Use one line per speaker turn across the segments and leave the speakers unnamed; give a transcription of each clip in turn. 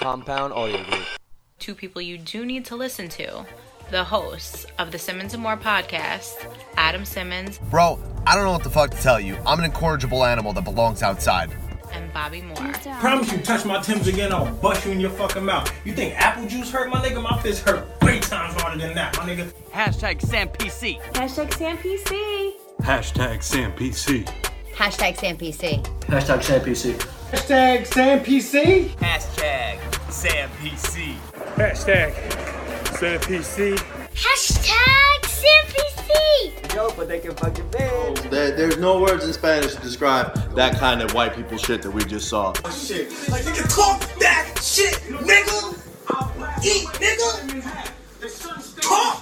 Compound Audio Group.
two people you do need to listen to the hosts of the Simmons and More podcast, Adam Simmons
Bro, I don't know what the fuck to tell you. I'm an incorrigible animal that belongs outside.
and Bobby Moore.
Promise you, touch my Tim's again, I'll bust you in your fucking mouth. You think apple juice hurt my nigga? My fist hurt three times harder than that, my nigga.
Hashtag SamPC.
Hashtag Sam PC.
Hashtag SamPC.
Hashtag SamPC.
Hashtag Sam PC.
Hashtag Sam PC.
Hashtag SamPC.
Hashtag SamPC.
Hashtag SamPC.
There, there's no words in Spanish to describe that kind of white people shit that we just saw.
Like, nigga, talk that shit, nigga. Eat, nigga. Talk.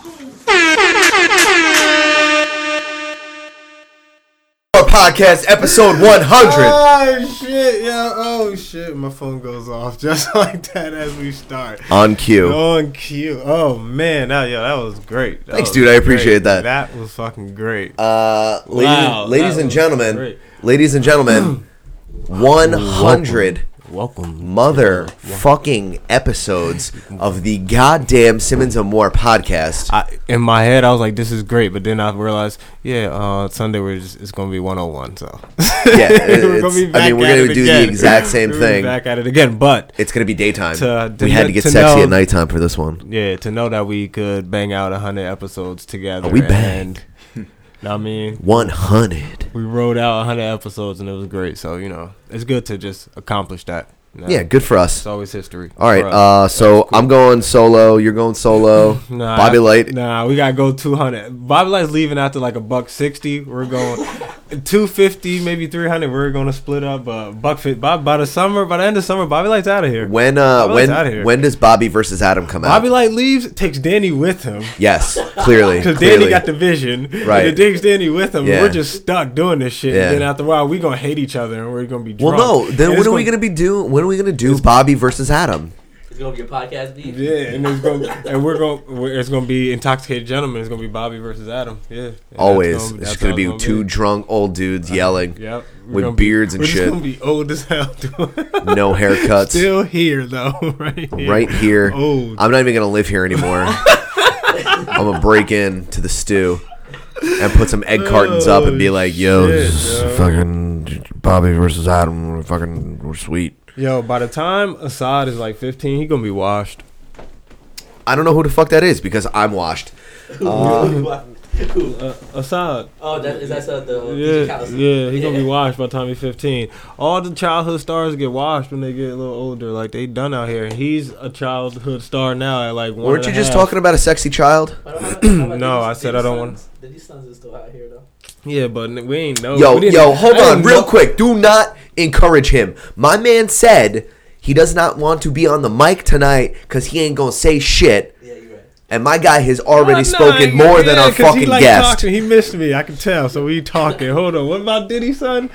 Podcast episode 100.
Oh shit, yo. Oh shit, my phone goes off just like that as we start.
On cue.
On cue. Oh man, that, yo, that was great. That
Thanks,
was
dude. I appreciate
great.
that.
That was fucking great.
Uh, ladies,
Wow,
ladies
that
and
was
gentlemen,
great.
ladies and gentlemen, 100
Welcome.
mother fucking episodes of the goddamn Simmons and Moore podcast.
I, in my head, I was like, "This is great," but then I realized, yeah, uh, Sunday we're just, it's gonna be one on one. So
Yeah, it-
We're gonna
it's-
be
I mean,
back
we're
at
going
it
to do the
again.
exact same
We're gonna be
thing.
Back at it again, but
It's going to be daytime.
To-
we had to get
to
sexy
know-
at nighttime for this one.
Yeah, to know that we could bang out hundred episodes together.
Oh, we
and- I mean,
100.
we wrote out hundred episodes and it was great. So you know, it's good to just accomplish that. you know?
Yeah, good for us.
It's always history.
All right,
for us.
uh, so I'm going solo. You're going solo.
Nah,
Bobby Light.
Nah, we gotta go two hundred. Bobby Light's leaving after like a buck sixty. We're going two fifty, maybe three hundred. We're gonna split up. Uh, buck fit by by the summer, by the end of summer, Bobby Light's out of here.
When uh,
Bobby Light's outta
when
here.
when does Bobby versus Adam come out?
Bobby Light leaves, takes Danny with him.
Yes, clearly.
Because
clearly.
Danny got the vision.
Right.
Right. And it digs Danny with him.
Yeah.
And we're just stuck doing this shit.
Yeah.
And then after a while, we're going to hate each other and we're going to be
well,
drunk.
no. Then
And
when
it's
are we gonna be do? When are we gonna do Bobby versus Adam?
It's gonna be a podcast beef.
Yeah, and it's going to and we're going to it's going to be intoxicated gentlemen. It's going to be Bobby versus Adam. Yeah. And that's
Always,
gonna-
it's
that's
gonna
how
be
gonna
two drunk old dudes yelling,
Yep. We're
with
gonna be-
beards and
we're
shit,
Just gonna be old as hell. dude.
no haircuts,
Still here though, right here.
right here.
Old.
I'm not even gonna live here anymore. I'm gonna break in to the stew and put some egg cartons up and be
Oh,
like, "Yo,
shit,
this is
yo.
fucking Bobby versus Adam, we're fucking we're sweet."
Yo, by the time Assad is like 15, he gonna be washed.
I don't know who the fuck that is because I'm washed.
Uh, Assad.
Oh, that, is that uh, the DJ
Yeah,
Khaled?
yeah, he gonna be washed by the time he's 15. All the childhood stars get washed when they get a little older. Like they done out here. He's a childhood star now at like one.
Weren't
and
you
a
just
half.
talking about a sexy child?
But how about- how about
No,
Diddy's-
I said I don't
Diddy's sons? Diddy's sons is still out here though.
Yeah, but n- we ain't know.
Yo,
Oh, we didn't-
yo, hold
I didn't
on, real
know-
quick. Do not encourage him. My man said he does not want to be on the mic tonight because he ain't gonna say shit.
Yeah, you're right.
And my guy has
Oh,
already
no,
spoken
yeah,
more than
yeah,
our
'cause he
fucking
like
guest.
Talking. He missed me. I can tell. So we talking. hold on. What about Diddy son?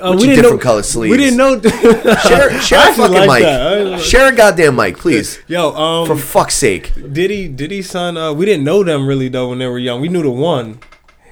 Uh,
With your
know-
different color sleeves.
We didn't know.
Share, share
I
a
actually
fucking
like
mic.
that. I-
Share a goddamn mic, please.
Yo, um,
For fuck's sake.
Diddy, Diddy son, uh, we didn't know them really though when they were young. We knew the one,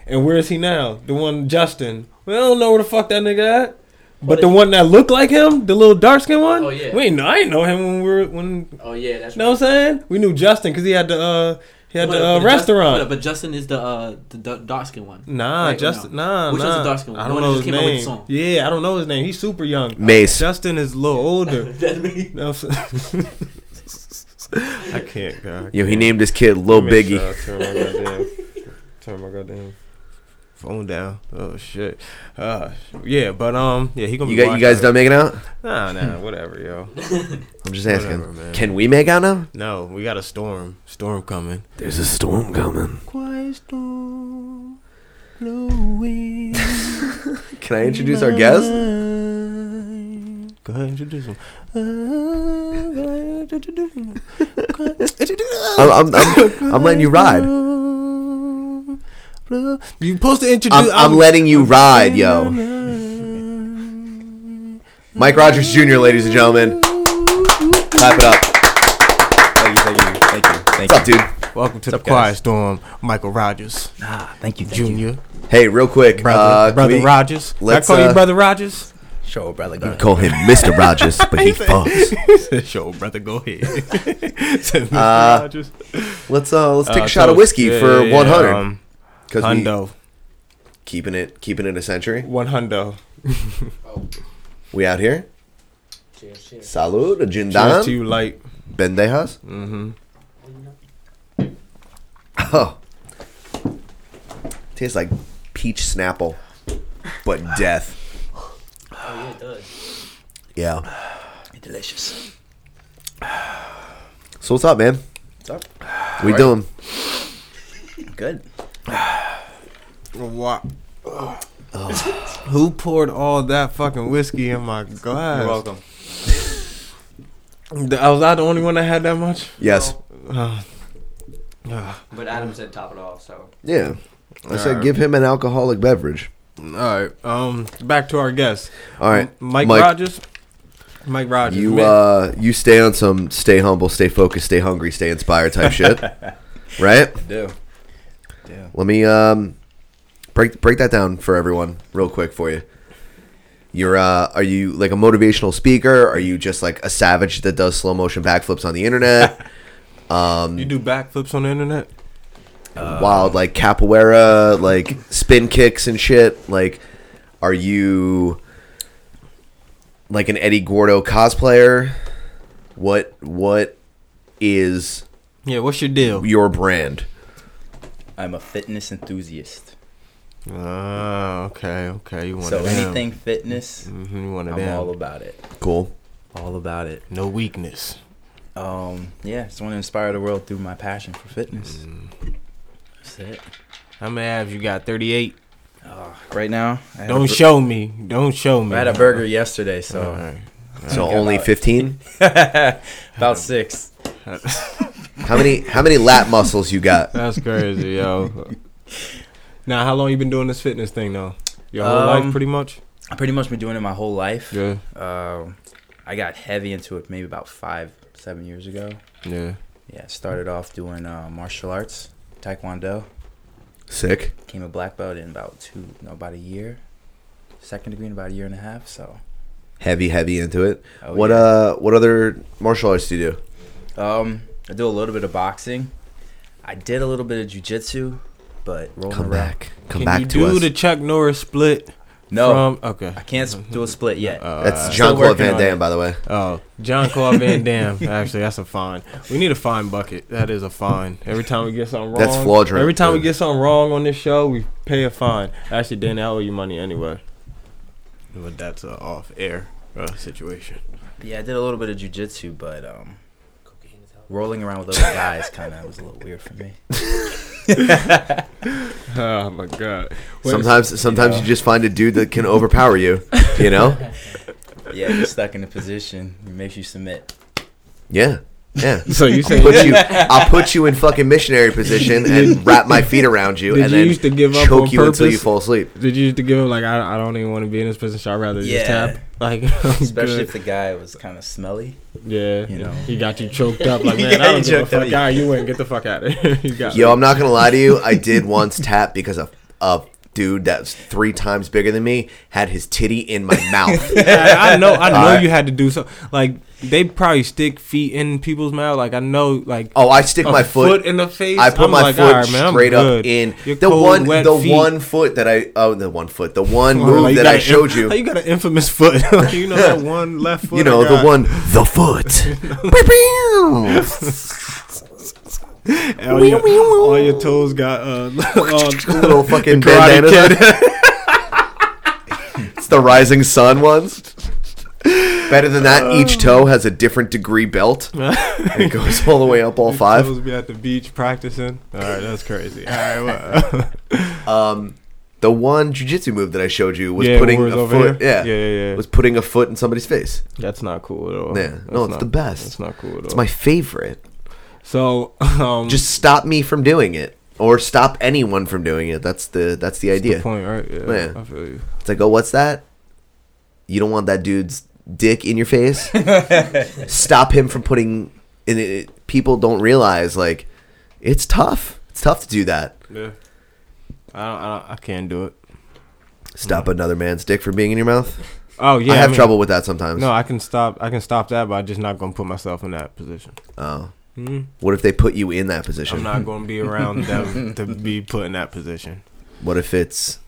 and where is he now? The one Justin. We don't know where the fuck that nigga at. But the one that looked like him, the little dark skinned one.
Oh, yeah.
We ain't know. I ain't know him when we were when. You
Oh yeah, that's
know what I'm saying? We knew Justin because he had the uh he had
But-
the uh,
but Justin-
restaurant.
but, but Justin is the uh, the dark skin one.
Nah,
Right, or
Justin.
no?
Nah,
Which
nah.
one's the dark skin one?
I
The
don't
one
know
that
his
just came out with the
name.
song.
Yeah, I don't know his name. He's super young.
Mace.
Justin is a little older.
That's me.
No, I'm s- I can't. God.
Yo, he named his kid Lil Biggie.
Turn my goddamn. Turn my goddamn phone down. Oh shit. Uh, yeah, but um, yeah, he gonna
You
be.
got you guys
watching.
done making out?
Nah, nah, whatever, yo.
I'm just asking.
Whatever, man.
Can we make out now?
No, we got a storm. Storm coming.
There's a storm coming.
Quiet storm. Blowing.
Can I introduce our guest?
Go ahead, introduce him. Uh, go ahead, introduce him. Go ahead, introduce him.
I'm, I'm, I'm, I'm letting you ride.
You supposed to introduce.
I'm, I'm letting you ride, yo. Mike Rogers Jr., ladies and gentlemen. Clap it up. Thank you, thank you, thank you. What's up, dude?
Welcome to the Quiet Storm, Michael Rogers
Ah, thank you,
Junior,
Hey, real quick.
brother,
uh, can
brother
we-
Rogers. Can I
let's,
call
uh,
you brother Rogers?
Show brother, go
Call him Mr. Rogers, but he fucks.
ahead. Show brother, go ahead. Said Mr. Rogers.
Uh, Let's uh let's take
Uh,
a shot
so-
of whiskey
yeah,
for
yeah, yeah,
100
um,
cuz we
Hundo.
keeping it keeping it a century.
One hundo.
We out here.
Cheers, cheers.
Salud,
Cheers to
Jindan,
you, Mm-hmm. light.
Bendejas. Mhm. Oh. Tastes like peach snapple, but death.
Oh, yeah, it does.
Yeah.
Delicious.
So what's up, man?
What's up?
We doing?
Good.
Wow. Who poured all that fucking whiskey in my glass?
You're welcome.
Th- I was not the only one that had that much.
Yes.
Uh, uh,
But Adam said top it off, so
Yeah. I said
Alright.
give him an alcoholic beverage.
all right. Um, back to our guest.
All right.
Mike, Rogers. Mike Rogers.
You
man.
uh you stay on some stay humble, stay focused, stay hungry, stay inspired type shit. right?
Do.
Let me um break break that down for everyone real quick for you. You're uh are you like a motivational speaker? Are you just like a savage that does slow motion backflips on the internet? uh,
you do backflips on the internet?
Wild like capoeira, like spin kicks and shit. Like are you like an Eddie Gordo cosplayer? What what is
Yeah. What's your deal?
your brand?
I'm a fitness enthusiast.
Ah, okay, okay. You want
so
it down.
anything fitness,
Mhm, you want it
I'm
down.
all about it.
Cool.
All about it.
no weakness.
Um, yeah, just want to inspire the world through my passion for fitness.
Mm.
That's it.
How many abs you got? Thirty-eight.
Right now, I had a
Don't
bur-
show me. Don't show me.
I had a burger yesterday, so
All right.
So only 15?
about six.
How many how many lat muscles you got?
That's crazy, yo. now, how long you been doing this fitness thing though? Your whole life,
Um,
pretty much.
I pretty much been doing it my whole life.
Yeah,
Um, I got heavy into it maybe about five, seven years ago.
yeah.
Yeah, started off doing uh, martial arts, taekwondo.
Sick.
Became a black belt in about two, no, about a year. Second degree in about a year and a half. So
Heavy, heavy into it.
Oh,
what
yeah.
uh what other martial arts do you do?
Um, I do a little bit of boxing. I did a little bit of jujitsu, but rolling
Come
around.
back. Come
Can you
back to
do
us.
the Chuck Norris split?
No,
From, okay.
I can't s- do a split yet.
That's John
still
Claude
working
Van
on
Damme,
it.
by the way.
Oh, John Claude Van Damme. Actually, that's a fine. We need a fine bucket. That is a fine. Every time we get something wrong,
That's flagrant,
Every time we
yeah.
get something wrong on this show, we pay a fine. Actually, Dan, I owe you money anyway. But that's a off air uh, situation.
yeah, I did a little bit of jujitsu, but um, rolling around with other guys kind of was a little weird for me.
Oh my god. Wait,
Sometimes sometimes you just find a dude that can overpower you, you know?
Yeah, you're stuck in a position. It makes you submit.
Yeah. Yeah.
So you say
Put you, I'll put you in fucking missionary position and wrap my feet around you
Did
and
you
then
used to give up
choke
on
you until you
purpose?
fall asleep.
Did you used to give him like I, I don't even want to be in this position. I'd rather just
Yeah.
tap. Like
Oh,
Especially
especially
if the guy was kind of smelly.
yeah,
you know.
he got you choked up. Like man,
Yeah,
I don't
he
give a
choked up.
fuck. Guy, you win. Get the fuck out of here. you got
Yo, I'm not gonna lie to you. I did once tap because a a dude that's three times bigger than me had his titty in my mouth.
I, I know, I know
Alright.
you had to do so. Like they probably stick feet in people's mouth. Like I know, like
Oh, I stick
a
my foot.
in the face.
I put
I'm
my
like,
foot
alright, man, I'm
straight up
good.
in
Your
the
cold,
one,
wet
the
feet.
one foot that I oh the one foot, the one
Or,
move
like, you
that I
got an
showed
inf-
you.
like, you got an infamous foot. Like, you know that one left foot.
You
I
know the
got?
one, the foot. Pew, pew.
And All your, all your toes got uh, uh,
little fucking
Karate
bandanas. it's the rising sun ones. Better than that,
Uh.
each toe has a different degree belt. and it goes all the way up all five.
Supposed to be at the beach practicing. All right, that's crazy. All right, well,
The one jujitsu move that I showed you was
Yeah,
putting
where it's
a
over
foot.
here?
Yeah,
Yeah, yeah, yeah.
Was putting a foot in somebody's face.
that's not cool at all.
Yeah,
That's
no, it's
not-
the best.
That's not cool at all.
It's my favorite.
so um,
Just stop me from doing it, or stop anyone from doing it. That's the that's the
the
idea.
point, right? Yeah,
Yeah.
I feel you.
It's like, oh, what's that? You don't want that dude's dick in your face. Stop him from putting. And it, it- people don't realize like it's tough. It's tough to do that.
Yeah, I don't, I, don't, I can't do it.
Stop another man's dick from being in your mouth.
Oh Mm. yeah,
I have trouble with that sometimes.
No, I can stop. I can stop that, but I'm just not gonna put myself in that position.
Oh.
Mhm.
What if they put you in that position?
I'm not gonna be around them to be put in that position.
What if it's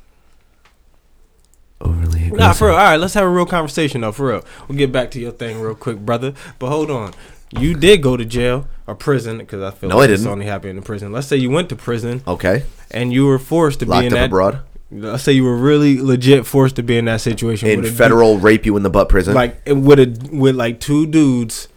Nah, for real. All right, let's have a real conversation though. For real, we'll get back to your thing real quick, brother. But hold on, you did go to jail or prison because I feel
No,
like
I
it's
didn't.
only happening in prison. Let's say you went to prison,
okay?
and you were forced to
Locked
be in
up
that
abroad?
Let's say you were really legit forced to be in that situation
in
with a dude-
federal rape you in the butt prison?
like it- with a with like two dudes,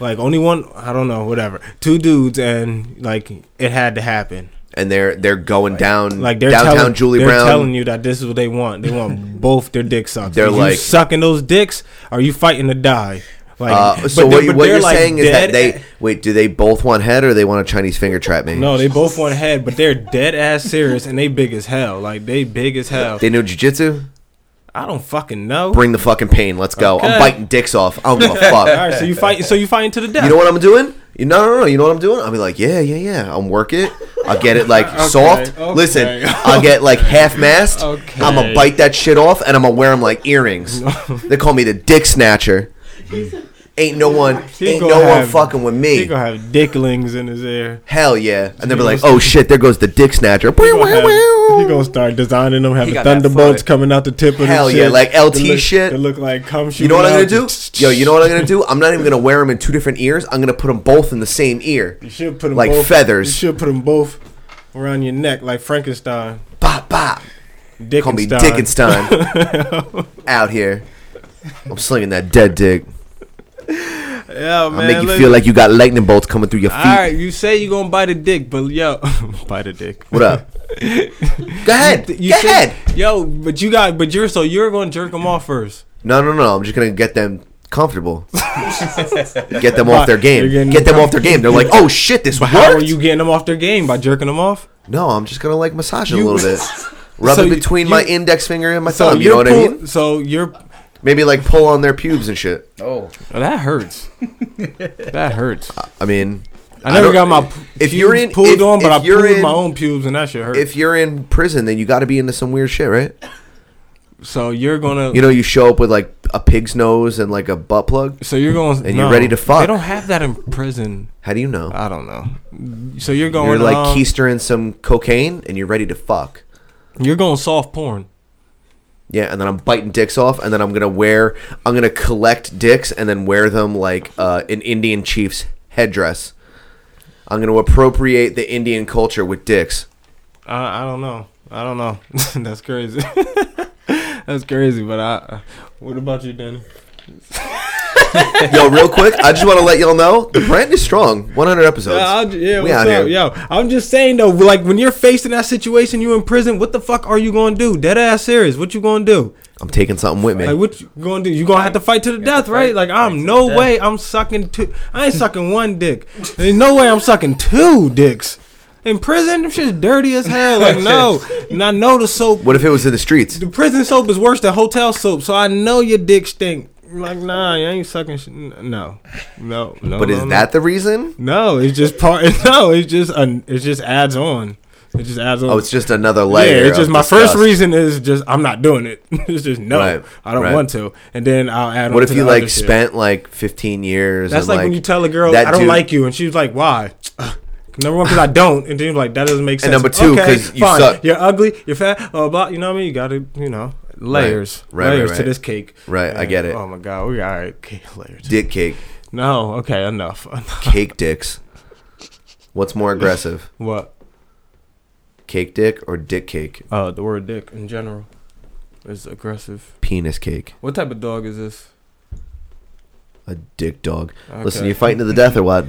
like only one. I don't know, whatever. Two dudes, and like it had to happen.
and they're they're going down
Like they're
downtown
telling,
Julie
they're
Brown.
telling you that this is what they want. They want both their dicks sucked.
They're
Are you
like-
sucking those dicks. Are you fighting to die? Like,
uh, so
but they-
what, you,
but
what
they're,
you're
like,
saying is that
dead-
they wait? Do they both want head or they want a Chinese finger trap me?
no, they both want head, but they're dead ass serious and they big as hell. Like they big as hell.
They know jujitsu.
I don't fucking know.
Bring the fucking pain. Let's go.
Okay.
I'm biting dicks off. I don't give a fuck.
All right, so you fight. So you fighting to the death.
You know what I'm doing? You no, no, no. You know what I'm doing? I'll be like, yeah, yeah, yeah. I'll work it. I'll get it like soft.
okay,
Listen,
okay.
I'll get like half masked.
Okay.
I'm gonna bite that shit off, and I'm gonna wear them like earrings. they call me the dick snatcher. Ain't no one,
He
ain't
gonna
no one
have-
fucking with
He
me.
gonna have dicklings in his ear.
Hell yeah! And they'll be
He
like,
gonna-
oh shit, there goes the dick snatcher.
He gonna, have, he gonna start designing them, having
got that
thunderbolts
fire.
coming out the tip of
Hell
the
yeah, like LT
They look-
shit.
They look like cum
You know what I'm gonna do? Yo, you know what I'm gonna do? I'm not even gonna wear them in two different ears. I'm gonna put them both in the same ear.
You should put 'em
like
both, You
feathers.
should put them both around your neck like Frankenstein.
Bop bop.
Dickenstein.
Call me Dickenstein. Out here, I'm slinging that dead dick.
yeah, man.
I make you
look-
feel like you got lightning bolts coming through your feet.
All right, you say you gonna bite a dick, but yo, bite a dick.
What up? Go ahead.
You
Go
say-
ahead.
Yo, but you got, but you're so you're gonna jerk them off first.
No, no, no. I'm just gonna get them comfortable. get them off their
You're
game.
getting
Get them off their game. They're like, oh shit, this
But how are
worked.
you getting them off their game by jerking them off?
No, I'm just gonna like massage it a
You-
little bit. Rub
So
it
you-
between my
you-
index finger and my thumb. You know
you're
what I
pull-
mean?
So you're
Maybe like pull on their pubes and shit.
Oh,
Oh, that hurts. that hurts.
I mean,
I never
don't-
got my p-
if
pubes
you're in-
pulled
if-
on, but
if
I
you're
pulled
in-
my own pubes, and that shit hurt.
If you're in prison, then you got to be into some weird shit, right?
so you're gonna,
You know, you show up with like a pig's nose and like a butt plug.
so you're going,
and you're ready to fuck.
They don't have that in prison.
How do you know?
I don't know. So you're going
You're like
um,
keistering some cocaine and you're ready to fuck.
you're going soft porn.
Yeah, and then I'm biting dicks off, and then I'm gonna wear, I'm gonna collect dicks, and then wear them like uh, an Indian chief's headdress. I'm gonna appropriate the Indian culture with dicks.
I, I don't know. I don't know. That's crazy. That's crazy. But I. What about you, Danny?
Yo, real quick, I just want to let y'all know the brand is strong. 100 episodes.
Yeah, I'll, yeah
We
what's
out here.
up? Yo, I'm just saying though, like when you're faced in that situation, you in prison. What the fuck are you gonna do? Dead ass serious. What you gonna do?
I'm taking something with me.
Like what you gonna do? You gonna have to fight to the death, right? Like I'm no way I'm sucking two. I ain't sucking one dick. There's no way I'm sucking two dicks. In prison, them shit's dirty as hell. Like no, and I know the soap.
what if it was in the streets?
The prison soap is worse than hotel soap, so I know your dick stink. Like nah, you ain't sucking. Sh- n- no, no, no.
But
no,
is
no.
that the reason?
No, it's just part. No, it's just an. It just adds on. It just adds on.
Oh, it's just another layer.
Yeah, it's just
of
my
disgust.
first reason is just I'm not doing it. it's just no,
Right,
I don't
right.
want to. And then I'll add.
What
on
if
to
you
the
like
other shit.
spent like 15 years? and,
That's like, when you tell a girl
that
I don't
dude-
like you, and she's like, "Why?" Number one, because I don't, and then you're like, "That doesn't make sense."
number two, 'cause you suck.
You're ugly. You're fat. Blah blah. You know what I mean? You gotta, you know, layers,
Right, right,
layers
right.
to this cake.
Right, I
And-
get it.
Oh my god, we all right, cake layers.
dick cake,
no, okay, enough.
cake dicks. What's more aggressive,
what?
cake dick or dick cake?
Uh, the word dick in general is aggressive.
Penis cake,
What type of dog is this?
a dick dog. Listen,
Okay.
you're fighting to the death or what?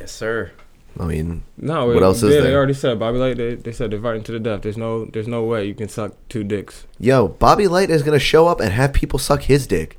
yes, sir.
I mean,
No,
What
it-
else is
yeah, They
there?
already said Bobby Light. They, they said they're fighting to the death. There's no there's no way you can suck two dicks.
yo, Bobby Light is gonna show up and have people suck his dick.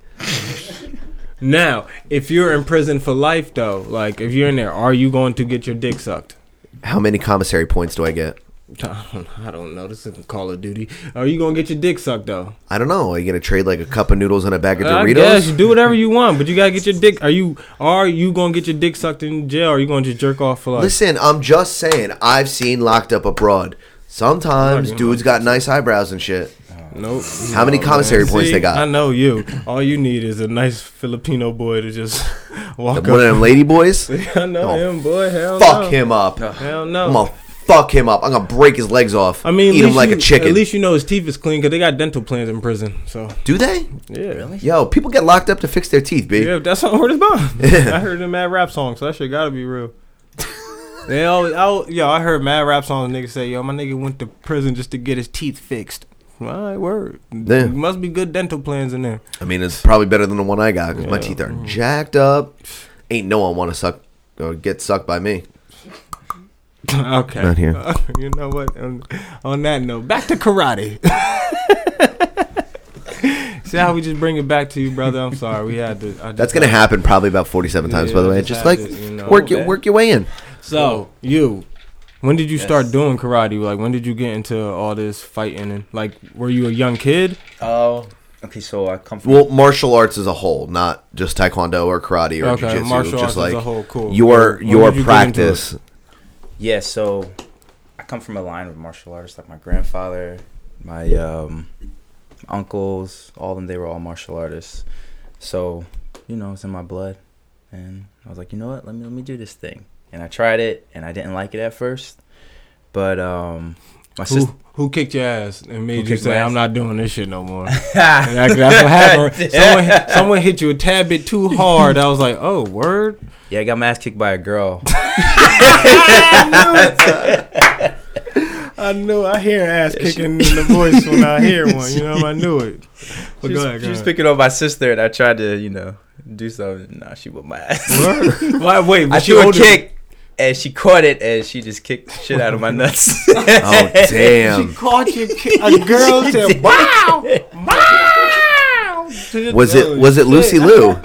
Now, if you're in prison for life, though, like if you're in there, are you going to get your dick sucked?
How many commissary points do I get?
I don't, I don't know. This isn't Call of Duty. Are you gonna get your dick sucked though?
I don't know. Are you gonna trade like a cup of noodles and a bag of
I
Doritos?
guess you do whatever you want, but you gotta get your dick. Are you are you gonna get your dick sucked in jail? Or are you gonna just jerk off for life?
Listen, I'm just saying. I've seen Locked Up Abroad. Sometimes dudes got nice eyebrows and shit.
Nope.
How many commissary points they got?
I know you. All you need is a nice Filipino boy to just walk up.
One of them lady boys.
I know
Oh,
him, boy. Hell
fuck
no.
him up.
Hell no.
I'm gonna fuck him up. I'm gonna break his legs off.
I mean, at
eat him
least
like
you-
a chicken.
At least you know his teeth is clean because they got dental plans in prison. So
Do they?
yeah, really?
Yo, people get locked up to fix their teeth, b.
Yeah, that's not what it's about. I heard a mad rap song, so that shit gotta be real. they always, I, al- yo, I heard mad rap songs. Niggas say, yo, my nigga went to prison just to get his teeth fixed. All right, word.
Yeah.
Must be good dental plans in there.
I mean, it's probably better than the one I got because my teeth are
Mm.
jacked up. Ain't no one want to suck or get sucked by me.
okay.
Not here.
you know what? On, on that note, back to karate. See how we just bring it back to you, brother. I'm sorry, we had to. I just
That's gonna
had-
happen probably about 47 times,
Yeah,
by the way.
just
Just
have
like
to, you know,
work your
that-
work your way in.
So you, when did you start doing karate? Like, when did you get into all this fighting? And like, were you a young kid?
Oh, okay. So I come from.
Well, martial arts as a whole, not just taekwondo or karate or
Okay,
jiu-jitsu.
martial
just
arts as
like
a whole, cool.
Your
When
your
did you get into it?
practice.
Yeah, so I come from a line of martial artists, like my grandfather, my um, uncles, all of them, they were all martial artists. So, you know, it's in my blood. And I was like, you know what, let me let me do this thing. And I tried it and I didn't like it at first. But um my
Who,
sister
who kicked your ass and made you
kicked my
say,
ass?
"I'm not doing this shit no more"? And that- that's what happened. Someone, someone hit you a tad bit too hard. I was like, "Oh, word."
Yeah, I got my ass kicked by a girl.
I knew I hear ass kicking in the voice when I hear one. You know, I knew it. But go
she, was,
ahead,
she
go
was
ahead.
picking on my sister and I tried to, you know, do something. Nah, she whooped my ass.
Why, wait,
I
but she
threw a
older-
kick, and she caught it, and she just kicked the shit out of my nuts.
Oh damn!
Caught you ki- a girl said, "Wow, wow."
Was it was it Lucy Lou?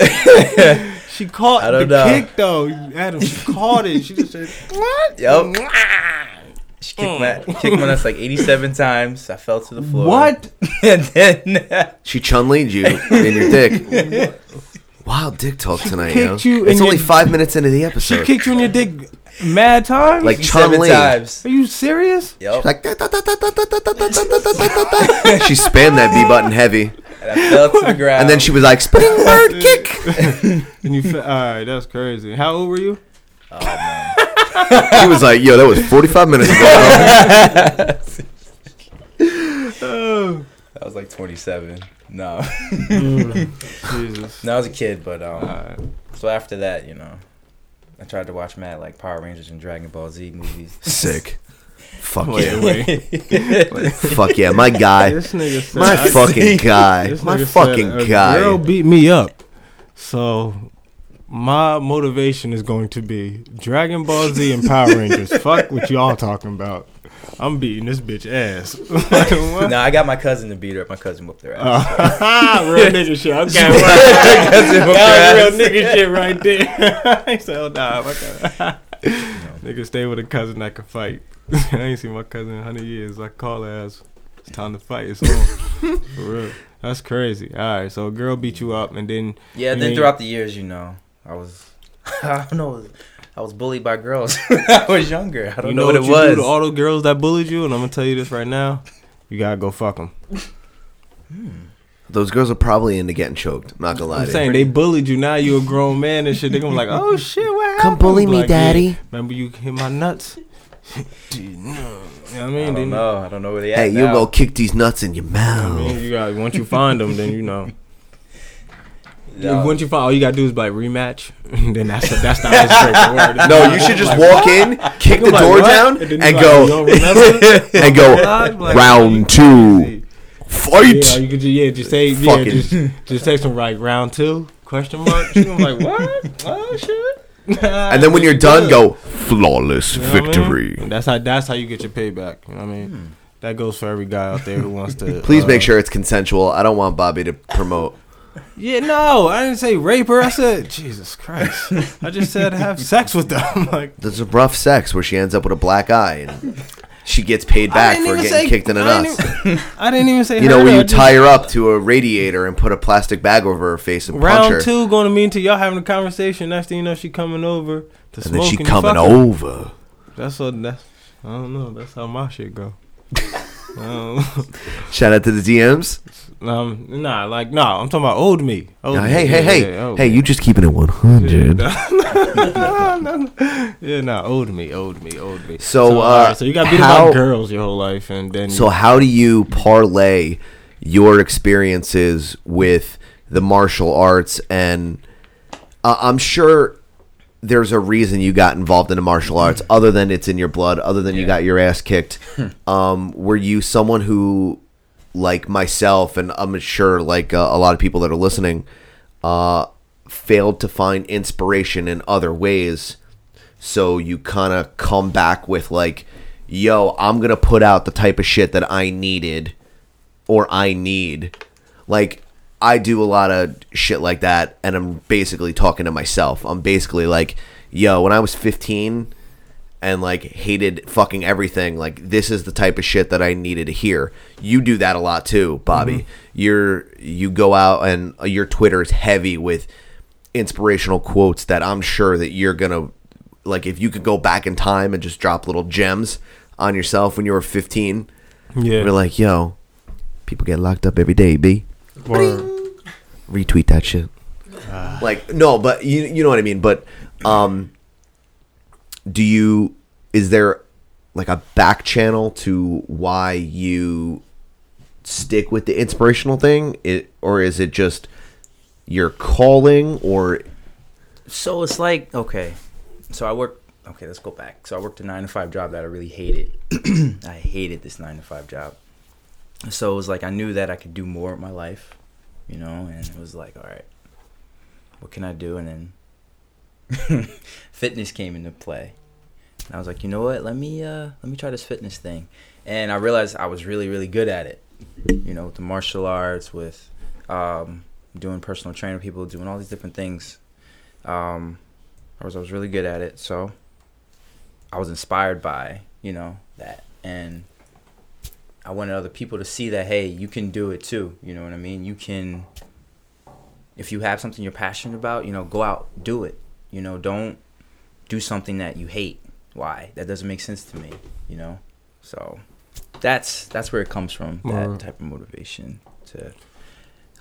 She caught
I don't
the
know.
kick though. Adam she caught it. She just said,
Yo, she kicked my kicked my nuts like eighty-seven times. I fell to the floor.
"What?"
and then
She Chun Li'd you in your dick. Wild dick talk tonight, yo.
kicked you
It's
in
only
your-
five minutes into the
She
episode.
kicked you in your dick, mad time.
Like Chun
seven
Li.
times.
are you serious?
Yo,
Like da, da, da, da, da, da, da, da, da, da, da, da, da. she spammed that B button heavy,
and I fell to the ground.
and then she was like, "Spinning bird kick."
And you, fe- all right, that's crazy. How old were you?
She was like, "Yo, that was forty-five minutes ago."
I was like twenty-seven. No,
Mm.
Jesus.
no, I was a kid, but um.
Alright.
So after that, you know, I tried to watch mad like Power Rangers and Dragon Ball Z movies.
Sick. Fuck
Wait,
yeah.
wait.
Fuck yeah, my guy.
This nigga said,
My fucking guy.
this
My
nigga said
fucking
a Girl
guy.
beat me up. So my motivation is going to be Dragon Ball Z and Power Rangers. Fuck what y'all talking about. I'm beating this bitch ass. Like, what?
no, I got my cousin to beat her. up. My cousin whooped her ass.
real nigga shit. Okay, well,
cousin whooped
that
her
was
ass.
real nigga shit right there. I said, oh, nah, my cousin. Nigga, stay with a cousin that can fight. I ain't seen my cousin in 100 years. I call her ass. It's time to fight. It's on. For real. That's crazy. All right, so a girl beat you up, and then
Yeah,
You
then
mean-
throughout the years, you know, I was, I don't know, I was bullied by girls when I was younger. I don't
you
know,
know,
what,
what,
it
you do to
was.
all the girls that bullied you, and I'm gonna tell you this right now. You gotta go fuck them.
Those girls are probably into getting choked. I'm not gonna lie
I'm
to
saying
you.
they bullied you. Now you a grown man and shit. They gonna be like, oh shit, what happened?
Come bully me,
Like, yeah,
daddy.
Remember you hit my nuts? Dude, no. You know what I mean?
I
Then-
don't know. I don't know where they at.
Hey, you
now.
go kick these nuts in your
I
mouth.
mean, you got once you find them, then you know.
No.
Once you find, all you gotta do is like rematch, and then that's that's the icebreaker word.
No, you should just walk in, kick the
Like,
door
what?
down,
then you
and
like,
go
"Yo, remember?"
and go
God, like,
round
Yeah,
two,
you
fight.
could just, yeah, just say yeah,
Fucking-
just, just take some like round two question mark. I'm like what? Oh shit!
And then when you're done, go flawless
You know what I mean?
victory.
That's how that's how you get your payback. You know what I mean? That goes for every guy out there who wants to.
Hmm. Please
uh,
make sure it's consensual. I don't want Bobby to promote.
Yeah, no, I didn't say rape her. I said Jesus Christ. I just said have sex with them. Like
There's a rough sex where she ends up with a black eye and she gets paid back for getting kicked in the
I
nuts.
didn't, even- I didn't even say
You know,
her,
where
I
you
just-
tie her up to a radiator and put a plastic bag over her face and punch
round
her.
two going to mean to y'all having a conversation. Next thing you know, she coming over to
And
smoke.
then she
and you
coming
fuck her.
over.
That's what that's. I don't know. That's how my shit go. Um,
Shout out to the DMs.
um, nah, like no, I'm talking about old me. Old
Nah,
me.
hey, hey,
Yeah,
hey,
yeah, old
hey!
me.
You just keeping it one hundred.
yeah, nah, old me, old me, old me.
So, uh,
all right, so you got beat
how-
about girls your whole life, and then
So
you,
how do you parlay your experiences with the martial arts? And uh, I'm sure there's a reason you got involved in the martial
Mm-hmm.
arts, other than it's in your blood, other than you got your ass kicked. um, were you someone who, like myself, and I'm sure like uh, a lot of people that are listening, uh, failed to find inspiration in other ways? So you kind of come back with like, yo, I'm going to put out the type of shit that I needed or I need. Like, I do a lot of shit like that, and I'm basically talking to myself. I'm basically like, yo, when I was 15 and like hated fucking everything, like, this is the type of shit that I needed to hear. You do that a lot too, Bobby. You're, you go out and uh, your Twitter is heavy with inspirational quotes that I'm sure that you're gonna like if you could go back in time and just drop little gems on yourself when you were 15.
Yeah.
We're like, yo, people get locked up every day, B. Retweet that shit. like no, but you you know what I mean, but um do you is there like a back channel to why you stick with the inspirational thing it, or is it just your calling or
So it's like okay, so I work. Okay, let's go back. So I worked a nine to five job that I really hated. I hated this nine to five job. So it was like I knew that I could do more with my life, you know. And it was like, all right, what can I do? And then fitness came into play. And I was like, you know what? Let me uh, let me try this fitness thing. And I realized I was really really good at it. You know, with the martial arts, with um, doing personal training with people, doing all these different things. Um, I was I was really good at it, so I was inspired by you know that, and I wanted other people to see that hey, you can do it too. You know what I mean? You can if you have something you're passionate about, you know, go out, do it. You know, don't do something that you hate. Why? That doesn't make sense to me, you know? So that's that's where it comes from, that
Right.
type of motivation to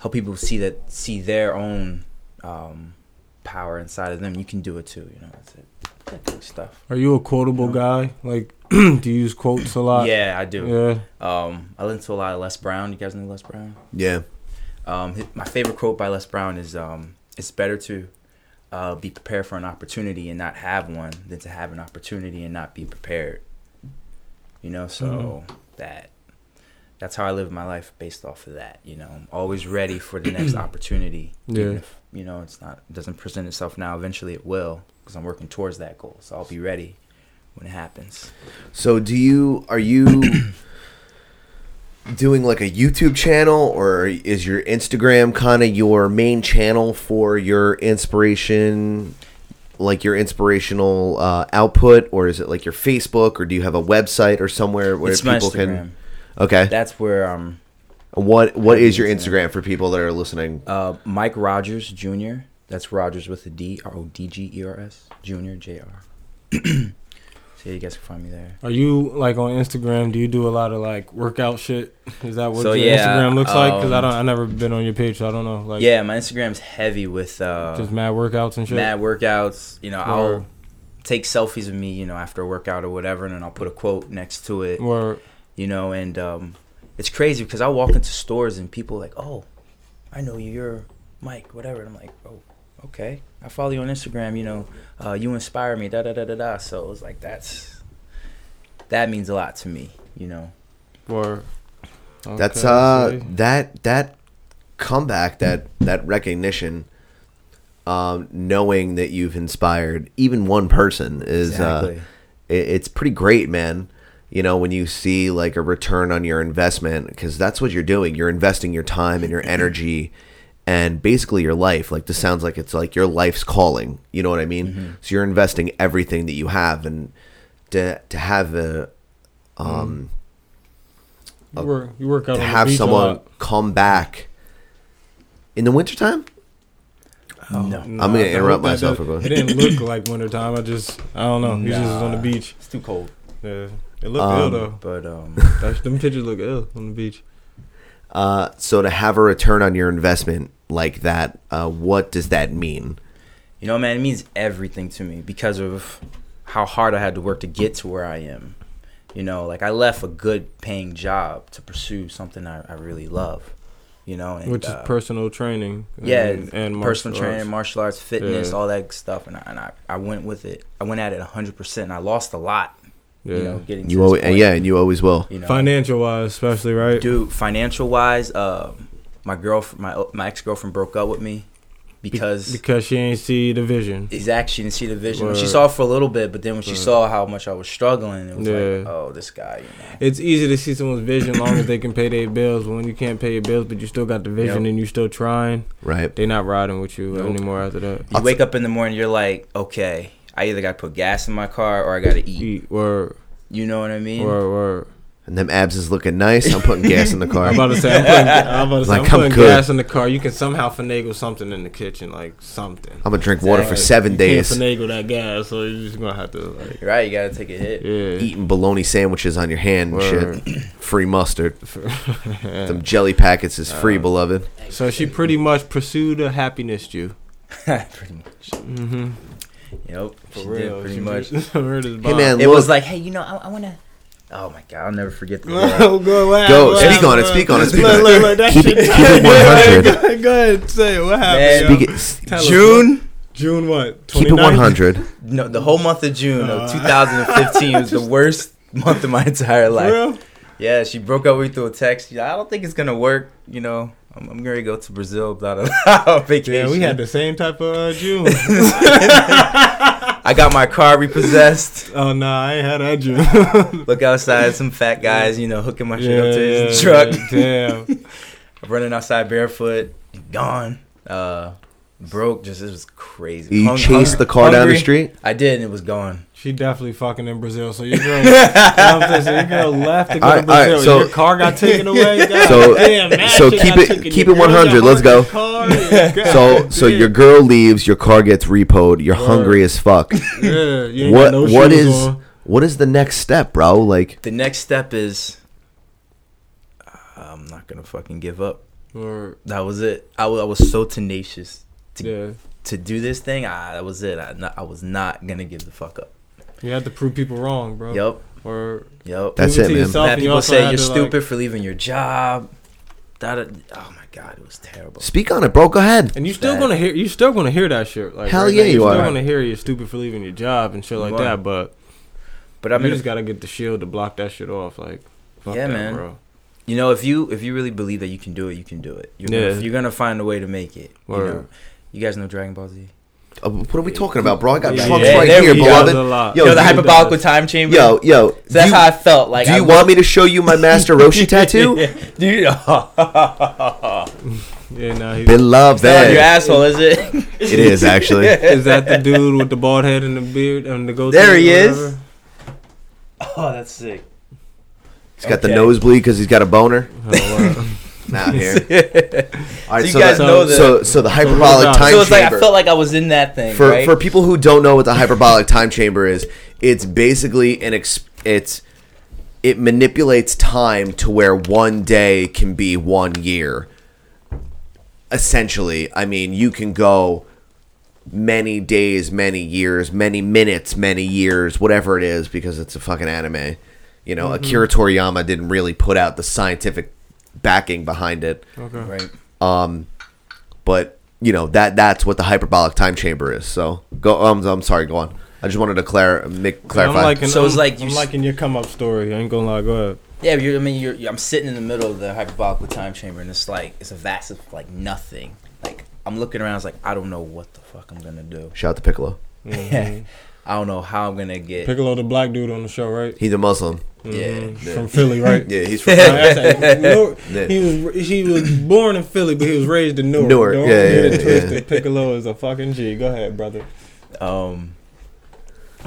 help people see that see their own um, power inside of them. You can do it too, you know. That's it. That good stuff.
are you a quotable guy? Like, do you use quotes a lot?
Yeah, I do.
Uh, Yeah.
Um, I listen to a lot of Les Brown. You guys know Les Brown?
Yeah.
Um, hi- my favorite quote by Les Brown is um, It's better to uh, be prepared for an opportunity and not have one than to have an opportunity and not be prepared. You know, so
Mm-hmm.
that that's how I live my life based off of that. You know, I'm always ready for the next opportunity. even
Yeah.
if, you know, it's not it doesn't present itself now. Eventually, it will because I'm working towards that goal. So I'll be ready when it happens.
So do you are you doing like a YouTube channel or is your Instagram kind of your main channel for your inspiration like your inspirational uh, output or is it like your Facebook or do you have a website or somewhere where
It's my
people
Instagram.
can Okay.
That's where um,
what what is your Instagram for people that are listening?
Uh, Mike Rogers Jr. That's Rogers with a D R O D G E R S Jr. J R. so yeah, you guys can find me there.
Are you like on Instagram? Do you do a lot of like workout shit? Is that what
So,
your
yeah,
Instagram looks like? 'Cause like? Because I
um,
don't, I never been on your page, so I don't know. Like,
yeah, my Instagram's heavy with uh,
just mad workouts and shit.
mad workouts. You know,
Word.
I'll take selfies of me, you know, after a workout or whatever, and then I'll put a quote next to it.
Word.
you know and um, it's crazy because i walk into stores and people like oh i know you you're mike whatever and i'm like oh okay i follow you on instagram you know uh, you inspire me da da da da da so it was like that's that means a lot to me you know
Word.
That's
Okay,
uh
see.
that that comeback that that recognition um knowing that you've inspired even one person is uh
Exactly.
it, it's pretty great man you know when you see like a return on your investment because that's what you're doing you're investing your time and your energy and basically your life like this sounds like it's like your life's calling you know what i mean
Mm-hmm.
so you're investing everything that you have and to to have a um
You work, you work
Uh,
out
to
on the
have
beach a
someone
lot.
come back in the wintertime.
no
Nah,
I'm gonna
I hope
interrupt
that
myself
does-
real quick.
It didn't look like wintertime. I just, I don't know. You just was on the beach.
it's too cold
Yeah. It looked
Um,
ill though.
But um,
That's- them pictures look ill on the beach.
Uh, so to have a return on your investment like that, uh, what does that mean?
You know, man, it means everything to me because of how hard I had to work to get to where I am. You know, like I left a good paying job to pursue something I, I really love. You know, and,
Which is
uh,
personal training.
Yeah,
and, and martial
personal training,
arts.
martial arts, fitness,
Yeah.
all that stuff, and I, and I, I went with it. I went at it hundred percent, and I lost a lot.
Yeah.
You know, getting to
You
this
always,
point,
yeah, and you always will.
you know.
Financial wise, especially right.
Dude, financial wise, um, my girl, my my ex girlfriend broke up with me because
because she ain't see the vision.
Exactly, she didn't see the vision. When she
Word.
saw it for a little bit, but then when she saw how much I was struggling, it was like,
Yeah.
oh, this guy, you know.
It's easy to see someone's vision long as they can pay their bills. When you can't pay your bills, but you still got the vision
Yep.
and you still trying,
Right.
they not riding with you
Nope.
anymore after that.
You wake up in the morning, you're like, okay, I either got to put gas in my car or I got to eat.
Eat word,
You know what I mean?
word, word.
And them abs is looking nice. I'm putting gas in the car.
I'm about to say, I'm putting, I'm about to say,
Like,
I'm
I'm
putting
good.
gas in the car. You can somehow finagle something in the kitchen, like something.
I'm gonna drink water for
Exactly.
seven
You
days.
Can't finagle that gas, so you're just gonna have to like,
Right, you got to take a hit.
yeah.
Eating bologna sandwiches on your hand and shit. free mustard.
For-
Them jelly packets is free,
Uh,
beloved.
so she pretty much pursued a happiness you.
pretty much.
Mm-hmm.
Yep, she
For real,
did pretty
she
much.
did- Word is
Hey
bond.
man,
It
look,
was like, hey, you know, I, I want to. Oh my God, I'll never forget that.
go, go, what
Go,
happened?
speak on it, speak on
What happened?
it, speak on it.
look, Look, look, that
Keep
shit.
it- keep it
Go ahead,
100.
Go ahead, go ahead, say it. What happened?
Man,
yo?
speak it,
Tell us
June?
June what?
keep it
29th?
100.
No, the whole month of June of 2015 was the worst month of my entire
Uh. For
life.
real?
Yeah, she broke up with me through a text. She's like, I don't think it's gonna work. You know, I'm, I'm gonna go to Brazil blah, blah, blah, on vacation.
Yeah, we had the same type of uh, June.
I got my car repossessed.
oh no, I ain't had that June.
Look outside, some fat guys, you know, hooking my shit up to his truck.
yeah, Damn.
Running outside barefoot, gone. Uh, broke. Just it was crazy.
You
Hung-
chase the
hungry-
car down the
hungry.
street.
I did, and it was gone.
She definitely fucking in Brazil. So your girl, you know what I'm saying? So your girl left to go to
Alright, alright,
Brazil.
so-
your car got taken away. God
So-
damn, that
so
shit
keep
got
it-
taken.
keep
Your
it
girl got
100. Let's go.
hung in the car.
So, so
Yeah.
your girl leaves. Your car gets repoed. You're hungry as fuck.
Yeah, you ain't
What
got no
what
shoes
is
on.
what is the next step, bro? Like
The next step is, I'm not gonna fucking give up.
Or,
That was it. I wa- I was so tenacious to
yeah,
to do this thing, I, that was it. I, not, I was not gonna give the fuck up.
you had to prove people wrong, bro.
Yup,
Or
yup.
That's
prove
it,
to
man.
yourself
Had
and you
people
also
say
had
you're
to,
stupid
like-
for leaving your job. Da, da, oh my god, it was terrible.
Speak on it, bro. Go ahead.
and you still
that.
gonna hear you still gonna hear that shit. Like
Hell
right
yeah,
now,
you
still
are.
gonna hear you're stupid for leaving your job and shit
You
like
are.
that. But
But I
you
mean,
just gotta get the shield to block that shit off. Like, fuck
Yeah,
that,
man.
bro.
you know, if you if you really believe that you can do it, you can do it. You're,
Yeah.
gonna, you're gonna find a way to make it.
Word.
You know, you guys know Dragon Ball Z.
Uh, what are we talking about, bro? I got
Yeah,
trunks
yeah,
right
there
here,
we go.
Does a lot.
beloved.
Yo,
Yo,
the
he
hyperbolical
does.
time chamber.
Yo, yo. So
so that's how I felt. Like,
do you want me to show you my Master Roshi tattoo?
do you?
Yeah, nah, he,
Beloved.
That's your asshole, is it?
eh. It is actually.
is that the dude with the bald head and the beard and the goatee?
There he
or
is.
whatever?
oh, that's sick.
He's got the
Okay.
nosebleed because he's got a boner.
Oh, wow.
Not here. All right,
So you
so,
guys
the,
know the-
so so the hyperbolic
down.
time
so it's like
chamber.
I felt like I was in that thing.
for
right?
for people who don't know what the hyperbolic time chamber is, it's basically an ex- it's it manipulates time to where one day can be one year. Essentially, I mean, you can go many days, many years, many minutes, many years, whatever it is, because it's a fucking anime. You know, Akira Toriyama didn't really put out the scientific backing behind it Um,
right.
but you know that that's what the hyperbolic time chamber is. So go. Um, I'm sorry. Go on. I just wanted to clar- make
I'm
clarify.
liking,
So it's
I'm-
like you
I'm
s-
liking your come up story. I ain't gonna lie. Go ahead.
Yeah, but you're, I mean, you're, you're, I'm sitting in the middle of the hyperbolical time chamber, and it's like it's a vast of like nothing. Like I'm looking around, it's like I don't know what the fuck I'm gonna do.
Shout out to Piccolo.
I don't know how I'm gonna get.
Piccolo, the black dude on the show, right?
He's a Muslim.
Yeah,
From Philly, right?
Yeah, he's from.
Like, that's like- he was he was born in Philly, but he was raised in Newark.
Newark,
Don't
yeah,
get
yeah,
it twisted.
yeah.
Piccolo is a fucking G. Go ahead, brother. Mm-hmm.
Um,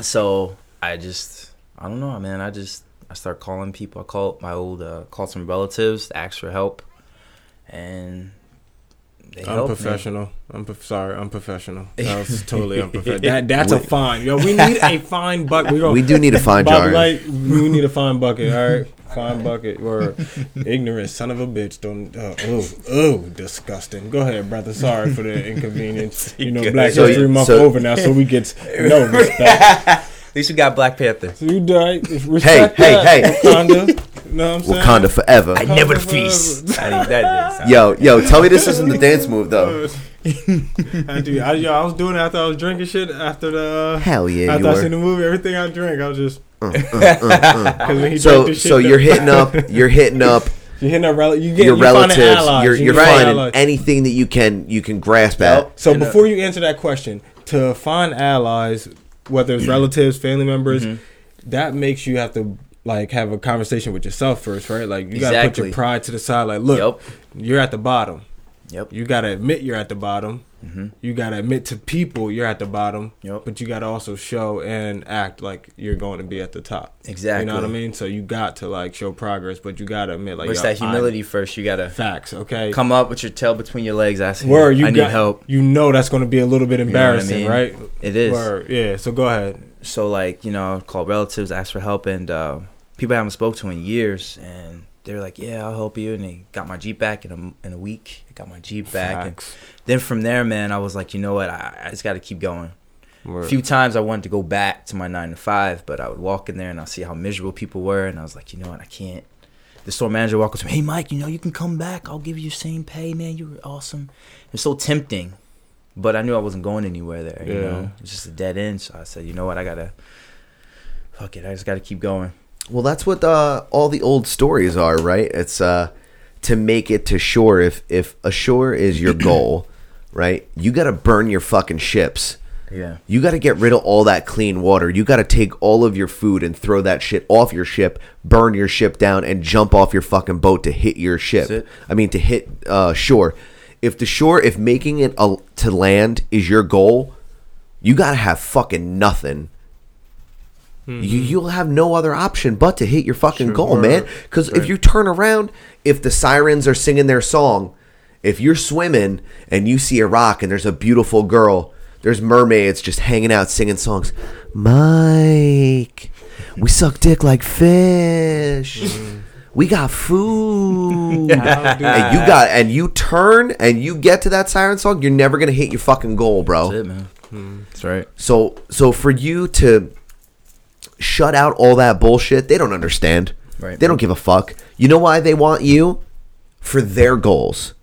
so I just I don't know, man. I just I start calling people. I call my old uh, called some relatives, to ask for help, and they helped me.
Unprofessional. I'm prof- sorry. Unprofessional. That was totally unprofessional.
That-
that's a fine. Yo, we need a fine bucket. We, gonna-
We do need a fine
Bud
jar.
Light, we need a fine bucket. All right, fine bucket. Or ignorant son of a bitch. Don't. Oh, oh, oh, disgusting. Go ahead, brother. Sorry for the inconvenience. You know, Black
So-
History Month
so-
over now, so we get no respect.
At least we got Black Panther.
So you die.
Hey,
Respect
hey,
that,
hey.
Wakanda. You know what I'm saying?
Wakanda forever.
I never feast. I think that is.
Yo, yo, tell me this isn't the dance move though.
I do. I, yo, I was doing it after I was drinking shit. After the uh,
Hell yeah,
after
you
I
were. Uh,
seen the movie, everything I drank, I was just. when he drank
So,
the shit
so
that-
you're hitting up, you're hitting up
You're hitting a rel- you get,
your
you find
relatives.
an ally.
You're,
You
you're
find an
finding
ally.
anything that you can you can grasp
Uh,
at.
So before you answer that question, to find allies, whether
Mm-hmm.
it's relatives, family members, that makes you have to like have a conversation with yourself first, right? Like you gotta put
Exactly.
your pride to the side. Like, look, you're at the bottom.
Yep.
You gotta admit you're at the bottom.
Mm-hmm.
You gotta admit to people you're at the bottom.
Yep.
But you gotta also show and act like you're going to be at the top. You know what I
Exactly.
mean? So you got to like show progress, but you gotta admit like
What's
yo,
that
I'm-
humility first? You gotta
facts, okay?
come up with your tail between your legs. I see.
Word, you
I need
got,
help.
You know that's going to be a little bit
know what I
embarrassing,
mean?
right?
It is.
Word, yeah. So go ahead.
So like you know, call relatives, ask for help, and uh, people I haven't spoke to in years, and they were like, "Yeah, I'll help you." And they got my Jeep back in a in a week. I got my Jeep back, and
Facts.
then from there, man, I was like, you know what? I, I just got to keep going.
Word.
A few times I wanted to go back to my nine to five, but I would walk in there and I'll see how miserable people were, and I was like, you know what, I can't. The store manager walked up to me, hey Mike, you know you can come back. I'll give you your same pay, man. You were awesome. It was so tempting, but I knew I wasn't going anywhere there. You
Yeah.
know, it was just a dead end. So I said, you know what, I gotta, fuck it, I just gotta keep going.
Well, that's what uh, all the old stories are, right? It's uh, to make it to shore. If if a shore is your goal, right? You got to burn your fucking ships.
Yeah.
You got to get rid of all that clean water. You got to take all of your food and throw that shit off your ship, burn your ship down, and jump off your fucking boat to hit your ship.
That's it.
I mean, to hit uh, shore. If the shore, if making it a, to land is your goal, you got to have fucking nothing.
Mm-hmm.
You, you'll have no other option but to hit your fucking goal, man. Because if you turn around, if the sirens are singing their song, if you're swimming and you see a rock and there's a beautiful girl, there's mermaids just hanging out singing songs. Mike, we suck dick like fish.
Mm-hmm.
We got food. and you got and you turn and you get to that siren song, you're never gonna hit your fucking goal, bro.
That's it, man. That's right.
So so for you to shut out all that bullshit, they don't understand.
Right.
They don't give a fuck. You know why they want you? For their goals.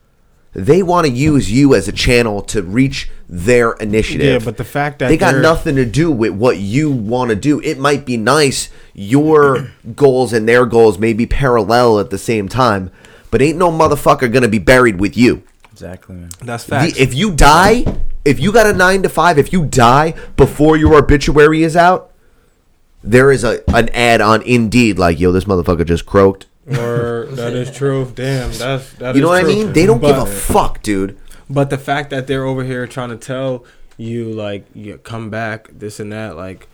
They want to use you as a channel to reach their initiative.
Yeah, but the fact that
they got
they're-
nothing to do with what you want to do. It might be nice your goals and their goals may be parallel at the same time, but ain't no motherfucker going to be buried with you.
Exactly, man.
That's
The-
facts.
if you die, if you got a nine to five, if you die before your obituary is out, there is a an ad on Indeed like, yo, this motherfucker just croaked.
or that is true. Damn, that's that
You know
is
what I
true.
mean? They don't give a
But-
fuck, dude.
But the fact that they're over here trying to tell you like you come back, this and that, like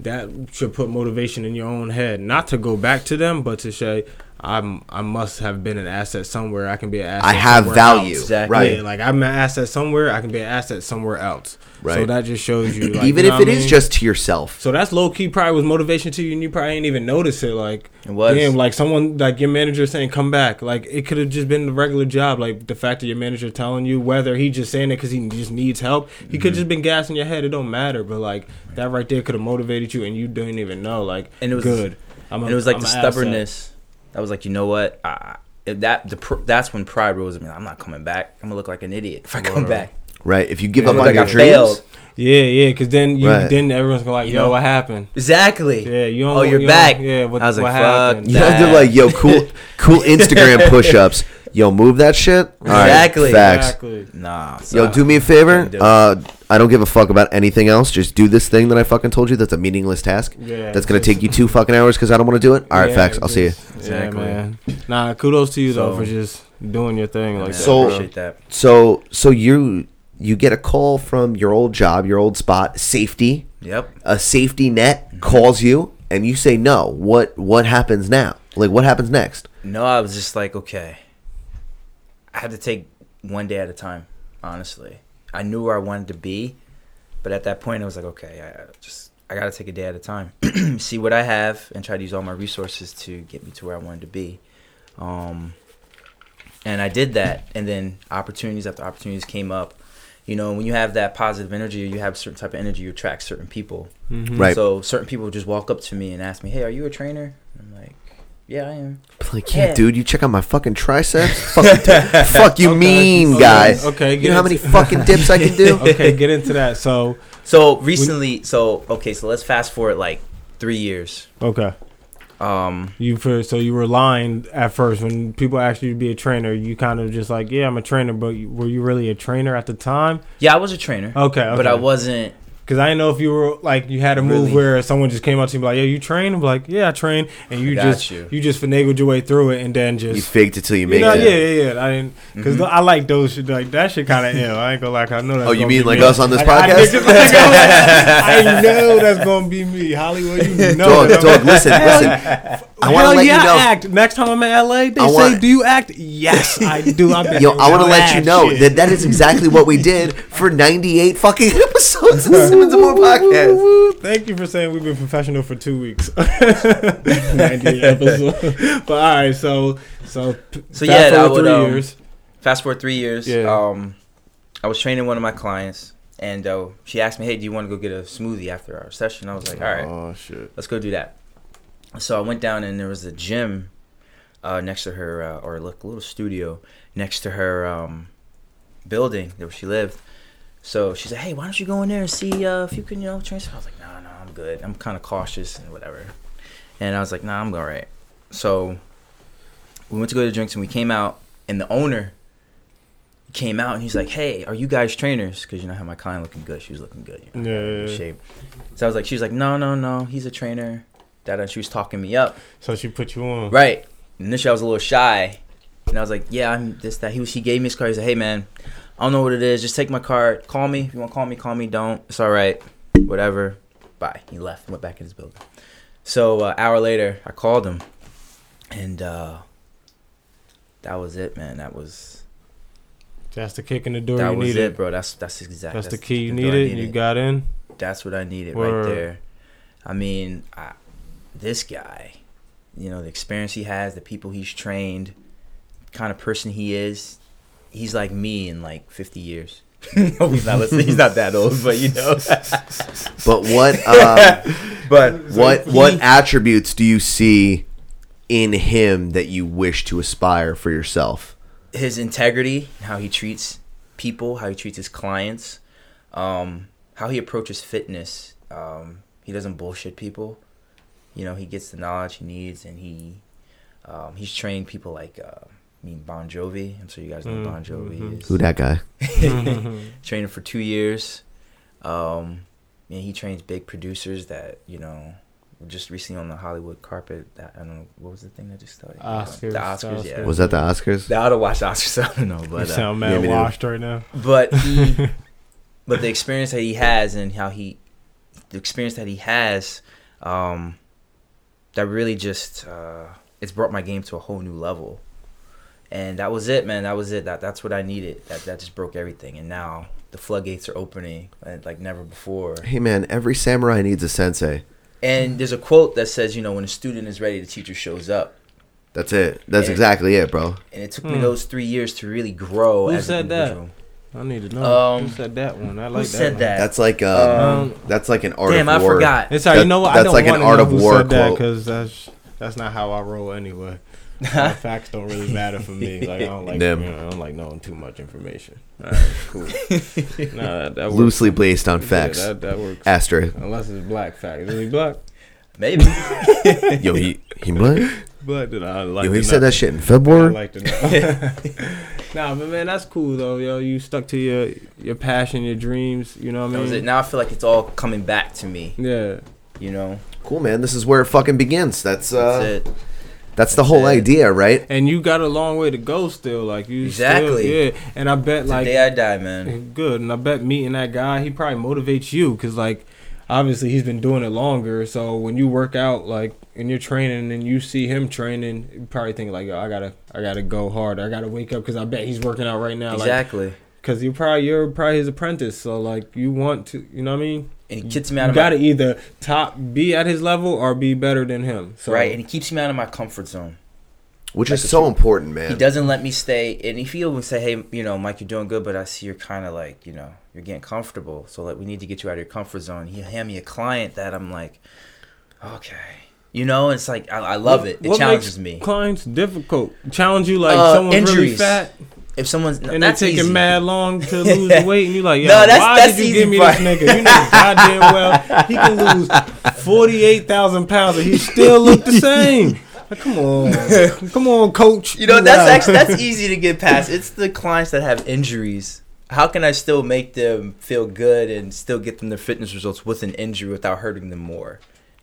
that should put motivation in your own head, not to go back to them, but to say, "I'm I must have been an asset somewhere. I can be an asset.
I have
somewhere
value,
else."
Exactly.
right?
Yeah, like I'm an asset somewhere. I can be an asset somewhere else. So
Right.
that just shows you, like,
Even
you
if
know
it
what I
is
mean?
just to yourself.
So that's low key probably was motivation to you, and you probably ain't even notice it. Like,
It was.
damn, like someone like your manager saying come back. Like it could have just been the regular job. Like the fact that your manager telling you whether he just saying it because he just needs help. He could
Mm-hmm.
just been gas in your head. It don't matter. But like that right there could have motivated you, and you didn't even know. Like,
And it was-
good. I'm a-
and it was like
I'm
the
a asset.
stubbornness. I was like, you know what? I, I- if that the pr- that's when pride rules me. I'm not coming back. I'm gonna look like an idiot if I come back.
Right. If you give
I'm
up
gonna
on
look
your
like I
dreams,
failed.
Yeah, yeah. Because then you
Right.
then everyone's gonna like, yo,
know?
what happened?
Exactly.
Yeah, you don't-
Oh, you're
you don't-
back.
yeah, what-
I was like,
what
fuck
happened?
you know, they're
that.
like, yo, cool, cool Instagram push-ups. Yo, move that shit. All right,
Exactly.
facts.
Exactly.
Nah. so-
Yo, do me a favor.
Couldn't do it.
Uh, I don't give a fuck about anything else. Just do this thing that I fucking told you. That's a meaningless task.
Yeah,
that's gonna
just-
take you two fucking hours because I don't want to do it. All right,
Yeah,
facts. I'll see you.
just-
Exactly.
Yeah, man. Nah, kudos to you though
So-
for just doing your thing. Like,
Yeah,
that,
So-
I
bro.
appreciate that.
So, so you you get a call from your old job, your old spot, safety.
Yep.
A safety net calls you, and you say no. What what happens now? Like, what happens next?
No, I was just like, okay. I had to take one day at a time. honestly. I knew where I wanted to be, but at that point, I was like, okay, I I just I gotta take a day at a time, see what I have, and try to use all my resources to get me to where I wanted to be. Um, and I did that, and then opportunities after opportunities came up. You know, when you have that positive energy, you have certain type of energy, you attract certain people.
Mhm. Right.
So certain people just walk up to me and ask me, "Hey, are you a trainer?" I'm like, "Yeah, I am."
Like, yeah, dude, you check out my fucking triceps. fuck, fuck you, mean guy. you know how many fucking dips I can do?
into that. So,
so recently, so okay, so let's fast forward like three years.
Okay.
Um,
you for so you were lying at first when people asked you to be a trainer. You kind of just like, yeah, I'm a trainer, but you- were you really a trainer at the time?
Yeah, I was a trainer.
Okay,
but I wasn't.
Because I didn't know if you were like you had a move
Really?
where someone just came up to you like, yeah, you train. I'm like, yeah, I train, and you
got
just you.
you.
just finagled your way through it, and then just
You faked it till you
You
make
know,
it.
Yeah, yeah, yeah. I didn't because
Mhm.
I like those shit. Like that shit kind of ill. I ain't gonna lie. 'cause I know. That's
Oh, you
gonna
mean
be
like
me.
us on this
Like, I
podcast?
niggas- like, I'm like, I know that's gonna be me, Hollywood. You know,
Dog,
that I'm-
dog, listen,
Hell
listen.
yeah.
I wanna
Hell
let you
yeah, I
know-
Act next time I'm in LA. They
I
say,
wanna-
"Do you act?" Yes, I do. I'm
Yo, I want to let you know that that is exactly what we did for 98 fucking episodes of the Simmons and More podcast.
Thank you for saying we've been professional for two weeks. 98 episodes. But all right, so so p- fast
So yeah, I
forward
would
three
um,
years.
fast forward three years.
Yeah.
Um, I was training one of my clients, and uh, she asked me, "Hey, do you want to go get a smoothie after our session?" I was like, "All right,
Oh, shit.
let's go do that." So I went down, and there was a gym uh, next to her, uh, or like a little studio next to her um, building where she lived. So she said, "Hey, why don't you go in there and see uh, if you can, you know, train?" some-" I was like, "No, no, I'm good. I'm kind of cautious and whatever." And I was like, "Nah, I'm all right." So we went to go to drinks, and we came out, and the owner came out, and he's like, "Hey, are you guys trainers?" Because you know how my client looking good. She was looking good. You know,
Yeah, yeah,
in
yeah.
shape. So I was like, she was like, "No, no, no. He's a trainer." Da da. She was talking me up.
So she put you on.
Right. Initially, I was a little shy, and I was like, "Yeah, I'm this that." He was, he gave me his card. He said, "Hey, man, I don't know what it is. Just take my card. Call me if you want to call me. Call me. Don't. It's all right. Whatever." Bye. He left. Went back in his building. So uh, hour later, I called him, and uh, that was it, man. That was
That's the kick in the door
that
you
was
needed,
it, bro. That's that's exactly
That's the key you needed, and you got in.
That's what I needed
Word.
right there. I mean, I, this guy, you know, the experience he has, the people he's trained, kind of person he is, he's like me in like 50 years. no, he's not listening. He's not that old, but you know.
But what, um,
but
what, what attributes do you see in him that you wish to aspire for yourself?
his integrity, how he treats people, how he treats his clients, um, how he approaches fitness. Um, he doesn't bullshit people. You know, he gets the knowledge he needs, and he um, he's trained people like uh, I mean Bon Jovi. I'm sure you guys know who Bon Jovi is.
Who that guy?
Trained him for two years. Um, and he trains big producers that you know. Just recently on the Hollywood carpet, that, I don't know what was the thing that just started.
Oscars,
the Oscars, yeah.
Was that the Oscars?
I don't watch the Oscars. I don't know, but uh,
You sound mad
yeah, me neither.
washed right now.
but he, but the experience that he has and how he, the experience that he has, um, that really just uh, it's brought my game to a whole new level, and that was it, man. That was it. That that's what I needed. That that just broke everything, and now the floodgates are opening uh, like never before.
Hey, man, every samurai needs a sensei.
And there's a quote that says, you know, when a student is ready, the teacher shows up.
That's it. That's
Yeah.
exactly it, bro.
And it took
Hmm.
me those three years to really grow.
Who
as
said
an
that?
individual.
I need to know
Um,
who said that one. I
who
like that.
said
one.
that?
That's like um,
Um,
that's like an art
damn,
of
I
war.
forgot.
It's all right,
That-
you know what? I
That's
don't
like
want
an
to
art
know
of
who
war
said that
quote.
because that's that's not how I roll anyway. My facts don't really matter for me. Like I don't like
Them.
you know, I don't like knowing too much information. All right, cool. nah, that, that works.
Loosely based on
Yeah,
facts.
that, that works.
Asterisk.
Unless it's black facts. Is he black?
Maybe.
Yo, he he black.
Black did I like?
Yo,
to
he said
know.
that shit in February.
I like to know. nah, but man, that's cool though. Yo, you stuck to your your passion, your dreams. You know what I
That
mean?
was it. Now I feel like it's all coming back to me.
Yeah.
You know,
cool, man. This is where it fucking begins. That's uh,
that's
that's,
it.
the
That's
whole
it.
idea, right?
And you got a long way to go still. Like you still-
Exactly.
yeah. And I bet like
Today I die, man.
Good, and I bet meeting that guy, he probably motivates you because, like, obviously he's been doing it longer. So when you work out, like, and you're training, and you see him training, you probably think like, "Yo, I gotta, I gotta go hard. I gotta wake up," because I bet he's working out right now. Like,
Exactly.
Cause you're probably you're probably his apprentice, so like you want to, you know what I mean.
And he keeps me out
You
of my-
gotta either top be at his level or be better than him. So
Right, and he keeps me out of my comfort zone.
Which is so important, man.
He doesn't let me stay. And if he would say, "Hey, you know, Mike, you're doing good, but I see you're kind of like, you know, you're getting comfortable. So like, we need to get you out of your comfort zone." He'll hand me a client that I'm like, okay, you know, it's like I, I love it. It
What
challenges
makes
me.
Clients difficult challenge you like
Uh,
someone's really
injuries.
fat.
If someone's
and they're
that's
taking
easy.
mad long to lose the weight, and you're like,
No,
yo,
that's-
why
that's
did you
the
give
easy
me
part.
this nigga? You know goddamn well he can lose forty eight thousand pounds and he still look the same. Like, come on, come on, coach.
You know, that's
Wow.
actually, that's easy to get past. It's the clients that have injuries. How can I still make them feel good and still get them their fitness results with an injury without hurting them more?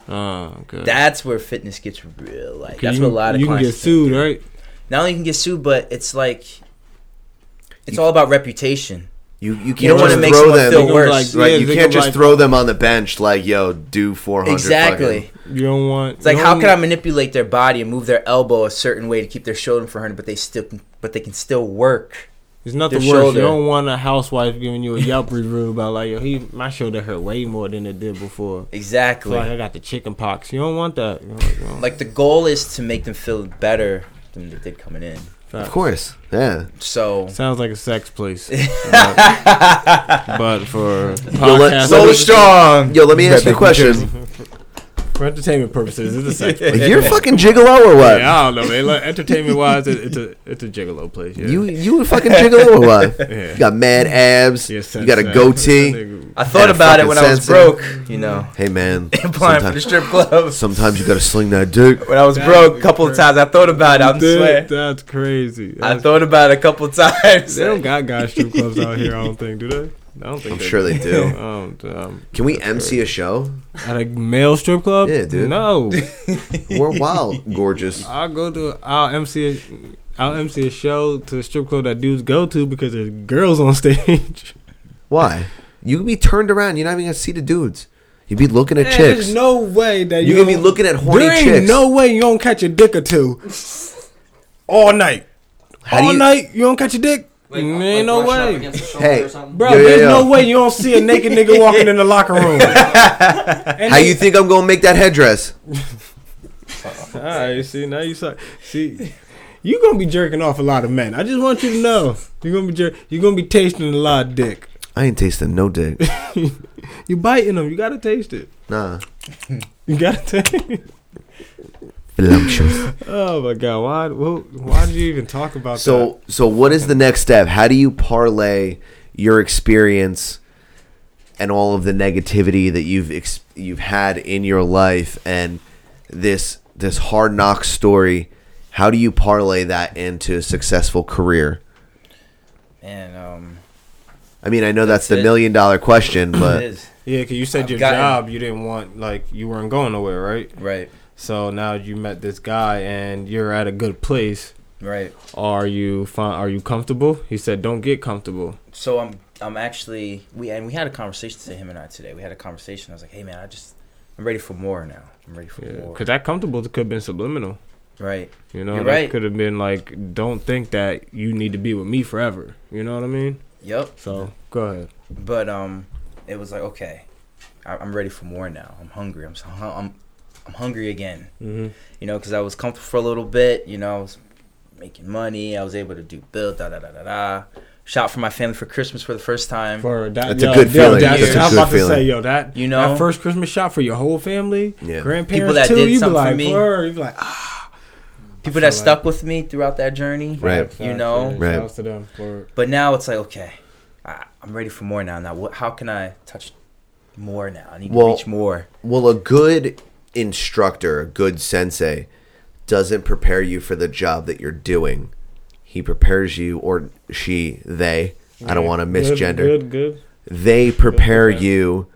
Oh, good.
That's where fitness gets real. Like that's
you,
what a lot of
you can
clients
get sued, right?
not only you can get sued, but it's like it's all about reputation.
You you
don't
can't
want
just
to make
throw
someone
them.
feel worse.
like,
right,
yeah,
you
they
can't
go
just
like-
throw them on the bench like, yo, do four hundred.
Exactly.
You don't want.
It's like
you
how
don't-
can I manipulate their body and move their elbow a certain way to keep their shoulder in front of them, but they still but they can still work.
It's nothing worse.
their shoulder.
You don't want a housewife giving you a Yelp review about like, yo, he my shoulder hurt way more than it did before. I
Exactly.
feel like I got the chicken pox. You don't want that. You don't- you don't-
Like the goal is to make them feel better than they did coming in.
Of course, yeah.
So
Sounds like a sex place. but, but for
Yo, let,
podcast-
so
Um,
strong. Yo, let me ask you a question.
for entertainment purposes, it's a sex place.
You're a fucking gigolo or what?
Yeah, I don't know, man. Like, entertainment wise, it, it's a it's a gigolo place. Yeah.
You you a fucking gigolo or what?
Yeah.
You got mad abs.
Yeah,
you got a
sense- that
goatee.
nigga-
I thought
Yeah,
about it
fucking
when I was
sense it.
broke, you know,
Hey man,
applying for the
sometimes,
strip club.
sometimes you gotta sling that dick.
When I was
That
broke,
is
a couple of
crazy.
times I thought about it. I'm
Dude,
swear.
That's crazy.
I
That's-
thought about it a couple of times.
they don't got guys strip clubs out here. I don't think, do they? I don't think.
I'm sure they
do.
do.
Um, um,
Can we
that's
MC a show?
crazy. at a male strip club?
Yeah, dude.
No,
We're wild, gorgeous.
I'll go to I'll MC a, I'll MC a show to a strip club that dudes go to because there's girls on stage.
Why? You can be turned around. You're not even gonna see the dudes. You'd be looking at
Man,
chicks.
There's no way that
You
you,
gonna be
don't-
looking at horny
There ain't
chicks.
no way you don't catch a dick or two all night.
How do
all
you-
night you don't catch a dick. ain't no way,
Hey,
bro.
Yo, yo,
there's
yo.
no way you don't see a naked nigga walking in the locker room.
how you think I'm gonna make that headdress?
All right, see now you suck. See, you gonna be jerking off a lot of men. I just want you to know you're gonna be jer- you're gonna be tasting a lot of dick.
I ain't tasting no dick.
You biting them. You gotta taste it.
Nah,
You gotta taste.
voluptuous.
Oh my god! Why? wh- Why did you even talk about that?
So, so what is the next step? How do you parlay your experience and all of the negativity that you've ex- you've had in your life and this this hard knock story? How do you parlay that into a successful career?
And um,
I mean, I know that's,
That's
the
it.
million dollar question,
it
but
is
Yeah, cause you said
I've
your
gotten-
job you didn't want like you weren't going nowhere, right?
right,
So now you met this guy and you're at a good place.
right.
Are you fine? Are you comfortable? He said, "Don't get comfortable."
So I'm I'm actually we and we had a conversation to him and I today. We had a conversation. I was like, hey man, I just I'm ready for more now. I'm ready for more.
Because that comfortable could have been subliminal.
Right.
You know,
You're
that
right.
could have been like, "Don't think that you need to be with me forever." You know what I mean?
Yep.
So go ahead.
But um, it was like okay, I, I'm ready for more now. I'm hungry. I'm so, hu- I'm I'm hungry again.
Mhm.
You know, because I was comfortable for a little bit. You know, I was making money. I was able to do bills. Da da da da da. Shop for my family for Christmas for the first time.
For that,
That's a good feeling.
that's-
That's a
I was
good
about to say,
feeling.
yo, that
You know?
that first Christmas shop for your whole family,
Yeah.
grandparents
People that
too.
did
you be
something for
like,
me.
"Word," you be like,
People
feel
that
like-
stuck with me throughout that journey.
Right.
You know.
Right.
"Ah, Shouts to them for
But now it's like okay, I, I'm ready for more now. Now, what, how can I touch more now? I need
Well-
to reach more.
well, a good instructor, a good sensei, doesn't prepare you for the job that you're doing. He prepares you, or she, they. I don't want to misgender.
Good, good.
they prepare
Okay.
you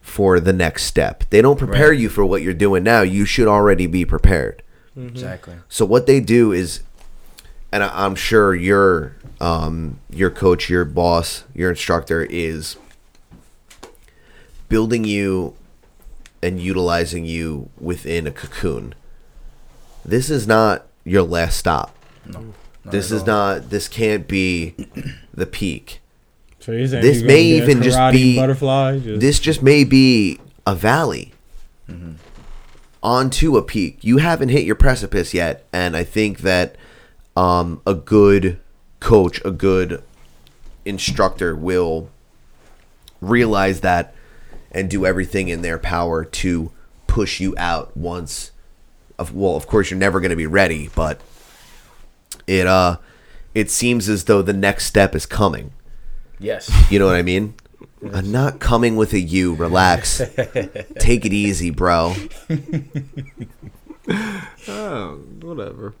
for the next step. They don't prepare you for what you're doing now. You should already be prepared.
Exactly.
So what they do is, and I, I'm sure your um, your coach, your boss, your instructor is building you and utilizing you within a cocoon. This is not your last stop. this is not. This can't be the peak.
So you're saying
this
you
may
gonna get a
even just
karate
be
butterfly, just-
This just may be a valley onto a peak. You haven't hit your precipice yet, and I think that um, a good coach, a good instructor, will realize that and do everything in their power to push you out once. Of, well, of course, you're never going to be ready, but it uh, it seems as though the next step is coming.
Yes.
You know what I mean? I'm not coming with a U. Relax. Take it easy, bro.
Oh, whatever.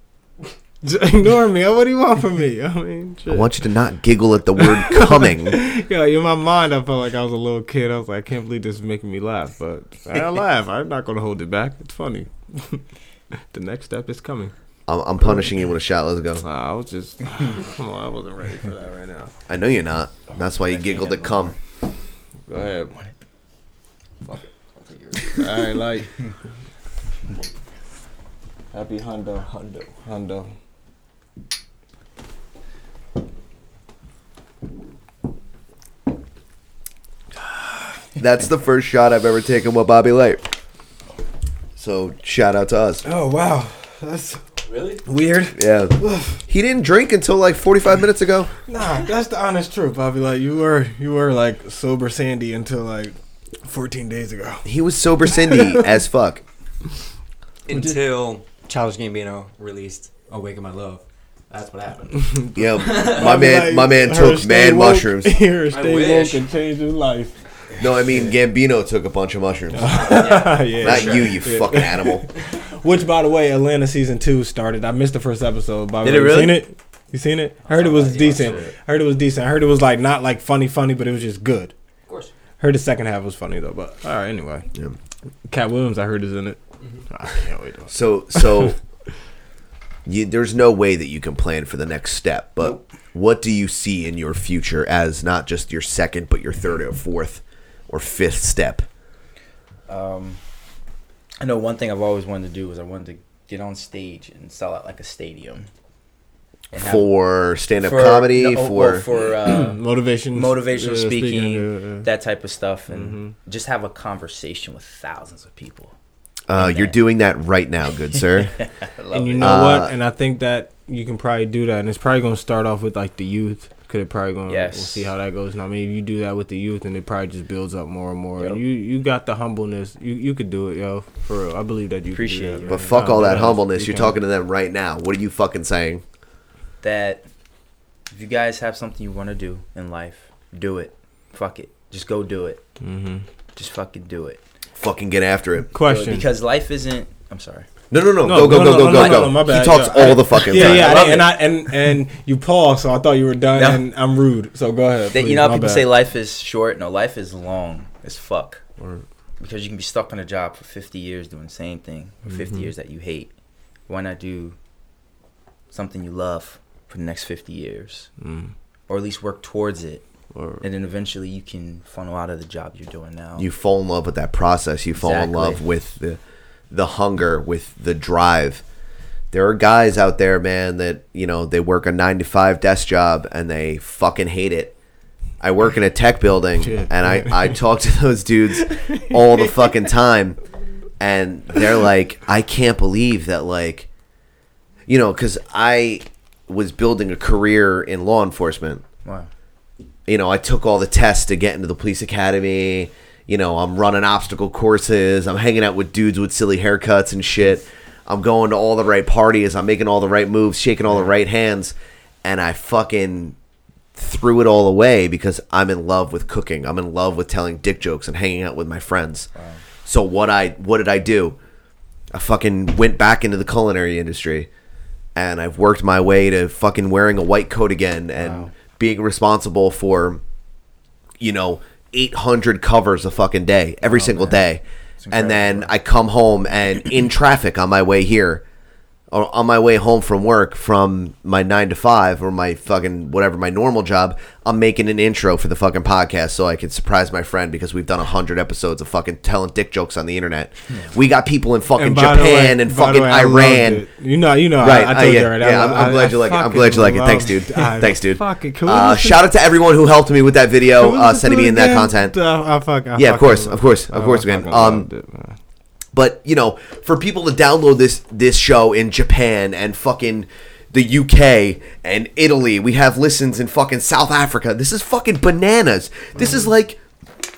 Ignore me. What do you want from me? I mean,
I want you to not giggle at the word coming.
Yo, in my mind, I felt like I was a little kid. I was like, I can't believe this is making me laugh, but I laugh. I'm not gonna hold it back. It's funny. the next step is coming.
I'm, I'm punishing you with a shot. Let's go.
I was just, come on, I wasn't ready for that right now.
I know you're not. That's why you giggled at come.
Go ahead. All right, like. Happy Hondo, Hondo, Hondo.
That's the first shot I've ever taken with Bobby Light. So shout out to us.
Oh wow, that's
Really?
weird.
Yeah. He didn't drink until like 45 minutes ago.
Nah, that's the honest truth, Bobby. Like you were, you were like sober Sandy until like 14 days ago.
He was sober Cindy as fuck.
Until Childish Gambino released Awaken My Love. That's what happened.
Yeah. My man, my man
Her
took
stay
mad
woke-
mushrooms.
Her
I
stay woke
wish.
and changed his life.
No, I mean Gambino took a bunch of mushrooms.
Oh, yeah.
Not you, you fucking animal.
Which, by the way, Atlanta season two started. I missed the first episode. By the way,
Did it
You
really?
seen it? You seen it? Heard it was decent. Heard it was decent. Heard it was like not like funny, funny, but it was just good.
Of course.
Heard the second half was funny though. But all right, anyway. Cat Williams, I heard is in it. I can't wait. To
So so you, there's no way that you can plan for the next step, but what do you see in your future as not just your second but your third or fourth or fifth step?
Um, I know one thing I've always wanted to do is I wanted to get on stage and sell out like a stadium. And have-
For stand up
for-
comedy,
no, oh,
for,
oh, for uh,
motivation,
motivational
uh,
speaking,
uh, uh,
that type of stuff, and
Mm-hmm.
just have a conversation with thousands of people.
uh, you're doing that right now, good sir.
I love
and you
it.
know
Uh,
what? And I think that you can probably do that, and it's probably going to start off with like the youth. Could it probably going? to We'll
Yes.
see how that goes. And I mean, if you do that with the youth, and it probably just builds up more and more.
Yep.
And you you got the humbleness. You you could do it, yo. For real, I believe that you
Appreciate
Could do
it.
that,
but
man.
fuck
Nah,
all that
yeah,
humbleness.
you
You're
can.
talking to them right now. What are you fucking saying?
that if you guys have something you want to do in life, do it. Fuck it. Just go do it.
Mm-hmm.
Just fucking do it.
Fucking get after it.
Do it
Question.
because life isn't. I'm sorry.
No, no, no. go,
No,
go, go, go,
no, no, no,
go,
no,
go.
no, my bad.
He talks
Yeah,
all
I-
the fucking
yeah,
time.
yeah,
I love
and, and
it.
I and and you paused, so I thought you were done,
No.
and I'm rude. So go ahead.
That,
please,
you know how
my
people
bad.
say life is short? No, life is long as fuck. Because you can be stuck on a job for 50 years doing the same thing, for 50
Mm-hmm.
years that you hate. Why not do something you love for the next 50 years?
Mm.
Or at least work towards it. And then eventually you can funnel out of the job you're doing now.
you fall in love with that process. You fall in
Exactly.
love with the the hunger, with the drive. There are guys out there, man, that you know they work a nine to five desk job and they fucking hate it. I work in a tech building
Shit.
and I, I talk to those dudes all the fucking time and they're like, I can't believe that like you know, cause I was building a career in law enforcement
wow.
you know, I took all the tests to get into the police academy. You know, I'm running obstacle courses. I'm hanging out with dudes with silly haircuts and shit. I'm going to all the right parties. I'm making all the right moves, shaking all the right hands. And I fucking threw it all away because I'm in love with cooking. I'm in love with telling dick jokes and hanging out with my friends. So what I what did I do? I fucking went back into the culinary industry and I've worked my way to fucking wearing a white coat again and being responsible for, you know, 800 covers a fucking day, every single day. And then I come home and in traffic on my way here, or on my way home from work from my nine to five or my fucking whatever my normal job, I'm making an intro for the fucking podcast so I can surprise my friend because we've done a hundred episodes of fucking telling dick jokes on the internet. We got people in fucking
And by the way-
Japan and
by the
fucking
way, I loved
Iran. uh,
it. You know- you know, I- I told
yeah,
you already, I
Yeah,
lo-
I, am
I-
glad
I
you like it. I'm
fucking
glad you like it. Thanks,
loved-
dude.
I
Thanks, dude.
fucking- can we
Uh,
listen-
shout out to everyone who helped me with that video,
Can we
uh,
listen
sending
to
me
it
in that
again?
content.
Uh, I fuck- I
yeah, of
fucking
course, of course, of
I
course,
fucking
man. Um,
loved it, man.
but you know, for people to download this this show in Japan and fucking the UK and Italy, we have listens in fucking South Africa. This is fucking bananas. This is like,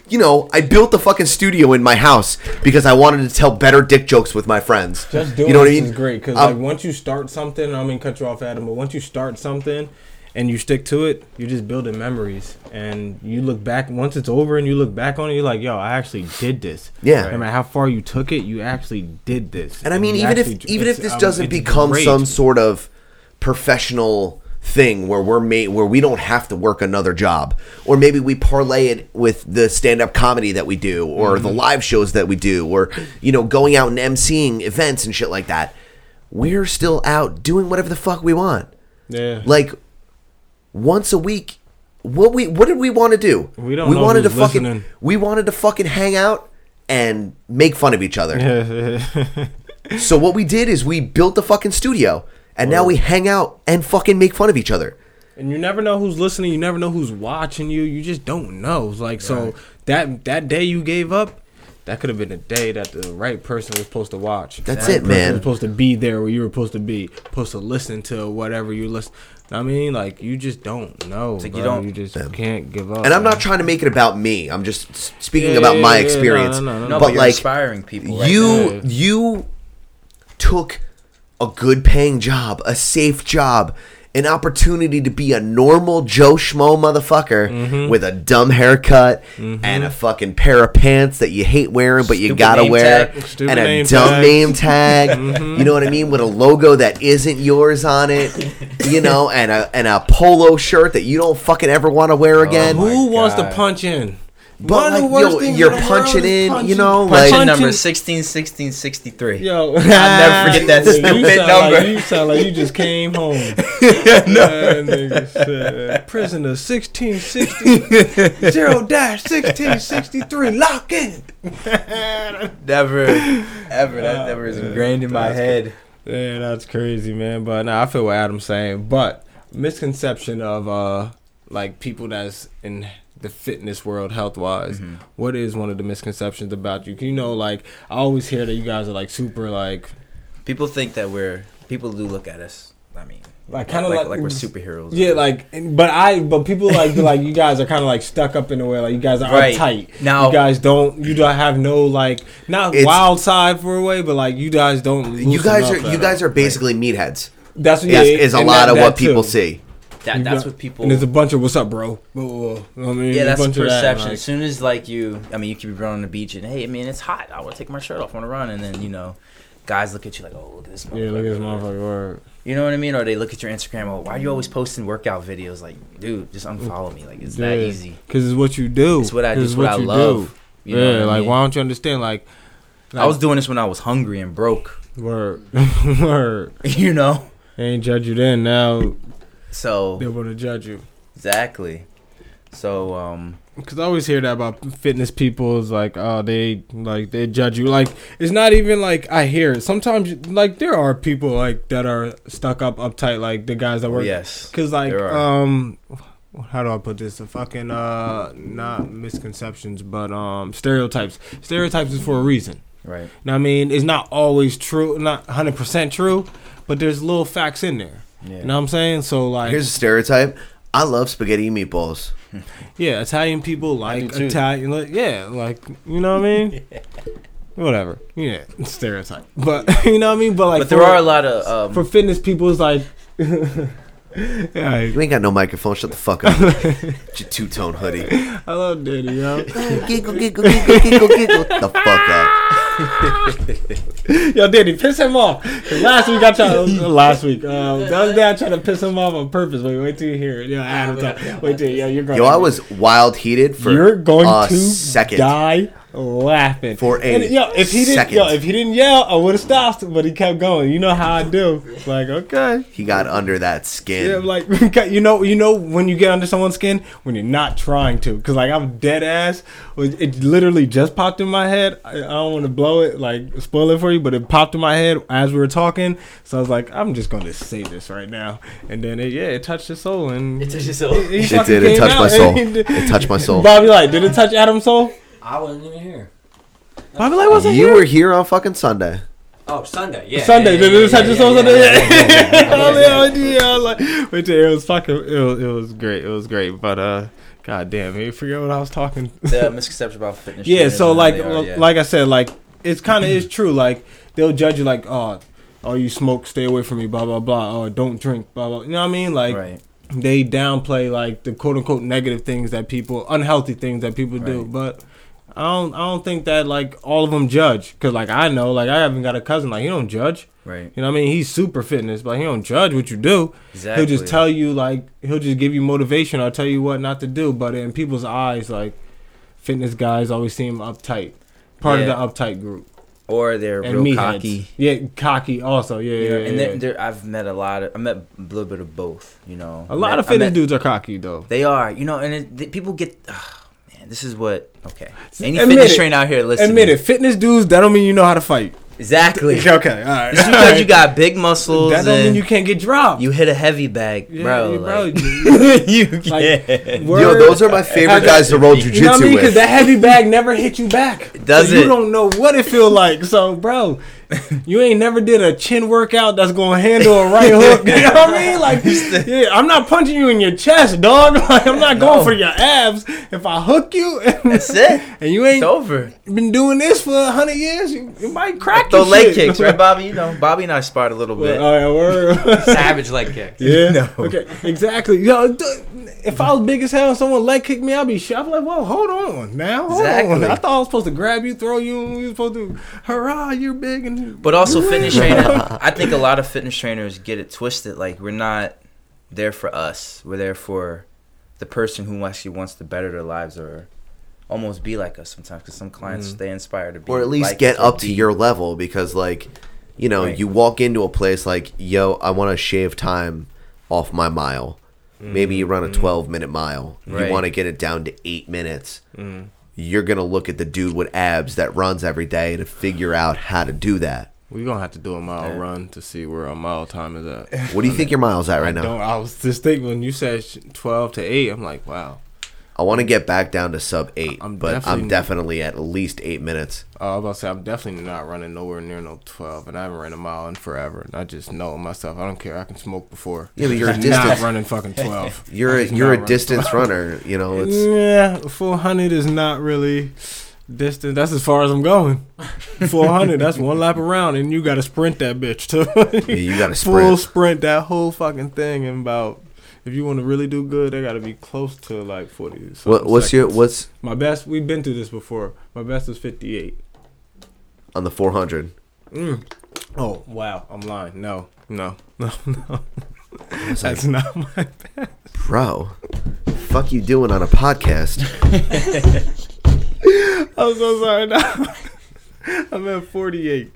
you know, I built the fucking studio in my house because I wanted to tell better dick jokes with my friends.
Just doing
you know what I
this
mean?
is great because
Um,
like once you start something, I mean, cut you off, Adam. But once you start something and you stick to it, you're just building memories. And you look back once it's over, and you look back on it, you're like, "Yo, I actually did this."
Yeah.
No matter how far you took it, you actually did this.
And I mean,
you
even if
actually-
even if
it's-
this
um,
doesn't
it's
become
great.
some sort of professional thing where we're made where we don't have to work another job, or maybe we parlay it with the stand-up comedy that we do, or the
Mm-hmm.
Mhm.
live shows that we do, or you know, going out and emceeing events and shit like that. We're still out doing whatever the fuck we want.
Yeah.
Like once a week, what we what did we want to do?
We don't know
wanted
who's
to fucking
listening.
we wanted to fucking hang out and make fun of each other
Yeah.
so what we did is we built the fucking studio, and now we hang out and fucking make fun of each other.
and you never know who's listening. You never know who's watching you. You just don't know. It's Like so that that day you gave up. That could have been a day that the right person was supposed to watch.
That's
The right
it,
person
man.
Was supposed to be there where you were supposed to be. Supposed to listen to whatever you listen. I mean, like you just don't know.
like you
you
don't-
You just can't give up.
and I'm not
man.
trying to make it about me. I'm just s- speaking
Yeah,
about
yeah,
my
yeah, yeah. No,
experience.
no, no, no, no.
but
But you're
like
inspiring people right
you
now.
you took a good paying job, a safe job, an opportunity to be a normal Joe Schmo motherfucker
Mhm.
with a dumb haircut
Mhm.
and a fucking pair of pants that you hate wearing but you
Stupid
gotta
name
wear
tag. Stupid
and a
name
dumb
tag.
name tag.
Mhm.
You know what I mean? With a logo that isn't yours on it, you know, and a and a polo shirt that you don't fucking ever want to
Uh,
wear again.
Who wants to punch in?
But like, yo, you're punching in, you know,
Punching
like
number 16, 16, 63.
Yo,
I'll never forget that
You
stupid
sound
number.
Like, you sound like you just came home. That nigga said, Prisoner 1660 0 1663 lock in.
Never, ever. That never is ingrained in my
That's-
head.
Yeah, that's crazy, man. But now I feel what Adam's saying. But misconception of uh like people that's in the fitness world health wise.
Mm-hmm.
What is one of the misconceptions about you? 'Cause You know, like I always hear that you guys are like super like
People think that we're people do look at us. I mean,
like kind of
like,
like,
we're superheroes.
Yeah, like and- but I but people like be like you guys are kind of like stuck up in a way like you guys are
Right.
uptight.
Now-
you guys don't you don't have no like not
It's-
wild side for a way, but like you guys don't.
you guys are you guys are basically meatheads. is, is a lot of what people see.
That- that's what people-
And there's a bunch of what's up, bro. Whoa, whoa, whoa. You know what I mean?
yeah,
A
that's
bunch of that,
perception.
like-
as soon as like you, I mean, you could be running on the beach and hey, I mean, it's hot. I want to take my shirt off. I want to run, and then you know, guys look at you like, oh, look at this.
Yeah, look at this motherfucker. Word.
You know what I mean? Or they look at your Instagram. Oh, why are you always posting workout videos? Like, dude, just unfollow me. Like, it's that easy.
Because it's what you do.
It's what I-
'Cause
it's what I
you
love.
Do.
You know
yeah,
what I
like
mean?
why don't you understand? Like,
I was doing this when I was hungry and broke.
Word, word.
You know,
they ain't judge you then. Now
So
they want to judge you.
Exactly. So um,
Because I always hear that about fitness people is like, oh, they like they judge you. Like it's not even like I hear it. Sometimes like there are people like that are stuck up, uptight, like the guys that work.
Yes,
Because like
there are.
um, how do I put this? The fucking uh, not misconceptions, but um, stereotypes. Stereotypes is for a reason.
Right.
Now I mean, it's not always true, not hundred percent true, but there's little facts in there.
Yeah.
You know what I'm saying? So like,
Here's a stereotype. I love spaghetti and meatballs.
yeah, Italian people like
too.
Italian. Like, yeah, like you know what I mean. Whatever. Yeah, stereotype. But you know what I mean. But like,
But there are a lot of, um,
for fitness people. It's like,
You ain't got no microphone. Shut the fuck up. Your two tone hoodie.
I love Diddy, yo.
giggle, giggle, giggle, giggle, giggle. The fuck
up. yo, Diddy, piss him off. 'Cause Last week I tried. Last week,
um,
uh, the other day I tried to piss him off on purpose. Wait, wait till you hear it. Yo, Adam, talk. wait till yo, you're going.
Yo, I was wild heated for
You're going
a
to
second.
die
laughing
for a
And, yo, if he didn't,
second.
yo, if he didn't yell, I would have stopped, but he kept going. You know how I do. Like, okay.
He got under that skin.
Yeah, like you know, you know when you get under someone's skin when you're not trying to, because like I'm dead ass. It it literally just popped in my head. I, I don't want to blow it, like spoil it for you, but it popped in my head as we were talking. So I was like, I'm just gonna say this right now, and then it, yeah, it touched his soul, and it touched his soul. It,
It did. It touched my soul. It touched my soul.
Bobby, like, did it touch Adam's soul?
I wasn't even here.
Bobby, like, wasn't
you
here.
were here on fucking Sunday.
Oh, Sunday. Yeah.
Sunday,
yeah,
did it
yeah, yeah,
touch your
yeah,
soul Sunday?
yeah, yeah, yeah, yeah, yeah, yeah, yeah.
Oh, yeah, yeah, I was like, wait till- it was fucking, it was, it was great, it was great, but uh, god damn, I forget what I was talking.
The misconception about fitness
yeah,
trainers
so
and how
like,
they are, yeah.
like I said, like it's kind of is true. Like they'll judge you like, oh, oh, you smoke, stay away from me, blah blah blah, or don't drink, blah blah. You know what I mean? Like they downplay like the quote unquote negative things that people, unhealthy things that people do,
Right.
but. I don't. I don't think that like all of them judge, cause like I know, like I haven't got a cousin like he don't judge.
Right.
You know what I mean? He's super fitness, but he don't judge what you do. He'll just
Exactly.
tell you like he'll just give you motivation or tell you what not to do. But in people's eyes, like fitness guys always seem uptight, part
Yeah.
of the uptight group,
Or they're
And
real
meatheads.
cocky.
Yeah, cocky also. Yeah, yeah,
You
yeah,
know, and
yeah.
then there, I've met a lot of, I met a little bit of both, you know.
A lot
Met-
of
I
fitness
met-
dudes are cocky though.
They are, you know, and it, the, people get, ah, man, this is what, okay. Any
Admit
fitness
it.
trainer out here listening.
Admit it, fitness dudes. That don't mean you know how to fight.
Exactly.
Okay, okay, all right.
Just because you got big muscles,
That don't mean
and
you can't get dropped.
You hit a heavy bag,
Yeah,
bro.
yeah, bro,
like-
you
can't.
Yo, those are my favorite guys to roll
You know what I
jujitsu
mean?
with.
Because that heavy bag never hit you back.
It doesn't.
So You don't know what it feel like. So, bro, you ain't never did a chin workout that's gonna handle a right hook. You know what I mean? Like, yeah, I'm not punching you in your chest, dog. Like, I'm not going for your abs. If I hook you, that's
it.
And you ain't
It's over.
been doing this for a hundred years. You, it might crack.
Throw
your
leg
shit.
kicks, right, Bobby? You know, Bobby and I sparred a little bit.
Well, all right, word.
Savage leg kick.
Yeah. Okay. Exactly. Yo, d- if I was big as hell and someone leg kicked me, I'd be shot. I'd be like, "Whoa, hold on, now, hold on."
Exactly.
I thought I was supposed to grab you, throw you, and we were supposed to, hurrah, you're big and.
But also
you
fitness
ain't.
trainer. I think a lot of fitness trainers get it twisted. Like we're not there for us. We're there for the person who actually wants to better their lives or almost be like us sometimes. Because some clients
Mhm.
they inspire to be,
or at least
like
get
us or
up to
be-
your level because like you know
Right.
you walk into a place like yo i want to shave time off my mile maybe you run a 12 minute mile
Right.
you want to get it down to eight minutes
Mm.
you're gonna look at the dude with abs that runs every day to figure out how to do that
We're gonna have to do a mile run to see where our mile time is at.
what do you think your mile's at right
I
now
Don't, I was just thinking when you said sh- twelve to eight. I'm like, wow.
i want to get back down to sub 8
I'm
but i'm
definitely-
definitely at least eight minutes
Uh, I was about to say I'm definitely not running nowhere near no twelve, and I haven't ran a mile in forever. And I just know myself. I don't care. I can smoke before.
Yeah, but you're a
I'm
distance-
not running fucking twelve.
you're
I'm
a,
just
you're
not
a
running
distance
12.
runner you know it's
Yeah, 400 is not really distant. That's as far as I'm going. 400, that's one lap around, and you got to sprint that bitch, too.
Yeah, you gotta
Full
sprint.
sprint that whole fucking thing in about. If you want to really do good, they got to be close to like 40.
what, what's your what's
My best, we've been through this before. My best is 58.
on the 400
Mm. Oh, wow. I'm lying. No, no, no, no. That's not my best.
bro fuck you doing on a podcast
I'm so sorry. No. I'm at 48.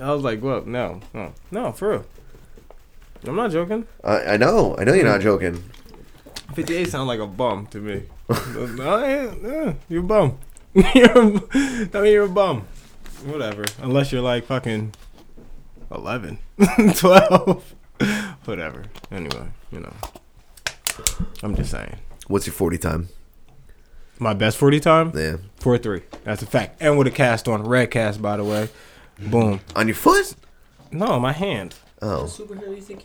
I was like, "What? No, no, no, for real." I'm not joking.
I, I know. I know you're not joking.
58 sound like a bum to me. no, yeah, yeah, you're a bum. you're a, I mean, you're a bum. Whatever. Unless you're like fucking 11, 12, whatever. Anyway, you know. I'm just saying.
What's your 40 time?
My best 40 time?
Yeah.
4 3. That's a fact. And with a cast on. Red cast, by the way. Boom.
On your foot?
No, my hand.
Oh.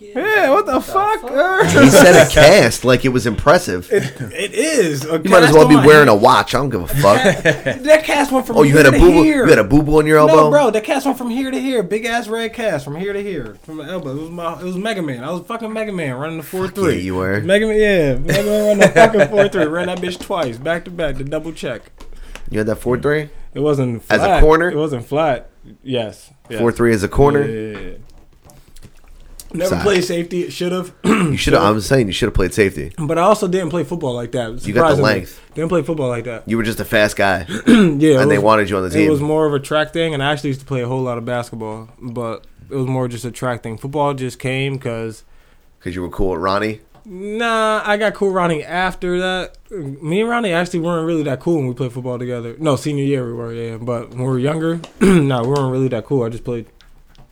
Yeah, what the fuck?
He said a cast like it was impressive.
it is. A
you might as
cast
well
on
be
my
wearing a watch. I don't give a fuck.
hand. That cast went from
oh, you
here
had a
to
boo.
here.
You had a boo boo on your elbow.
No, bro, that cast went from here to here. Big ass red cast from here to here, from my elbow. It was my, it was Mega Man. I was fucking Mega Man running the four
Yeah,
three.
you were.
Mega Man, yeah, Mega Man running the fucking four three. Ran that bitch twice, back to back, to double check.
You had that four three.
It wasn't
As
flat.
a corner?
It wasn't flat. Yes. yes.
Four three as a corner.
Yeah.
Never
Sad.
played safety. Should have.
You should have. I'm saying you should have played safety.
But I also didn't play football like that.
You got the
surprisingly.
length.
Didn't play football like that.
You were just a fast guy.
yeah, it
and they
was-
wanted you on the
It
team.
was more of a track thing, and I actually used to play a whole lot of basketball, but it was more just a track thing. Football just came because.
Because you were cool with Ronnie.
Nah, I got cool with Ronnie after that. Me and Ronnie actually weren't really that cool when we played football together. No, senior year we were, yeah. But when we were younger, nah, we weren't really that cool. I just played.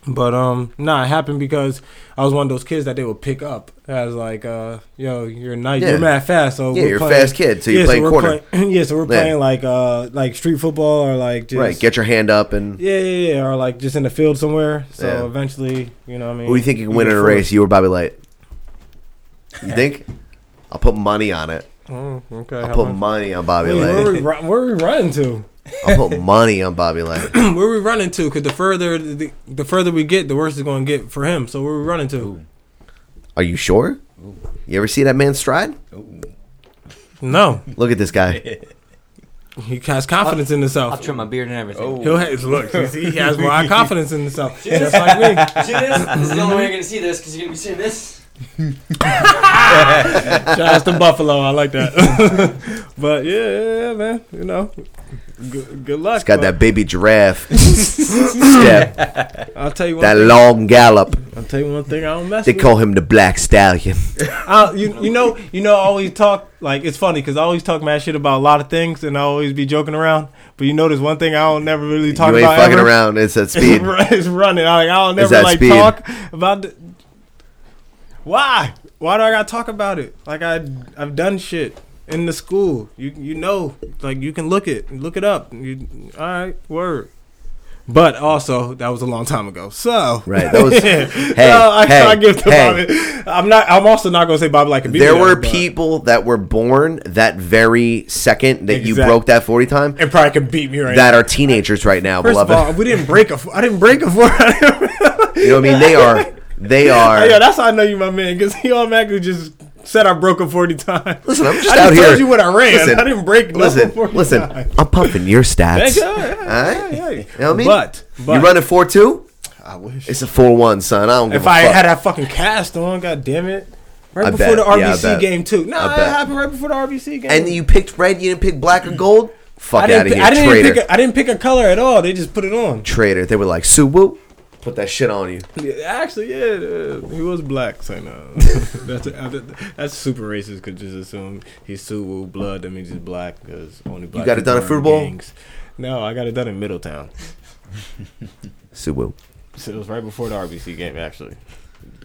But um, nah, it happened because I was one of those kids that they would pick up as like, uh, yo, you're nice,
Yeah.
you're mad fast, so
Yeah,
we're
you're a
playing-
fast kid, so you're playing
we're
quarter.
playing- yeah, so we're
Yeah.
playing like uh, like street football or like just
right. Get your hand up and.
yeah, yeah, yeah, or like just in the field somewhere. So
Yeah.
eventually, you know, what I mean,
Who do you think you can win
get
in a
forced.
race? You or Bobby Light? You think? I'll put money on it.
Oh, okay,
I'll
how
put
about-
money on Bobby
Wait, where, we,
Light.
ru- where we running to?
I'll put money on Bobby Light.
where we running to? Because the further the, the further we get, the worse it's going to get for him. So where we running to?
Are you sure? You ever see that man stride?
No.
Look at this guy.
He has confidence in himself.
I'll trim my beard and everything.
He'll Oh. ha- look. you see, He has more confidence in himself, just like me.
See this? This is the only way you're gonna see this because you're gonna be seeing this.
Shout out to Buffalo. I like that. but yeah, yeah, yeah, man. You know, good, good luck.
He's got
but
that baby giraffe step.
I'll tell you one
That
thing.
long gallop.
I'll tell you one thing. I don't mess.
They
with.
call him the Black Stallion.
I, you, you know you know I always talk like it's funny because I always talk mad shit about a lot of things and I always be joking around. But you notice one thing I don't never really talk
you ain't
about.
fucking
ever?
around. It's at speed.
It's run- it's running. I, I don't
It's that
never like
speed.
talk about. The, why? Why do I gotta talk about it? Like I I've done shit in the school. You you know like you can look it look it up. You, all right, word. But also, that was a long time ago. So
Right, that was-
Yeah.
Hey,
No, I,
hey,
I give to
hey.
Bobby. I'm not. I'm also not gonna say Bobby like a beat
There
down,
were
but-
people that were born that very second that you
Exact-
broke that 40 time
and probably could beat me right
that
now.
are teenagers right now,
First of
beloved.
all, we didn't break a. f- I didn't break a four.
you know what I mean? They are. They are.
yeah, that's how I know you, my man, because he automatically just said I broke him forty times.
Listen, I'm just
I
out here.
told you what I ran.
Listen,
I didn't break. no
Listen,
40
listen.
times.
I'm pumping your stats.
Thank you. Yeah,
All right?
yeah, yeah.
You know what I mean?
But-
you
but-
running four two?
I wish.
It's a four one, son. I don't give
If
a
I
fuck.
had that fucking cast on, god damn it, right
I
before
bet.
the
Yeah, I
RBC
bet.
game too. No,
I
that
bet.
happened right before the RBC game.
and you picked red, you didn't pick black or gold.
I
Fuck
didn't,
out of
pick-
here,
I didn't even
traitor!
pick. A, I didn't pick a color at all. They just put it on.
traitor. They were like, "Sue, woo, put that shit on you."
Yeah, Actually, yeah, uh, he was black, so no. that's uh, that- that's super racist. Could just assume he's Sulu blood. That means he's black because only black.
got it
people
done at
are in
Fruit Bowl?
gangs. No, I got it done in Middletown.
Sue, woo.
So it was right before the RBC game. Actually,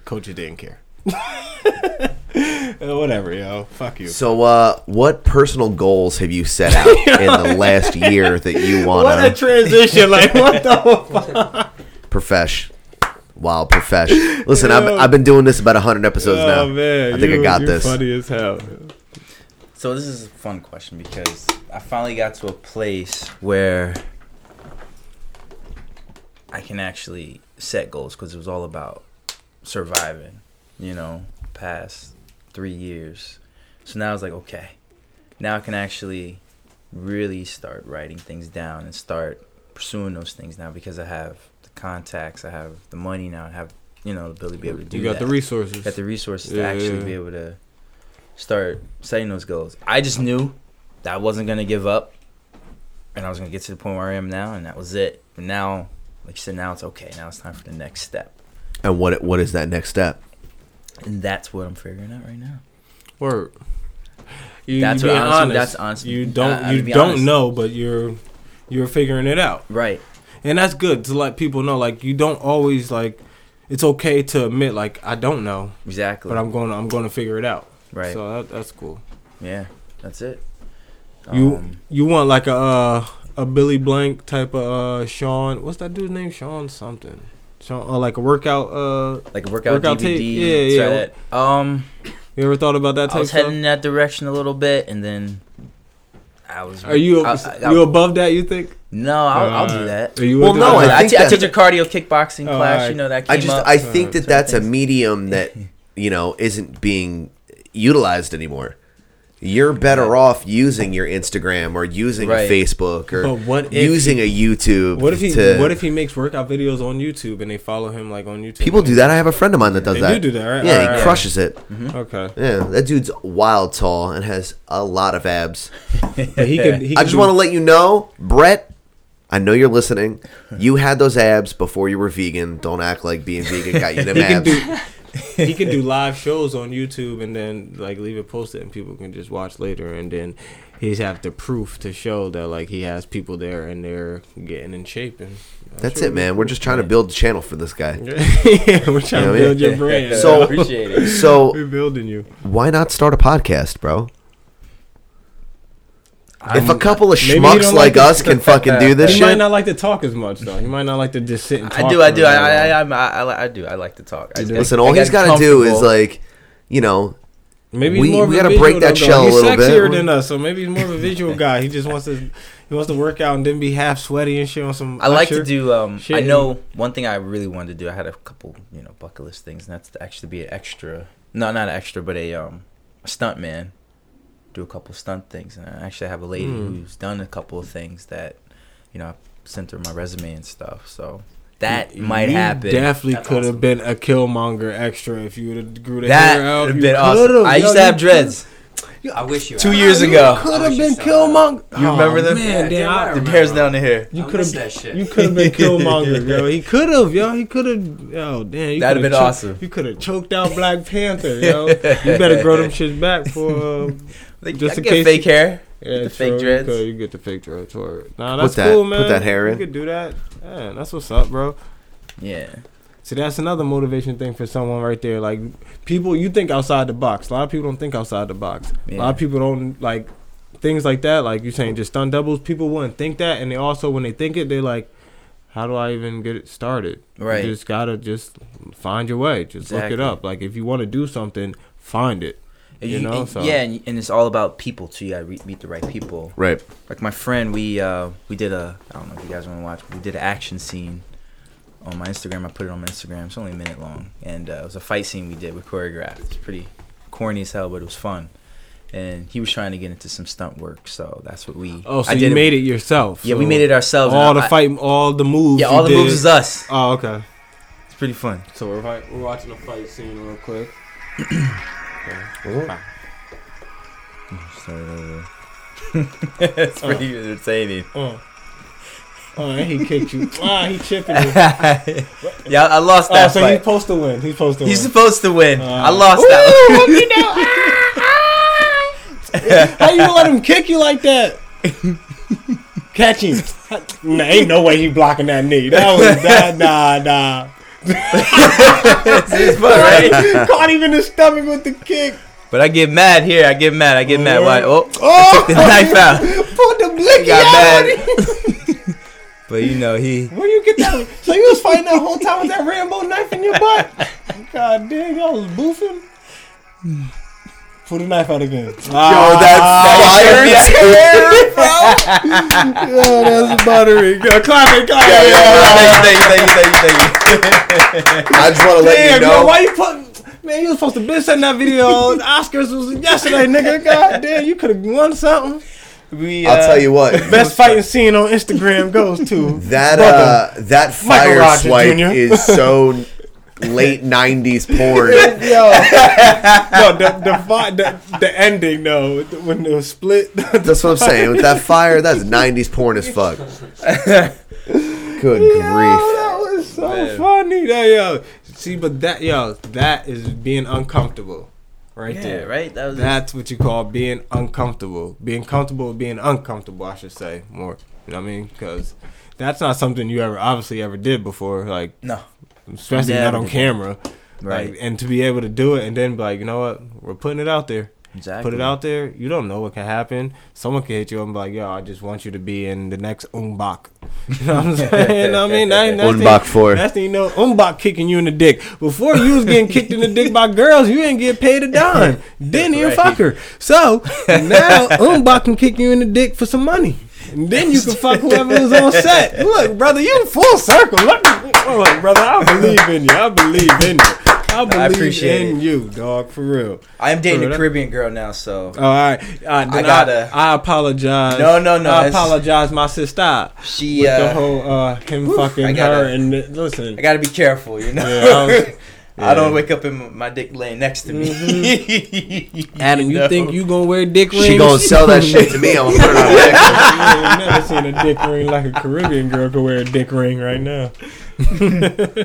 coach didn't care. Uh, Whatever, yo. Fuck you.
So, uh, what personal goals have you set out in the last year that you
what a
wanna
transition! Like what the fuck?
profesh? Wow, profesh. Listen, I've,
Yo.
I've been doing this about hundred episodes now.
Oh man,
I think
you-
I got
you
this.
Funny as hell.
So this is a fun question because I finally got to a place where I can actually set goals because it was all about surviving, you know, past three years. So now I was like, okay, now I can actually really start writing things down and start pursuing those things now because I have the contacts, I have the money now, I have you know the ability to be able to do.
You got the
that.
resources.
Got the resources to
Yeah,
actually
yeah.
be able to start setting those goals. I just knew that I wasn't gonna give up, and I was gonna get to the point where I am now, and that was it. But now, like you said, now it's okay. Now it's time for the next step,
And what what is that next step?
and that's what I'm figuring out right now.
Word. You,
That's
you
what
being
honestly-
honest.
that's honestly-
You don't.
I- I
you
to be
don't
honest.
know, but you're you're figuring it out,
Right.
and that's good to let people know. Like you don't always like. It's okay to admit like I don't know,
Exactly.
but I'm going. to I'm going to figure it out.
Right.
So that, that's cool.
yeah. That's it.
You
Um,
you want like a uh, a Billy Blank type of uh, Sean? What's that dude's name? Sean something. Sean uh, like a workout. Uh,
like a workout,
Workout
DVD.
tape.
Yeah,
Yeah, yeah.
That. Um,
you ever thought about that
I
type
was
stuff?
heading in that direction a little bit, and then I was.
Are you
I- I- I-
you above that? You think?
No, I'll, I'll do
Uh,
that.
are you
Well,
into
no,
that?
I,
I think
t- I
that-
teach a cardio kickboxing
Oh,
class.
alright.
You know that
I
came
just
up.
uh,
Uh,
I think
So
that that's a
things-
medium that you know isn't being utilized anymore. You're better off using your Instagram or using
Right.
Facebook or
But what if
using
he-
a YouTube.
What if he
to-
What if he makes workout videos on YouTube and they follow him like on YouTube?
People do that. I have a friend of mine that does
They
that.
do do that, right?
Yeah,
Alright,
he
alright.
crushes it.
Mhm. Okay.
Yeah, that dude's wild tall and has a lot of abs.
But he could- he
I
could
just
do-
want to let you know, Brett. I know you're listening. You had those abs before you were vegan. Don't act like being vegan got you them
he
abs.
can do he can do live shows on YouTube and then like leave it posted and people can just watch later and then he's have the proof to show that like he has people there and they're getting in shape and I'm
That's
sure
it, man. We're just trying to build the channel for this guy.
Yeah, we're trying to
what I
build
mean?
your brand.
So,
Appreciate it.
So
We're building you.
Why not start a podcast, bro? if a
I'm-
couple of
Maybe he don't
schmucks like,
to-
us can fucking do this
he
shit,
might not like to talk as much though. He might not like to just sit and talk.
I do, I
for
do, I, I,
very long.
I, I'm- I, I, li- I do. I like to talk. I,
listen, all he's got to do is like, you know,
Maybe
we
he's more of
we
a
got to
visual
break that
though,
shell a
he's
little
sexier
bit.
than us, so maybe he's more of a visual guy. He just wants to he wants to work out and then be half sweaty and shit on some.
I like to
Usher
do. Um,
shit
I
and-
know one thing I really wanted to do. I had a couple, you know, bucket list things, and that's to actually be an extra. No, not an extra, but a um, a stunt man. Do a couple stunt things, and I actually have a lady
Hmm.
who's done a couple of things that, you know, I sent her my resume and stuff. So that
You-
might
you
happen.
Definitely
That's
could have been a Killmonger extra if you would have grew the
That
hair out.
would've
You
been awesome.
could've,
I
yo,
used to
you
have dreads.
I wish you.
Two
had-
years ago.
Could have been Killmonger.
You remember them?
Man, damn, I
the
remember.
hairs down the hair.
You
I
could
miss
have.
that shit.
You could have been Killmonger, yo. He could have, yo. He could have. Yo, damn. You
That'd have
coulda
been
cho-
awesome.
You could have choked out Black Panther, yo. you better grow them shits back for. Uh,
They-
just
I
in
get
case
fake hair,
Yeah,
get the fake
true, you
dreads.
could- You get the fake dreads for it. Nah,
Put
that's
that-
cool,
put
man.
that hair in.
You could do that. Yeah, that's what's up, bro.
Yeah.
See, that's another motivation thing for someone right there. Like, people, you think outside the box. A lot of people don't think outside the box. A lot
Yeah.
of people don't, like, things like that. Like, you saying just stunt doubles, people wouldn't think that. And they also, when they think it, they're like, how do I even get it started?
Right.
You just gotta just find your way. Just look it
Exactly.
up. Like, if you want to do something, find it.
And
You,
you-
know?
and-
So.
Yeah, and, and it's all about people too. You gotta re- meet the right people.
Right.
Like my friend, we uh we did a I don't know if you guys want to watch. But we did an action scene on my Instagram. I put it on my Instagram. It's only a minute long, and uh, it was a fight scene we did. We choreographed. It's pretty corny as hell, but it was fun. And he was trying to get into some stunt work, so that's what we.
Oh, so
I
you made it yourself.
Yeah, we
So
made it ourselves.
All
and
the
I-
fight, all the moves.
Yeah,
you
all the
did.
moves is us.
Oh, okay.
It's pretty fun.
So we're fight, we're watching a fight scene real quick.
So, it's pretty entertaining.
Oh, oh, and he kicked you. Ah, he chipping you.
yeah, I lost
Oh,
that.
so
fight.
he's supposed to win. He's supposed to
He's
win.
supposed to win. I
Uh,
lost
Ooh,
that.
one. How you gonna let him kick you like that? Catch him. Nah, ain't no way he blocking that knee. That was that, nah, nah.
It's fun, right?
Caught him in the stomach with the kick.
But I get mad here. I get mad. I get mad. Why? Oh, I
Oh,
took the knife out.
pulled the
He
blicky
got
out.
mad. but you know he.
Where you get that? So you was fighting that whole time with that Rambo knife in your butt? God dang, y'all was boofing. Pull the knife out again.
Oh, that's that's fire.
yeah, that's buttery. Yo, clap it, clap it.
Thank you, thank you, thank you, thank you, thank you.
I just want to let you
Damn, yo,
know.
why you put? Man, you was supposed to been sending that video. on. Oscars was yesterday, nigga. God damn, you could have won something.
We,
uh,
I'll tell you what.
Best fighting scene on Instagram goes to
That
Brother,
uh, that
Michael
fire
Rogers
swipe
Jr..
is so late '90s porn.
Yo, no, the the, vi- the the ending though, when it was split.
That's what I'm saying. With that fire, that's '90s porn as fuck. Good grief.
that was so funny. That yo, see, but that yo, that is being uncomfortable, right
Yeah,
there.
right? That was-
That's what you call being uncomfortable. Being comfortable, with being uncomfortable. I should say more. You know what I mean? Because that's not something you ever obviously ever did before. Like
No.
especially
Never
not on
did.
camera.
Right.
Like, and to be able to do it and then be like, you know what, we're putting it out there. Put it
Exactly.
out there. You don't know what can happen. Someone can hit you and be like, yo, I just want you to be in the next Umbach. You know what I'm saying? you know what I mean? That ain't- that's
Umbach
the-
four.
That's the, you know, Umbach kicking you in the dick. Before you was getting kicked in the dick by girls, you didn't get paid a dime. Didn't even
Right.
fuck her. So now Umbach can kick you in the dick for some money. And then you can fuck whoever was on set. Look, brother, you full circle. Look, look, brother, I believe in you. I believe in you. I
I believe in you, dog, for real.
I am dating
For
a
real.
Caribbean girl now, so.
Uh,
Oh, all right. All right,
I
then
gotta.
I, I apologize.
No, no, no,
I
it's-
apologize, my sister.
She,
with
uh,
the whole uh, him
whew, I
fucking
gotta-
her and listen.
I gotta be careful, you know.
Yeah, I was-
I don't
yeah.
wake up in my dick laying next to me.
Mm-hmm. Adam, you
know?
think you gonna wear dick
She
rings?
gonna sell that shit to me, I'ma put it on
You ain't never seen a dick ring like a Caribbean girl could wear a dick ring right now.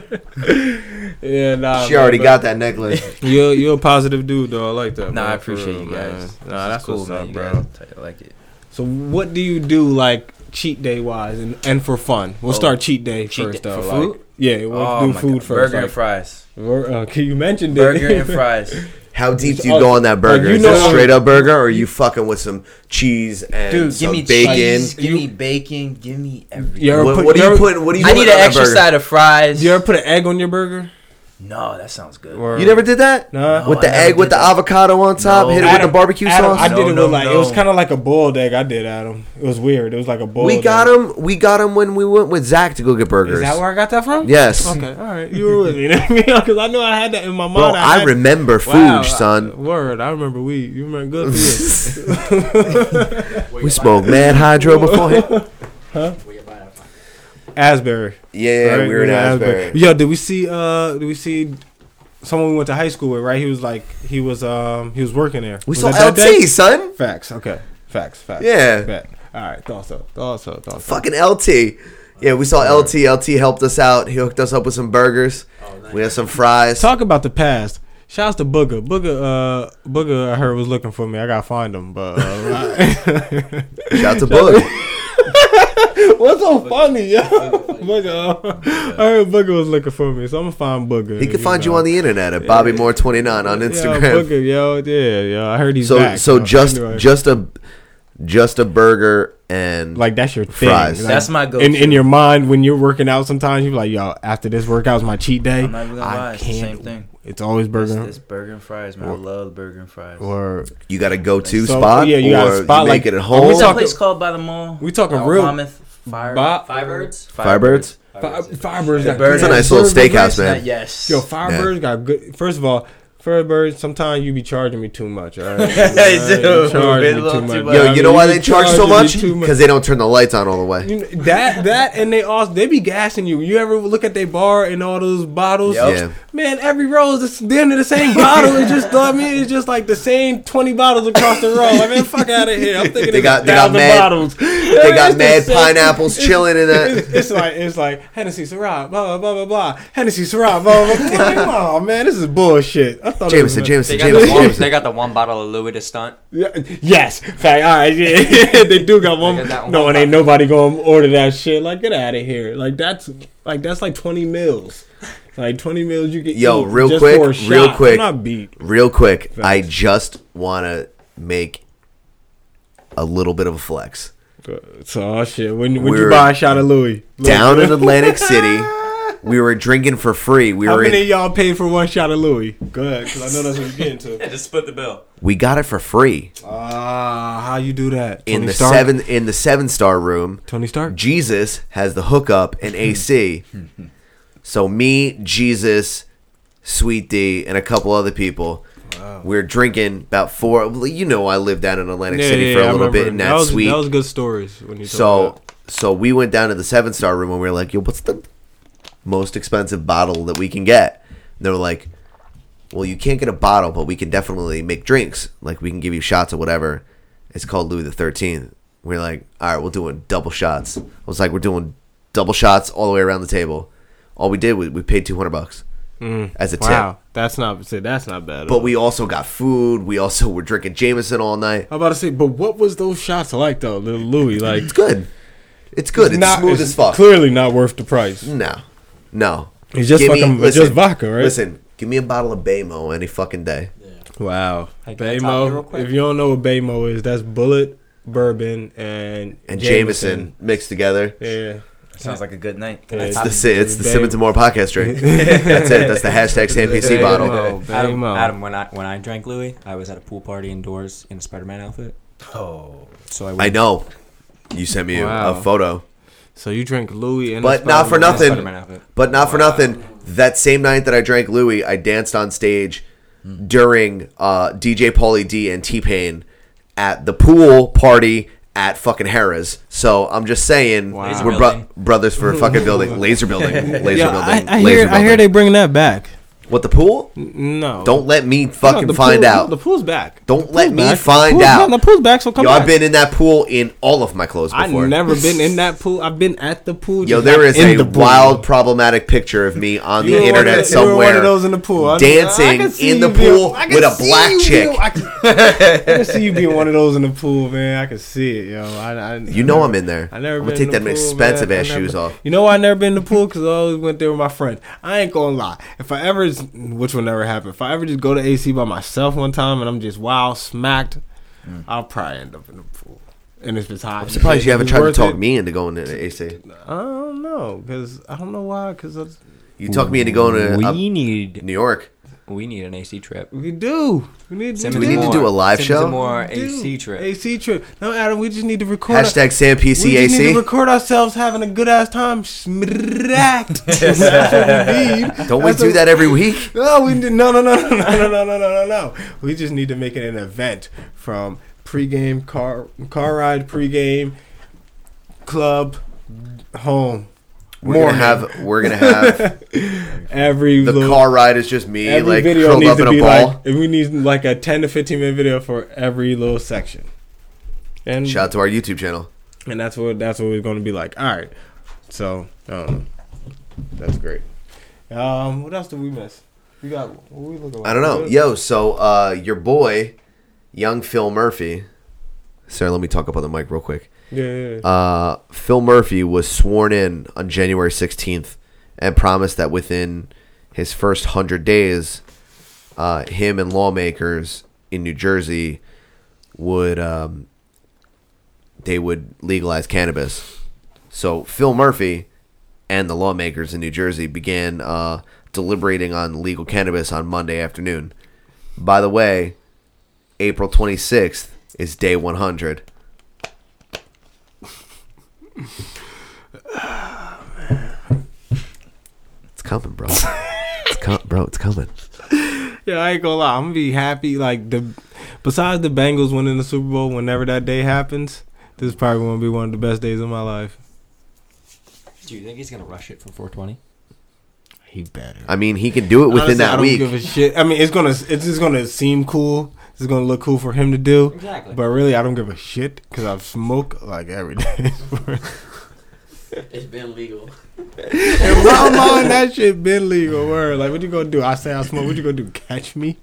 yeah, nah.
She already got that necklace.
You're you're a positive dude though. I like that.
Nah,
man,
I
for
appreciate
real,
you guys.
Man. Nah,
This
that's
is
what's up,
You
bro.
guys are tight. I like it.
So what do you do like cheat day wise and, and for fun? We'll
Oh,
start cheat day
cheat
first
day-
though.
for
like-
food?
Yeah, we'll
Oh
do
my
food
God,
first.
Burger and
like-
fries.
Wor- uh, okay, you mentioned it.
Burger and fries.
How deep do
Oh,
you go on that burger?
you
Is
know-
it straight up burger, or are you fucking with some cheese and
Dude, give
some
me
bacon?
cheese. Give me bacon. Give me everything.
You ever
What-
put-
what do
you
you
ever-
put- what do you
I
put
need
on
an
a
extra
burger?
side of fries.
You ever put an egg on your burger?
no, that sounds good.
Or-
You never did that
Nah.
with
I
the
never
egg, with
did
the
that.
avocado on top,
No.
hit it with
Adam-
the barbecue
Adam,
sauce.
I did
No,
it with
no,
like it was
no.
kind of like a boiled egg. I did Adam. It was weird. It was like a boiled.
we got
egg.
him. We got him when we went with Zach to go get burgers.
Is that where I got that from?
Yes.
Okay. All right. You were with me because I know I had that in my mind.
Bro, I,
had-
remember food,
Wow, I-
son.
word. I remember weed. You remember good for you.
We smoked mad hydro before him.
Asbury.
Yeah,
Right?
we were in Asbury.
Yo, did we see? Uh, did we see someone we went to high school with? Right, he was like, he was, um, he was working there.
We
Was
saw
that that day?
LT, son.
Facts. Okay. Facts. Facts.
Yeah.
Fact. All right. Thought so. Thought so. Thought so.
Fucking LT. Yeah, we saw LT. LT helped us out. He hooked us up with some burgers.
Oh,
We had some fries.
Talk about the past. Shouts to Booger. Booger, uh, Booger, I heard was looking for me. I gotta find him, but uh,
Shout out to Boog.
what's so funny, yo? Booger, uh, I heard Booger was looking for me, so I'm gonna find Booger.
He can find you on the internet at Bobby Moore twenty nine on
Yeah,
Instagram.
Booger, yo, yeah, yeah. I heard he's
so
back,
so
uh,
just
anyway.
just a just a burger and
like that's your thing.
Fries.
Like,
That's my
In,
go-to.
in your mind, when you're working out, sometimes you're like, "Yo, after this workout's my cheat day.
I'm not even gonna
I
lie, it's the
can't-
same thing.
It's always
It's,
burger
it's burger and fries, man. I love burger and fries.
or
you got a go to
So,
spot.
yeah, you got a
or
spot,
You
like-
make it at
are we
home.
What's that
talking-
place called by the mall?
We talking
Uh,
real-
Monmouth Fire.
Bo-
Firebirds?
Firebirds.
Fi- Firebirds.
The
got
burger.
It's a nice
good-
little steakhouse,
Not-
man.
Yes.
Yo, Firebirds got good. First of all, Firebirds. Sometimes you be charging me too much. All right,
They
Alright, you
do.
charge
They
me
love
too
too
much.
much.
Yo,
I
you
mean,
know why they charge so
charging me
much?
too much.
Because they don't turn the lights on all the way.
You know, that that and they also they be gassing you. You ever look at their bar and all those bottles?
Yup.
Yeah.
Man, every row is the- damn near the same bottle. It's just I mean, it's just like the same twenty bottles across the row. Like man, fuck out of here. I'm thinking
They
they
got-
got
they got
thousand
mad-
bottles.
They got mad pineapples chilling in
It's,
that.
it's like it's like Hennessy Syrah, blah blah blah blah blah. Hennessy Syrah, blah blah. blah. Like, Come on, man, this is bullshit. I thought it was-
Jameson, Jameson,
They got, the
Jameson,
one, they
Jameson.
got the one bottle of Louis to stunt.
Yeah, Yes, fact. All right, yeah, they do got one.
They got that
no,
one
and ain't nobody gonna order that shit. Like, get out of here. Like that's like that's like twenty mils. Like twenty mils you get.
Yo,
eat
real
just
quick,
for a
real
shot. I'm
quick.
not beat.
Real quick, I just want to make a little bit of a flex.
So oh, shit. When when you
We're
buy a shot of Louis, Louis-
Down in Atlantic City, we were drinking for free. We
How
were
many
in,
of y'all paid for one shot of Louis? Go ahead, because I know that's what you're getting to.
just split the bill.
we got it for free
Ah, how you do that?
in the
Stark?
seven in the seven star room.
Tony Stark.
Jesus has the hookup and AC. so me, Jesus, Sweet D, and a couple other people. We're drinking about four. well, You know, I lived down in Atlantic City for a
I
little bit
remember.
in that,
was,
suite.
That was good stories. When you told me
so,
that.
so we went down to the seven star room and we were like, "Yo, what's the most expensive bottle that we can get?" And they were like, "Well, you can't get a bottle, but we can definitely make drinks. Like, we can give you shots or whatever." It's called Louis the Thirteenth. We're like, "All right, we're doing double shots." I was like, "We're doing double shots all the way around the table." All we did was we paid two hundred bucks as a
Mm, wow,
tip,
that's not see, that's not bad. at all.
but we also got food. We also were drinking Jameson all night.
I'm about to say, but what was those shots like though, little Louis? Like,
It's good. It's good. It's,
not-
smooth
it's
as fuck. Mm.
Clearly not worth the price.
No, no.
It's just fucking- it's just vodka, right?
Listen, give me a bottle of Baymo any fucking day.
Wow,
can I talk to you real
Baymo.
quick?
If you don't know what Baymo is, that's bullet, bourbon, and
And Jameson, mixed together.
Yeah,
Sounds like a good night.
It's the si- it's the Simmons and More podcast drink. That's it. That's the hashtag SamPC
Baymo.
bottle.
Adam,
uh,
Baymo.
Adam, when I when I drank Louis, I was at a pool party indoors in a Spider-Man outfit.
Oh.
So I,
I
went,
know. You sent me a-
Wow.
a photo.
So you drink Louis and a
but not for
Spider-Man-
nothing.
Spider-Man outfit.
But not for nothing. That same night that I drank Louis, I danced on stage during uh, DJ Paulie D and T Pain at the pool party at fucking Harrah's. So I'm just saying,
Laser
we're bro- brothers for a fucking building, laser building, laser
Yeah,
building,
I, I,
laser
hear, I
building.
hear they bringing that back.
what the pool?
No.
Don't let me
No,
fucking
the
find
pool-
out.
The pool's back.
Don't let me
back.
find
Pool's
out.
back. The pool's back, so come
Yo,
back.
I've been in that pool in all of my clothes
I've
before.
never been in that pool. I've been at the pool.
Yo,
just
there
not
is
in
a
the pool.
wild problematic picture of me on
You
the
were one of
internet
the- you were
somewhere.
one of those in the pool. I- I
dancing
can see
in the
you being-
pool
I can
with a
see
black
you
chick.
being- I can, I can see you being one of those in the pool, man. I can see it, yo. I, I,
You know I'm in there.
I never.
I'm gonna
been
take
in the
them
pool,
expensive
man. I
ass
never-
shoes off.
You know why I never been in the pool? Because I always went there with my friend. I ain't gonna lie. If I ever, which will never happen, if I ever just go to AC by myself one time and I'm just wild smacked, I'll probably end up in the pool. And if it's hot,
Mm. I'm surprised you haven't
it's
tried to
worth
talk
it.
me into going to the AC.
I don't know, cause I don't know why, cause I,
You talked me into going to
we
uh,
need
New York.
we need an AC trip.
we do. We need
Simmons
do
we need to
and
do
Moore.
a live
Simmons and
show?
Moore
We do.
AC trip.
AC trip. No, Adam, we just need to record.
Hashtag Sam
We just need to
PCAC.
record ourselves having a good ass time. Smacked. That's what we need.
Don't we
That's
do
what-
that every week?
No, we did, no, no, no, no, no, no, no, no, no, no. We just need to make it an event from pregame car car ride, pregame club, home.
We're gonna have. We're gonna have
every
the
little,
car ride is just me
every
like
video
curled
needs
up
to
in a
be
ball.
like and we need like a ten to fifteen minute video for every little section. And
Shout out to our YouTube channel.
and that's what that's what we're gonna be like. All right, so um, that's great. Um, what else did we miss? We got what we looking like?
I don't know. Yo, so uh, your boy, young Phil Murphy. Sarah, let me talk up on the mic real quick.
Yeah, yeah, yeah.
uh, Phil Murphy was sworn in on January 16th and promised that within his first 100 days, uh, him and lawmakers in New Jersey would um, they would legalize cannabis. So Phil Murphy and the lawmakers in New Jersey began uh, deliberating on legal cannabis on Monday afternoon. By the way, April 26th is day 100. It's coming, bro. It's com- bro, it's coming.
yeah, I ain't gonna lie. I'm gonna be happy. Like the besides the Bengals winning the Super Bowl, whenever that day happens, this is probably gonna be one of the best days of my life.
Do you think he's gonna rush it for 420?
He better.
I mean, he can do it within
Honestly, I
that
don't
week.
give a shit. I mean, it's gonna it's just gonna seem cool. It's gonna look cool for him to do.
Exactly.
But really, I don't give a shit because I've smoked like every day.
It's been legal.
In my mind, that shit been legal. Word. Like, what you gonna do? I say I smoke. What you gonna do? Catch me?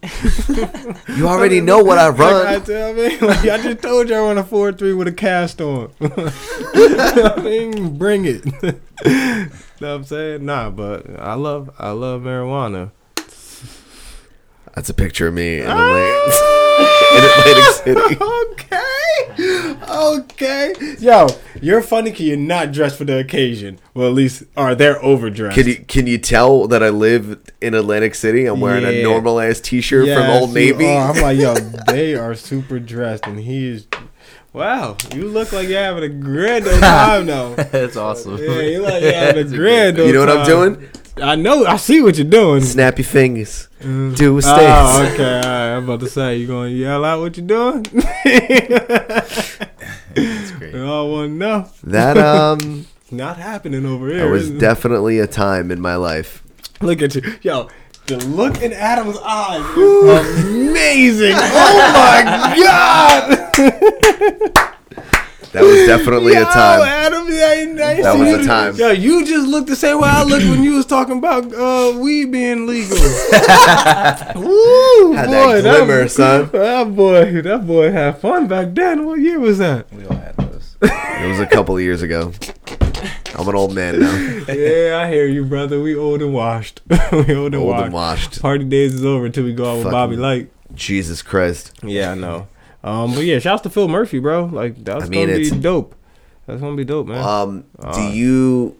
you already know what I
Like, I
run.
tell me. Like, I just told you I run a four three with a cast on. I mean, bring it. know what I'm saying? Nah, but I love I love marijuana.
That's a picture of me in Atlantic, in Atlantic City.
okay. Okay. Yo, you're funny because you're not dressed for the occasion. Well, at least, or they're overdressed.
Can you can you tell that I live in Atlantic City? I'm wearing
Yeah.
a normal ass T-shirt from
Yes,
Old
you
Navy.
are. oh, I'm like, yo, they are super dressed, and he is. Wow, you look like you're having a grand old time though.
That's awesome.
Yeah, you like you're having a grand old
you know what I'm
time.
doing?
I know. I see what you're doing.
Snappy fingers,
Mm.
do a
Oh,
stance.
okay. All right. I'm about to say you gonna yell out what you're doing. That's
great.
Oh well, no,
That um,
not happening over
that
here.
was
is it?
definitely a time in my life.
Look at you, yo. The look in Adam's eyes is amazing. oh my god.
That was definitely a
Yo,
time.
Adam, I ain't- I ain't
That
see
was a
you just-
time.
Yo, you just looked the same way I looked when you was talking about uh, weed being legal. Ooh,
Had that
boy,
glimmer, son.
That boy, that boy had fun back then. What year was that?
We all had those.
It was a couple of years ago. I'm an old man now.
yeah, I hear you, brother. We old and washed. we old and
Old
washed.
and washed.
Party days is over until we go out with
Fucking-
Bobby Light.
Jesus Christ.
Yeah, I know. Um, but yeah, shouts to Phil Murphy, bro. Like that's
I mean,
gonna be
it's-
dope. That's gonna be dope, man.
Um, do you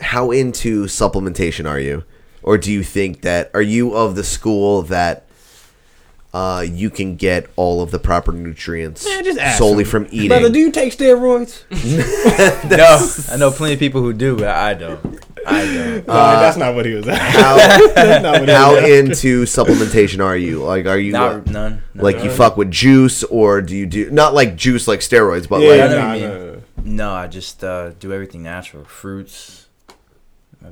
how into supplementation are you, or do you think that are you of the school that uh, you can get all of the proper nutrients
Man, just ask
solely
him.
from eating.
Brother, do you take steroids?
no, I know plenty of people who do, but I don't. I don't.
Uh, How, how
was at.
into supplementation are you? Like, are you uh,
Not- none, none.
Like, you fuck with juice, or do you do not like juice like steroids, but
Yeah,
like
I know what you mean. No, I just uh, do everything natural. Fruits.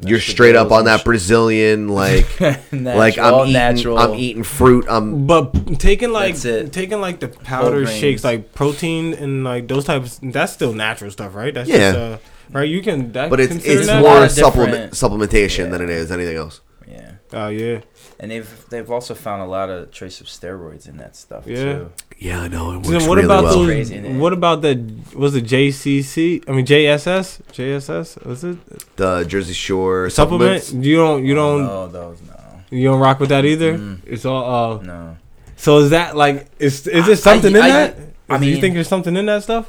you're straight up on that Brazilian like like
Natural,
I'm
all
eating
natural.
I'm eating fruit. I'm
But taking like
That's it.
taking like the powder
grains.
shakes, like protein and like those types, that's still natural stuff, right? That's
Yeah.
just, uh, right. You can, that
but it's
consider
it's
that?
more supplement supplementation than it is anything else.
Yeah.
Oh yeah.
And they've they've also found a lot of trace of steroids in that stuff
Yeah.
too.
Yeah, I know. It
So then
works
what
really
about
well.
those,
Crazy, isn't it?
what about that? Was it JCC? I mean JSS? JSS? Was it
The Jersey Shore
supplement?
supplements.
You don't you don't
Oh, No, Mm-hmm. those no.
you don't rock with that either.
Mm-mm.
It's all uh.
No.
So is that like is is
I-
there something
I-
in
I-
that?
I
I mean, you
mean-
think there's something in that stuff?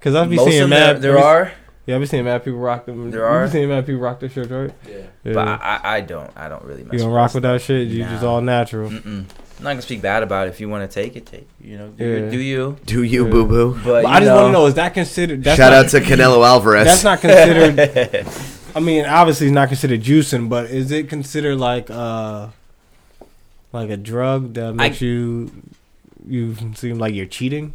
Because I've been
Most
seeing
of them
mad.
there- there
I be-
are.
Yeah, I've been seeing mad people rock them.
There
There are.
are.
I've been seeing mad people rock their shirts, right?
Yeah.
Yeah.
But I, I I don't I don't really mess
You don't
with
rock with that shit. You
Nah.
just all natural.
Mm-mm. I'm not gonna speak bad about it. If you want to take it, take. it, You know, do, your-
Yeah.
do you?
Do you
Yeah.
boo boo?
But
But, you
I just want to
know-
know: is that considered? That's
Shout
not-
out to Canelo Alvarez.
That's not considered. I mean, obviously, it's not considered juicing, but is it considered like uh, like a drug that makes you you seem like you're cheating?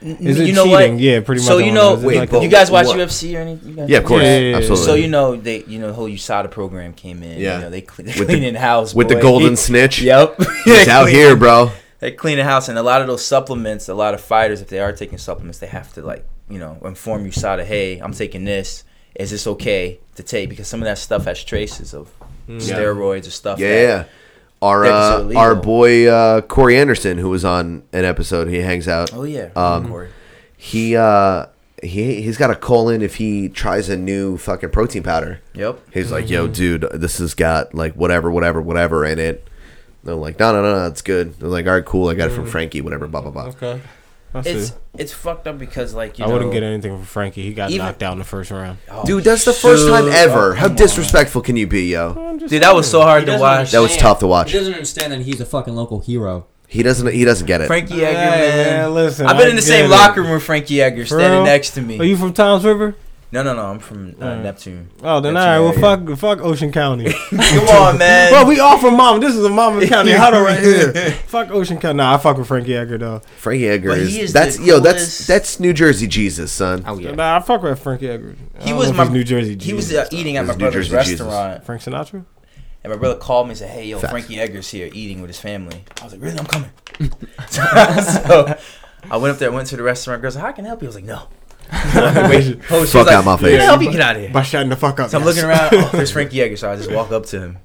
Is it
you know
cheating?
What?
Yeah, pretty much.
So
I
you
don't
know,
Is it
Wait,
like
but
a-
you guys watch
what-
UFC or anything? You guys
Yeah, of
do
course,
that?
absolutely.
So you know they, you know, the whole USADA program came in.
Yeah.
you know, they clean, they
With the-
clean in house
with the
boy.
golden snitch.
Yep,
He's out here, bro.
They clean the house, and a lot of those supplements, a lot of fighters, if they are taking supplements, they have to like, you know, inform USADA, hey, I'm taking this. Is this okay to take? Because some of that stuff has traces of
Mm.
Yeah.
steroids or stuff.
Yeah,
that-
yeah. Our
that is
uh,
illegal.
our boy uh, Corey Anderson, who was on an episode, he hangs out.
Oh, yeah.
um,
Corey.
He uh, he he's got a colon if he tries a new fucking protein powder.
Yep.
He's like,
Mm-hmm.
yo, dude, this has got like whatever, whatever, whatever in it. They're like, no, no, no, no, it's good. They're like, all right, cool, I got it
Mm.
from Frankie, whatever, blah blah blah.
Okay. I see.
It's it's fucked up because like you
I
know,
wouldn't get anything from Frankie. He got
Even-
knocked out in the first round.
Oh,
Dude, that's the first
shoot.
time ever.
Oh,
How
come
disrespectful can you be,
"Oh,
yo?
on. Dude, that was so hard
He
to
doesn't
watch.
That was
understand-
tough to watch.
He doesn't understand that he's a fucking local hero.
He doesn't. He doesn't get it.
Frankie Edgar,
Hey,
man.
man, listen,
I've been
I
in the
get
same
it.
locker room with Frankie Edgar,
For
standing
real?
next to me.
Are you from Towns River?
no, no, no. I'm from uh,
Alright.
Neptune.
Oh, then all right. Well,
Neptune area.
fuck, fuck Ocean County.
Come on, man.
well, we all from Mama. This is a Mama County huddle right here. fuck Ocean County. Nah, I fuck with Frankie Edgar though.
Frankie Edgar
But
is,
he is
that's
the
yo that's
coolest-
that's New Jersey Jesus, son.
Oh yeah.
Nah, I fuck with Frankie Edgar. I
he
don't
was
know if
my
he's New Jersey.
He was
Jesus.
uh, eating at
This
my
is New
brother's
Jersey Jesus.
restaurant,
Frank Sinatra.
and my brother called me and said, "Hey, yo,
Facts.
Frankie Edgar's here eating with his family." I was like, "Really? I'm coming." so I went up there, went to the restaurant. Girls, like, "How can I help you?" I was like, "No." Oh, she was
Fuck
like,
out my face.
"How can I help you get out of here.
By shutting the fuck up.
So I'm
yes.
looking around. Oh, there's Frankie Edgar. So I just walk up to him.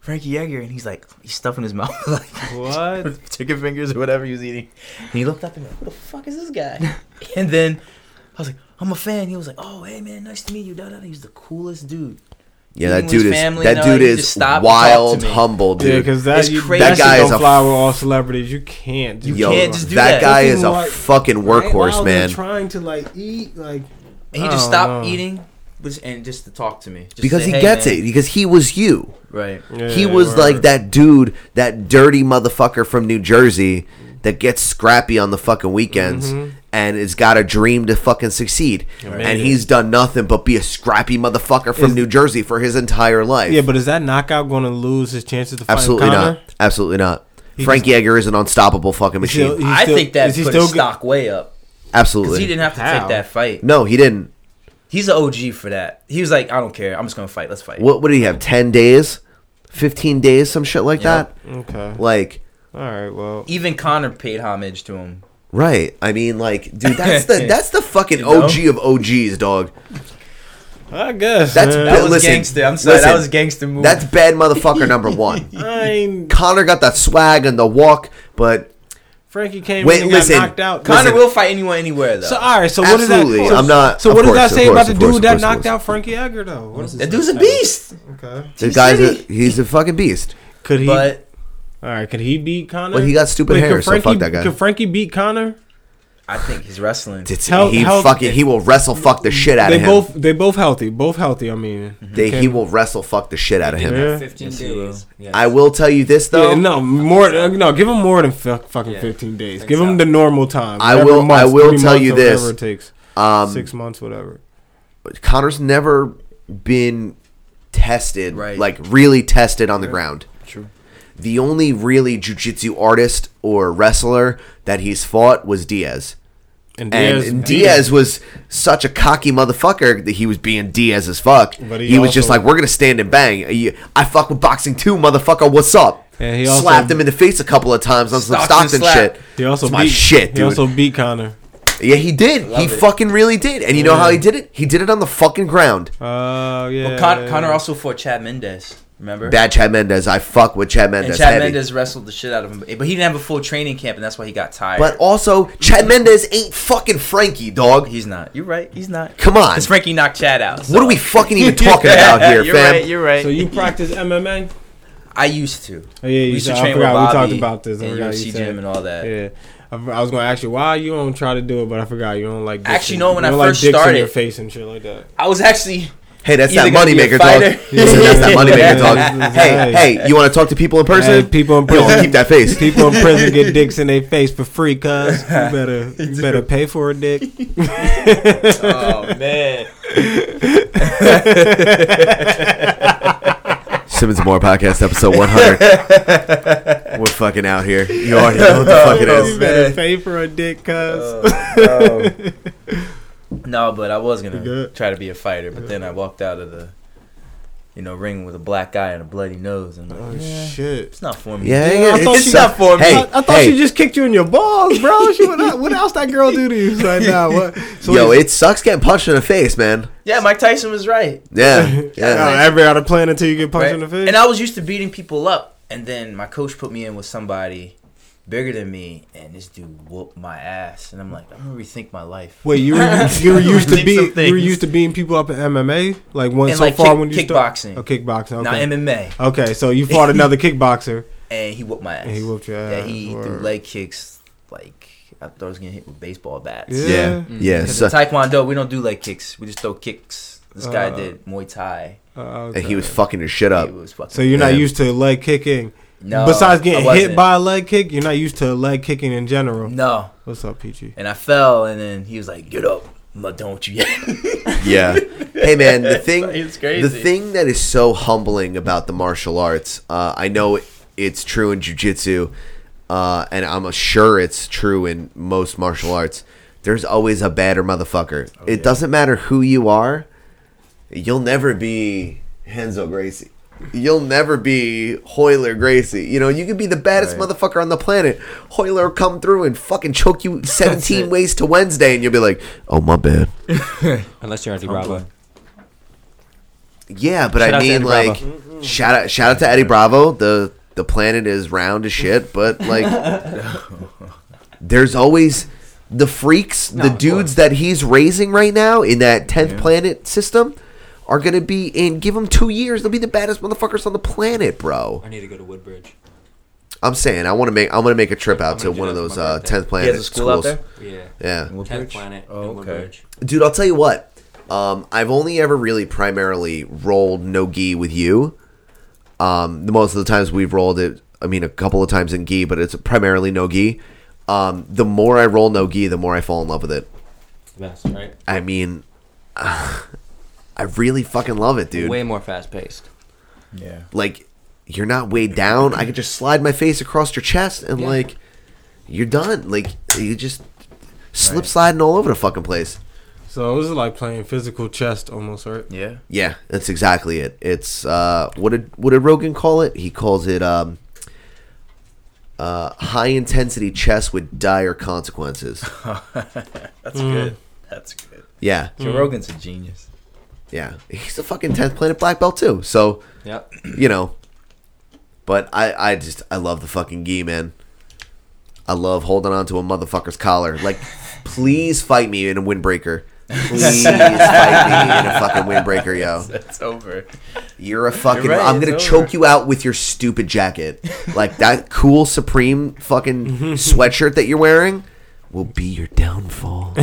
Frankie Edgar, and he's like, he's stuffing his mouth like
What?
with chicken fingers or whatever he was eating. And he looked up and like, who the fuck is this guy? and then I was like, I'm a fan. He was like, oh hey man, nice to meet you. Da, da, da. He's the coolest dude.
Yeah,
Even
that
with
dude
his
is
family and
that
all that,
dude
he
is
just stopped and talked
wild,
to me.
humble,
Yeah,
dude.
because that
It's
you,
crazy.
that
That guy
guy
is
don't
a
fly
f-
with all celebrities. You can't. do
You
Yo,
can't just do
that
that.
guy
Even
is a
like-
fucking workhorse, man.
Trying to like eat like.
And he just
Oh,
stopped
no.
eating, was- and just to talk to me. Just
because
say,
he
"Hey,
gets
man."
it. Because he was you.
Right.
he was like that dude, that dirty motherfucker from New Jersey that gets scrappy on the fucking weekends
Mm-hmm.
and has got a dream to fucking succeed. And he's done nothing but be a scrappy motherfucker from New Jersey for his entire life.
Yeah, but is that knockout going to lose his chances to fight
Absolutely
Conor?
not. Absolutely not.
He
Frankie Edgar is an unstoppable fucking
Is he-
machine.
he's
I
still-
think that
is he
put
still
his
go-
stock way up because
Absolutely.
he didn't have to
How?
take that fight.
no, he didn't.
He's an OG for that. He was like, I don't care. I'm just gonna fight. Let's fight.
What, what did he have? 10 days? 15 days? Some shit like
Yeah.
that?
Okay.
Like,
All right. Well.
Even Connor paid homage to him.
right. I mean, like, dude, that's the that's the fucking
You know?
OG of OGs, dog.
I guess.
That's
man.
That was
Uh, listen,
gangster. I'm sorry,
listen.
that was gangster move.
That's bad motherfucker number one.
I ain't,
Connor got that swag and the walk, but
Frankie came
Wait,
in and
listen.
got knocked out.
Connor
listen.
will fight anyone, anywhere though.
So uh, all right. So what
Absolutely,
does that? So,
I'm not-
So
of
what
course,
does
of
that say
course,
about the
of course,
dude
of
that
course, of
knocked
course.
out Frankie Edgar though? What is
that dude's a beast.
Okay.
the guy's a,
City.
he's a fucking beast.
Could he?
But
all right. Could he beat Connor?
Well, he got stupid hair,
could
so fuck
Frankie-
that guy.
Could Frankie beat Connor?
I think he's wrestling.
It's- he fucking he will wrestle fuck the shit out
they
of him.
both they both healthy. Both healthy. I mean,
they, he will wrestle fuck the shit out of him.
Yeah.
15 days. Yes.
I will tell you this though.
Yeah, no more. uh, No, give him more than fuck, fucking
Yeah,
fifteen days. Give him the normal time.
I
whatever
will. I
months,
will
three
tell
months
you
or
this.
Whatever it takes.
Um,
Six months, whatever.
Connor's never been tested,
Right.
like really tested on the ground.
True.
The only really jujitsu artist or wrestler that he's fought was Diaz.
And
And
Diaz-
Diaz, was such a cocky motherfucker that he was being Diaz as fuck.
But he
he was just
also-
like, "We're gonna stand and bang." You- I fuck with boxing too, motherfucker. What's up?
And he also-
slapped him in the face a couple of times on some
Stockton
Stockton
slap.
shit.
He also
It's my
beat-
shit,
he
dude.
also beat Connor.
Yeah, he did. He
Love it.
fucking really did. And you know how he did it? He did it on the fucking ground.
Oh yeah.
Well, Con- Connor also fought Chad Mendez. Remember?
Bad Chad Mendez. I fuck with Chad Mendez.
and Chad
heavy.
Mendez wrestled the shit out of him, but he didn't have a full training camp, and that's why he got tired.
But also, Chad Mendez ain't fucking Frankie, dog.
He's not. You're right. He's not.
Come on.
Because Frankie knocked Chad out.
What are we fucking even talking about here,
you're
fam?
Right, you're right.
So you practice MMA?
I used to.
Oh, yeah,
We
you
used to
said, I
train with
forgot we talked
Bobby
about this. I
and
forgot
UFC
said-
gym and all that.
Yeah. I, I was gonna ask you why you don't try to do it, but I forgot you don't like. dicks
Actually,
in-
no, when
you
I
don't like
first
dicks in
started-
your face and shit like that.
I was actually.
Hey, that's
either
that
gonna be a
moneymaker, dog.
fighter-
Listen, that's that moneymaker, dog.
Yeah.
Hey, hey, you want to talk to people in person?
Hey, people in
You don't
prison-
keep that face.
People in prison get dicks in their face for free, cuz you better you better pay for a dick.
Oh man.
Simmons and More podcast episode 100. We're fucking out here. You already know what the fuck it
You
is.
better pay for a dick, cuz.
Um, No, but I was gonna
good?
try to be a fighter, but then I walked out of the, you know, ring with a black eye and a bloody nose, and I'm like, "Yeah,
Oh, Shit.
it's not for me.
Yeah,
I
Oh, it's
thought she-
not for me.
Hey,
I, I thought
hey.
she just kicked you in your balls, bro. She, what, what else that girl do to you right now? What? So
Yo,
it's-
it sucks getting punched in the face, man.
Yeah, Mike Tyson was right.
Yeah,
Oh,
yeah.
every other plan until you get punched
right?
in the face.
And I was used to beating people up, and then my coach put me in with somebody bigger than me, and this dude whooped my ass, and I'm like, I'm gonna rethink my life.
Wait, you were, you were
I'm gonna
used to
rethink
be
some
you were
things.
used to beating people up in MMA, like one
And,
so
like,
far
kick-
when you start-
kickboxing.
Oh, kickboxing. Okay.
Now MMA,
Okay, so you fought another kickboxer.
and he whooped my ass.
And he whooped your
Yeah,
ass,
he threw
word.
leg kicks like I thought I was gonna hit with baseball bats.
Yeah.
Yeah, yeah.
Because
so-
in Taekwondo, we don't do leg kicks. We just throw kicks. This guy
Uh,
did Muay Thai.
Uh,
And he was fucking his shit up.
He was fucking.
So you're not
Yeah.
used to leg kicking.
No,
Besides getting
I
hit
wasn't.
by a leg kick, you're not used to leg kicking in general.
No.
What's up, Peachy?
And I fell, and then he was like, "Get up! I'm not done with you yet."
Yeah. Hey man, the thing
It's crazy.
the thing that is so humbling about the martial arts, uh, I know it, it's true in jujitsu, uh, and I'm sure it's true in most martial arts. There's always a badder motherfucker.
Oh,
it doesn't matter who you are. You'll never be Henzo Gracie. You'll never be Hoyler Gracie. You know, you can be the baddest motherfucker on the planet. Hoyler will come through and fucking choke you 17 ways to Wednesday, and you'll be like, oh, my bad.
Unless you're Eddie Bravo.
Yeah, but
Shout
I
out to
mean,
Eddie
like, shout out, shout out to Eddie Bravo. The the planet is round as shit, but like, there's always the freaks, the dudes that he's raising right now in that tenth planet system are gonna be in. Give them two years, they'll be the baddest motherfuckers on the planet, bro.
I need to go to Woodbridge.
I'm saying, I want to make, I'm gonna make a trip out to
gonna do
one of
that for
those
my
uh
birthday.
tenth
He
planet
has a school out
schools.
there.
Yeah.
Yeah.
10th Planet.
Oh,
in
okay.
Woodbridge.
Dude, I'll tell you what. Um, I've only ever really primarily rolled no gi with you. Um, the most of the times we've rolled it, I mean, a couple of times in gi, but it's primarily no gi. Um, the more I roll no gi, the more I fall in love with it.
It's the best, right?
I mean, I really fucking love it, dude.
Way more fast paced.
Yeah.
Like, you're not weighed down. I could just slide my face across your chest and,
Yeah.
like, you're done. Like, you just slip sliding all over the fucking place.
So it was like playing physical chess almost, right?
Yeah.
Yeah, that's exactly it. It's uh, what did what did Rogan call it? He calls it um, uh, high intensity chess with dire consequences.
That's
Mm.
good. That's good.
Yeah,
Joe Rogan's a genius.
yeah. He's a fucking tenth planet black belt too. So
Yep.
you know, but I I just I love the fucking gi man. I love holding on to a motherfucker's collar. Like, please fight me in a windbreaker. Please fight me in a fucking windbreaker, yo.
That's over.
You're a fucking.
right,
I'm gonna
it's over.
choke you out with your stupid jacket, like that cool Supreme fucking sweatshirt that you're wearing. will be your downfall.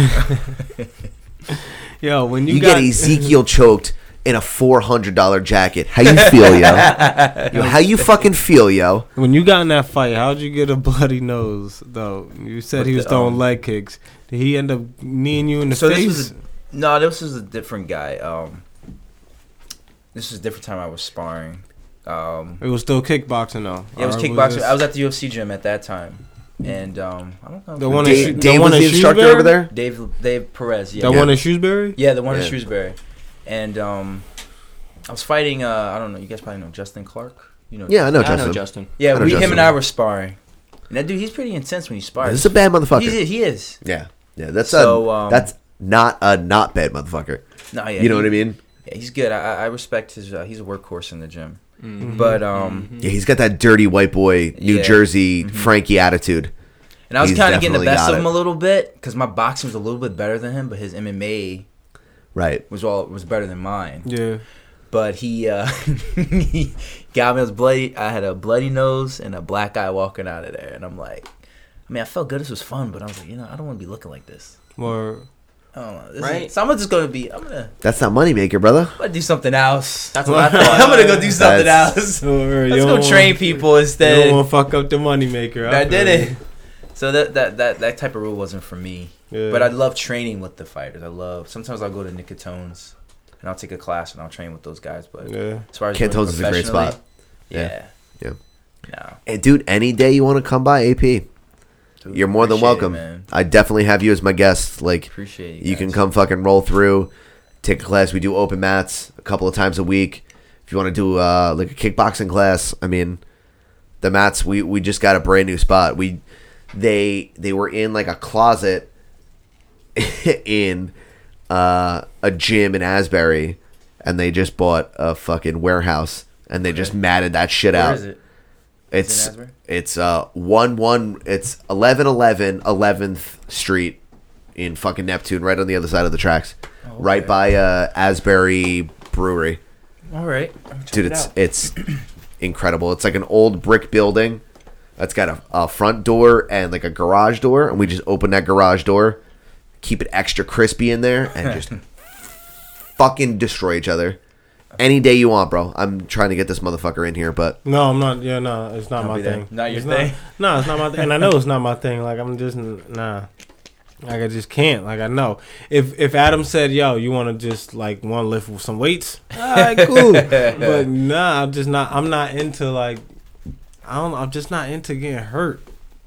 Yo, when you,
you
got
get Ezekiel choked in a four hundred dollar jacket. How you feel, yo? yo? How you fucking feel, yo?
When you got in that fight, how'd you get a bloody nose though? You said he was throwing leg kicks. Did he end up kneeing you in the
um, so
face?
this was a, no, this was a different guy. Um, this was a different time I was sparring. Um,
it was still kickboxing though.
yeah, it was
Or
kickboxing.
this-
I was at the UFC gym at that time, and um, I don't know.
The one in Dave- Shrew- the Dave one was in the instructor Shrewsbury? over there?
Dave Dave Perez. Yeah,
That one in Shrewsbury?
Yeah, the one in
Yeah.
Shrewsbury, and um, I was fighting. Uh, I don't know. You guys probably know Justin Clark. You know?
Yeah, I know I know Justin. Justin.
Yeah,
I know
we him
Justin.
and I were sparring. And that dude, he's pretty intense when he spars.
This is a bad motherfucker.
He's- he is.
Yeah, yeah. That's
So,
a,
um,
that's not a not bad motherfucker.
No, yeah,
you know
he-
what I mean.
Yeah, he's good. I, I- I respect his. Uh, he's a workhorse in the gym.
Mhm.
But um,
Yeah, he's got that dirty white boy New
Yeah. Mm-hmm.
Jersey Frankie attitude.
and I was
He's
kind of getting
definitely
the best
got
of him
it.
a little bit because my boxing was a little bit better than him, but his MMA
right
was all was better than mine.
Yeah.
But he, uh, he got me. I was bloody. I had a bloody nose and a black eye walking out of there, and I'm like, I mean, I felt good. This was fun, but I was like, you know, I don't want to be looking like this.
Or
I don't know. This
Right.
Is, so I'm just gonna be. I'm gonna.
That's not moneymaker, brother.
I'm gonna do something else. That's
what I thought.
I'm gonna go do something
That's-
else.
Or you
Let's
don't
go
wanna-
train people
You
instead.
don't want to fuck up the moneymaker.
I
feel
did
you.
it. So that, that that that type of rule wasn't for me.
Yeah.
But I love training with the fighters. I love. Sometimes I'll go to Nicotones and I'll take a class and I'll train with those guys. But
Yeah.
as far as doing it
Cantone's is a great
professionally,
spot.
Yeah.
Yeah.
No.
And dude, any day you want to come by, AP, you're more than
appreciate it,
welcome.
man.
I definitely have you as my guest. Like,
Appreciate
you, can come fucking roll through, take a class. We do open mats a couple of times a week. If you want to do uh, like a kickboxing class, I mean, the mats we we just got a brand new spot. We they they were in like a closet in uh, a gym in Asbury, and they just bought a fucking warehouse and they just matted that shit
Where
out.
is it?
It's it's uh one one it's eleven eleven eleventh Street in fucking Neptune, right on the other side of the tracks,
Oh,
right by uh Asbury Brewery.
All right. I'm gonna check
Dude,
it
it's
out.
it's incredible. It's like an old brick building that's got a, a front door and like a garage door, and we just open that garage door, keep it extra crispy in there, and just fucking destroy each other. Any day you want, bro. I'm trying to get this motherfucker in here, but
No, I'm not. Yeah, no, it's not
Don't
my
be there.
thing.
Not your
It's
thing?
No, it's not my thing, and I know it's not my thing. Like I'm just n- nah. Like I just can't. Like I know. If if Adam said, "Yo, you want to just like want to lift with some weights?" All right, cool. but nah, I'm just not. I'm not into like. I don't. I'm just not into getting hurt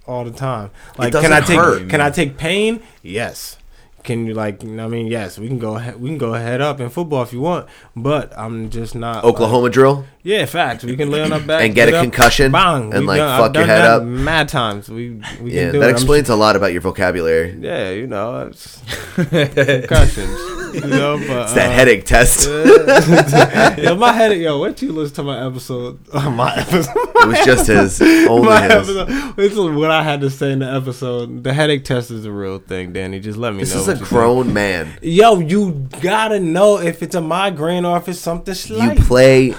all the time. Like, can
doesn't
I take?
hurt.
Can I take pain? Yes. Can you like? You know what I mean, yes. We can go. ahead We can go head up in football if you want. But I'm just not. like-
Oklahoma drill.
yeah, facts. We can lay on our back
And get a
up,
concussion
bang.
and,
We've
like,
done-
fuck
I've
your
done
head
that
up.
Mad times. We we
Yeah,
can do
that
it. I'm
explains a lot about your vocabulary.
just- yeah, you know, it's concussions. You know, but
It's that headache test.
yeah. yo, my headache. Yo, what you listen to my episode?
Oh,
my episode.
It was just his, only
my
his.
Episode, this is what I had to say in the episode. The headache test is a real thing, Danny. Just let me
This
know.
is
what
a
you think.
grown man.
Yo, you gotta know if it's a migraine or if it's something slight.
You play.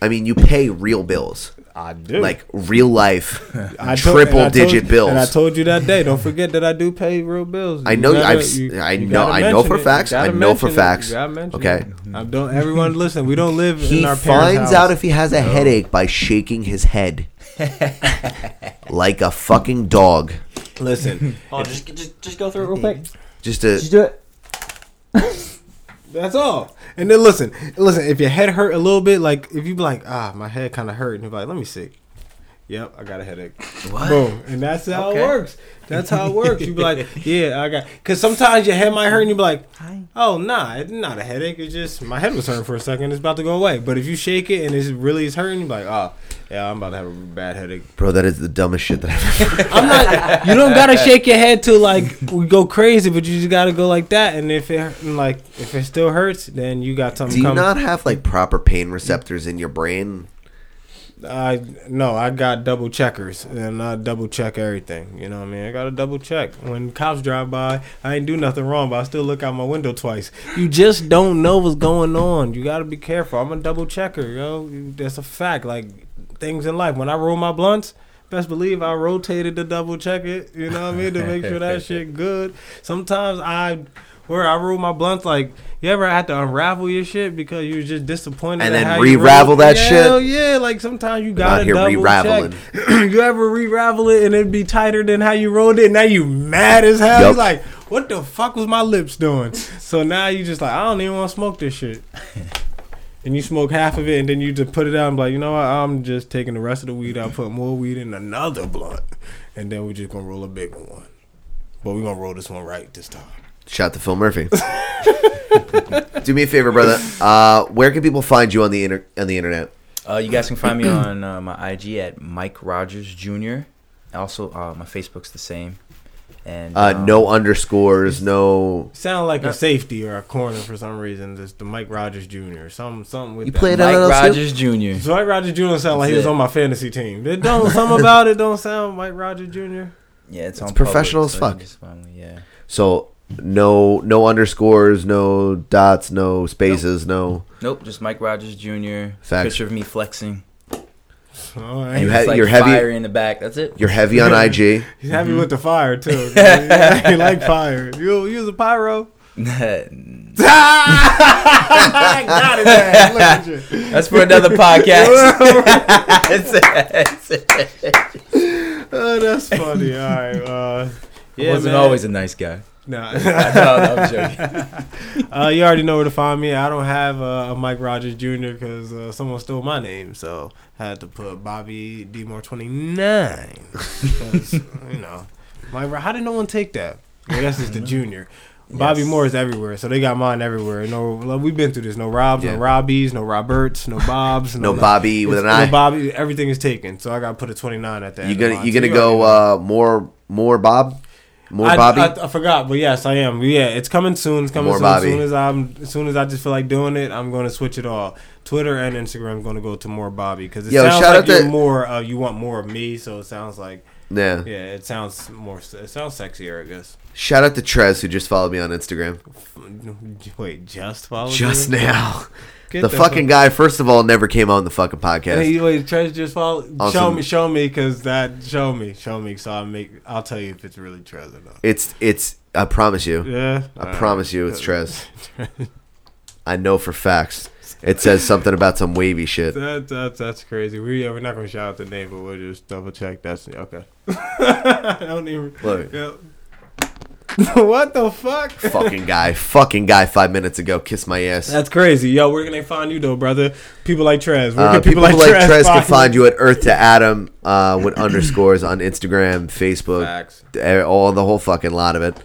I mean, you pay real bills.
I do.
Like real life,
told-
triple
and I
digit
told-
bills.
And I
I,
told you that day. Don't forget that I do pay real bills. You
know.
gotta-
I've. s-
you-
I
you
know.
gotta
I know for
mention it. You
facts. I
gotta
know for
mention it. You
facts.
gotta mention
Okay.
it. I don't. Everyone, listen. We don't live
He
in our parents'
finds
house.
out if he has a headache by shaking his head, like a fucking dog.
Listen,
Oh, just, Mm. just just go through it real quick.
Just a.
Just do it.
that's all. And then listen, listen. If your head hurt a little bit, like if you be like, ah, my head kind of hurt, and you're like, let me see. Yep, I got a headache.
What?
Boom, and that's how
Okay.
it works. That's how it works. You be like, yeah, I got. Because sometimes your head might hurt, and you be like, oh nah, it's not a headache. It's just my head was hurting for a second. It's about to go away. But if you shake it and it really is hurting, you be like, oh yeah, I'm about to have a bad headache.
Bro, that is the dumbest shit that I've ever.
I'm not. You don't gotta shake your head to like we go crazy, but you just gotta go like that. And if it and, like if it still hurts, then you got something
Do you
coming.
not have like proper pain receptors in your brain?
I no, I got double checkers, and I double check everything. You know what I mean? I gotta double check when cops drive by. I ain't do nothing wrong, but I still look out my window twice. You just don't know what's going on. You gotta be careful. I'm a double checker, yo. That's a fact. Like things in life. When I roll my blunts, Best believe I rotated to double check it. You know what I mean to make sure that shit good. Sometimes I. Where I roll my blunts, like you ever had to unravel your shit because you was just disappointed,
And
at
then
how you
re-ravel
rolled?
that
Hell
shit?
Yeah, like sometimes you
out
gotta
here
double
re-raveling.
check. you ever re-ravel it and it be tighter than how you rolled it. Now you mad as hell.
Yup.
It's like what the fuck was my lips doing? So now you just like I don't even want to smoke this shit. And you smoke half of it, and then you just put it out. and be like, you know what? I'm just taking the rest of the weed. I put more weed in another blunt, and then we're just gonna roll a bigger one. But we're gonna roll this one right this time.
Shout to Phil Murphy. Do me a favor, brother. Uh, where can people find you on the inter- on the internet?
Uh, you guys can find me on uh, my IG at Mike Rogers Jr. Also, uh, my Facebook's the same. And
Uh,
um,
no underscores, no.
Sound like
No.
a safety or a corner for some reason. It's the Mike Rogers Jr. Something, something with
You
that.
played
Mike Rogers Jr.
So Mike Rogers Jr. sound like
That's
he was
it.
on my fantasy team. It don't something about it don't sound Mike Rogers Jr.
Yeah, it's, on
It's
public,
professional as
so you
fuck.
just find me, yeah.
So no no underscores, no dots, no spaces, no.
Nope, just Mike Rogers Jr.
Facts.
Picture of me flexing.
All right.
And
You
you
ha-
like
you're heavy-
fire in the back. That's it.
You're heavy on IG.
He's happy with the fire too. he like fire. You you was a pyro. Got his ass. Look at you.
That's for another podcast. That's it, that's it.
oh, that's funny. All right. Uh,
I wasn't
man.
always a nice guy.
No.
no, no, I'm joking.
uh, you already know where to find me. I don't have uh, a Mike Rogers Jr. because uh, someone stole my name, so I had to put Bobby Dmore twenty nine. Because you know, Mike, Ro- how did no one take that? I guess it's the Junior. Bobby
Yes.
Moore is everywhere, so they got mine everywhere. No, like, we've been through this. No Robs,
Yeah.
no Robbies, no Roberts, no Bobs,
No Bobby E with
It's-
an I.
No Bobby, everything is taken. So I got to put a twenty nine at the
You
end. of
gonna
mine.
you
So
gonna go
already know.
uh, more more Bob, more
I,
Bobby.
I, I forgot, but yes, I am. Yeah, it's coming soon. It's coming
More
soon.
Bobby.
As soon as I'm, as soon as I just feel like doing it, I'm going to switch it all. Twitter and Instagram going to go to more Bobby because it
Yo,
sounds
shout
like
out
you're
to-
more. Uh, you want more of me, so it sounds like
Yeah.
yeah. It sounds more. It sounds sexier, I guess.
Shout out to Trez who just followed me on Instagram
Wait, just
Oh,
follow
just
you?
now.
Get
the fucking guy, first of all, never came on the fucking podcast.
Hey, wait, Trez just follow. Show
Awesome.
me, show me, because that show me, show me. So I make. I'll tell you if it's really Trez or not.
It's it's. I promise you.
Yeah?
I
Alright.
promise you, it's Trez. I know for facts. It says something about some wavy shit.
That, that, that's crazy. We, yeah, we're not going to shout out the name, but we'll just double check. That's okay. I don't even.
Look.
Yep. what the fuck?
fucking guy. Fucking guy. Five minutes ago, kiss my ass.
That's crazy. Yo, where can they find you, though, brother? People like Trez. Where
Uh,
can
people, like, Trez, can find
you?
you at Earth to Adam uh, with underscores on Instagram, Facebook,
Facts.
eh, all the whole fucking lot of it.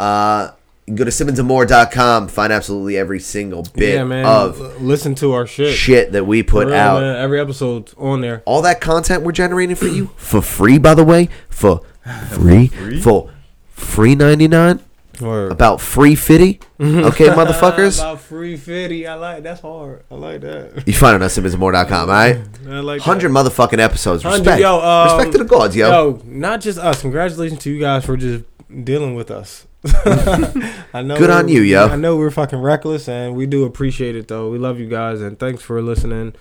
Uh, you can go to simmonsandmore.com, find absolutely every single bit
yeah, man.
of
L- listen to our shit.
shit that we
For
put
real,
out.
man. Every episode's on there.
All that content we're generating for you for free, by the way, for free, for free ninety nine.
Word.
About free fitty, okay, motherfuckers.
About free 50. I like That's hard. I like that.
You find it on simmonsandmore.com, all right?
I like that.
Hundred motherfucking episodes.
100
Respect,
Yo, um,
respect to the gods, yo.
Not just us. Congratulations to you guys for just dealing with us. I know.
Good on
we're-
you, yo.
I know we're fucking reckless, and we do appreciate it though. We love you guys, and thanks for listening.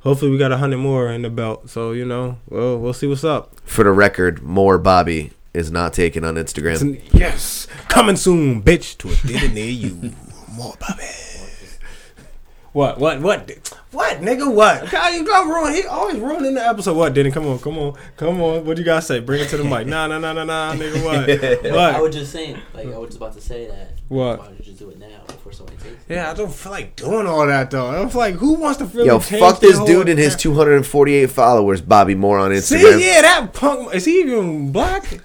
Hopefully, we got a hundred more in the belt. So you know, well, we'll see what's up.
For the record, more Bobby is not taken on Instagram.
It's- yes, coming soon, bitch, to a theater near you. More Bobby. What? What? What? What, nigga? What? God, you got ruin. He always ruining the episode. What, Denny? Come on, come on, come on. What you gotta say? Bring it to the mic. Nah, nah, nah, nah, nah, nigga. What? What?
I was just saying, like, I was about to say that.
What?
Why don't you just do it now before somebody takes it?
Yeah, I don't feel like doing all that though. I was like, who wants to really
Yo,
change
fuck
their
this
whole-
dude and his 248 followers, Bobby Moore on
See,
Instagram.
yeah, that punk is he even black?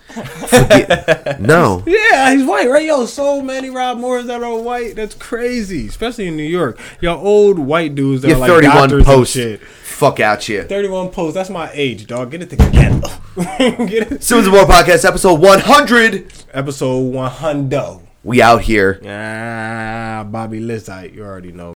No.
Yeah, he's white, right? Yo, so many Rob Moores that are white. That's crazy, especially in New York. Yo, old white dudes that
You're
are like
31
doctors
posts.
and shit.
Fuck out you.
Thirty-one posts. That's my age, dog. Get it together. Get it.
Simmons and Moore Podcast, episode 100.
Episode one hundo.
We out here.
Ah, Bobby Lizite. You already know.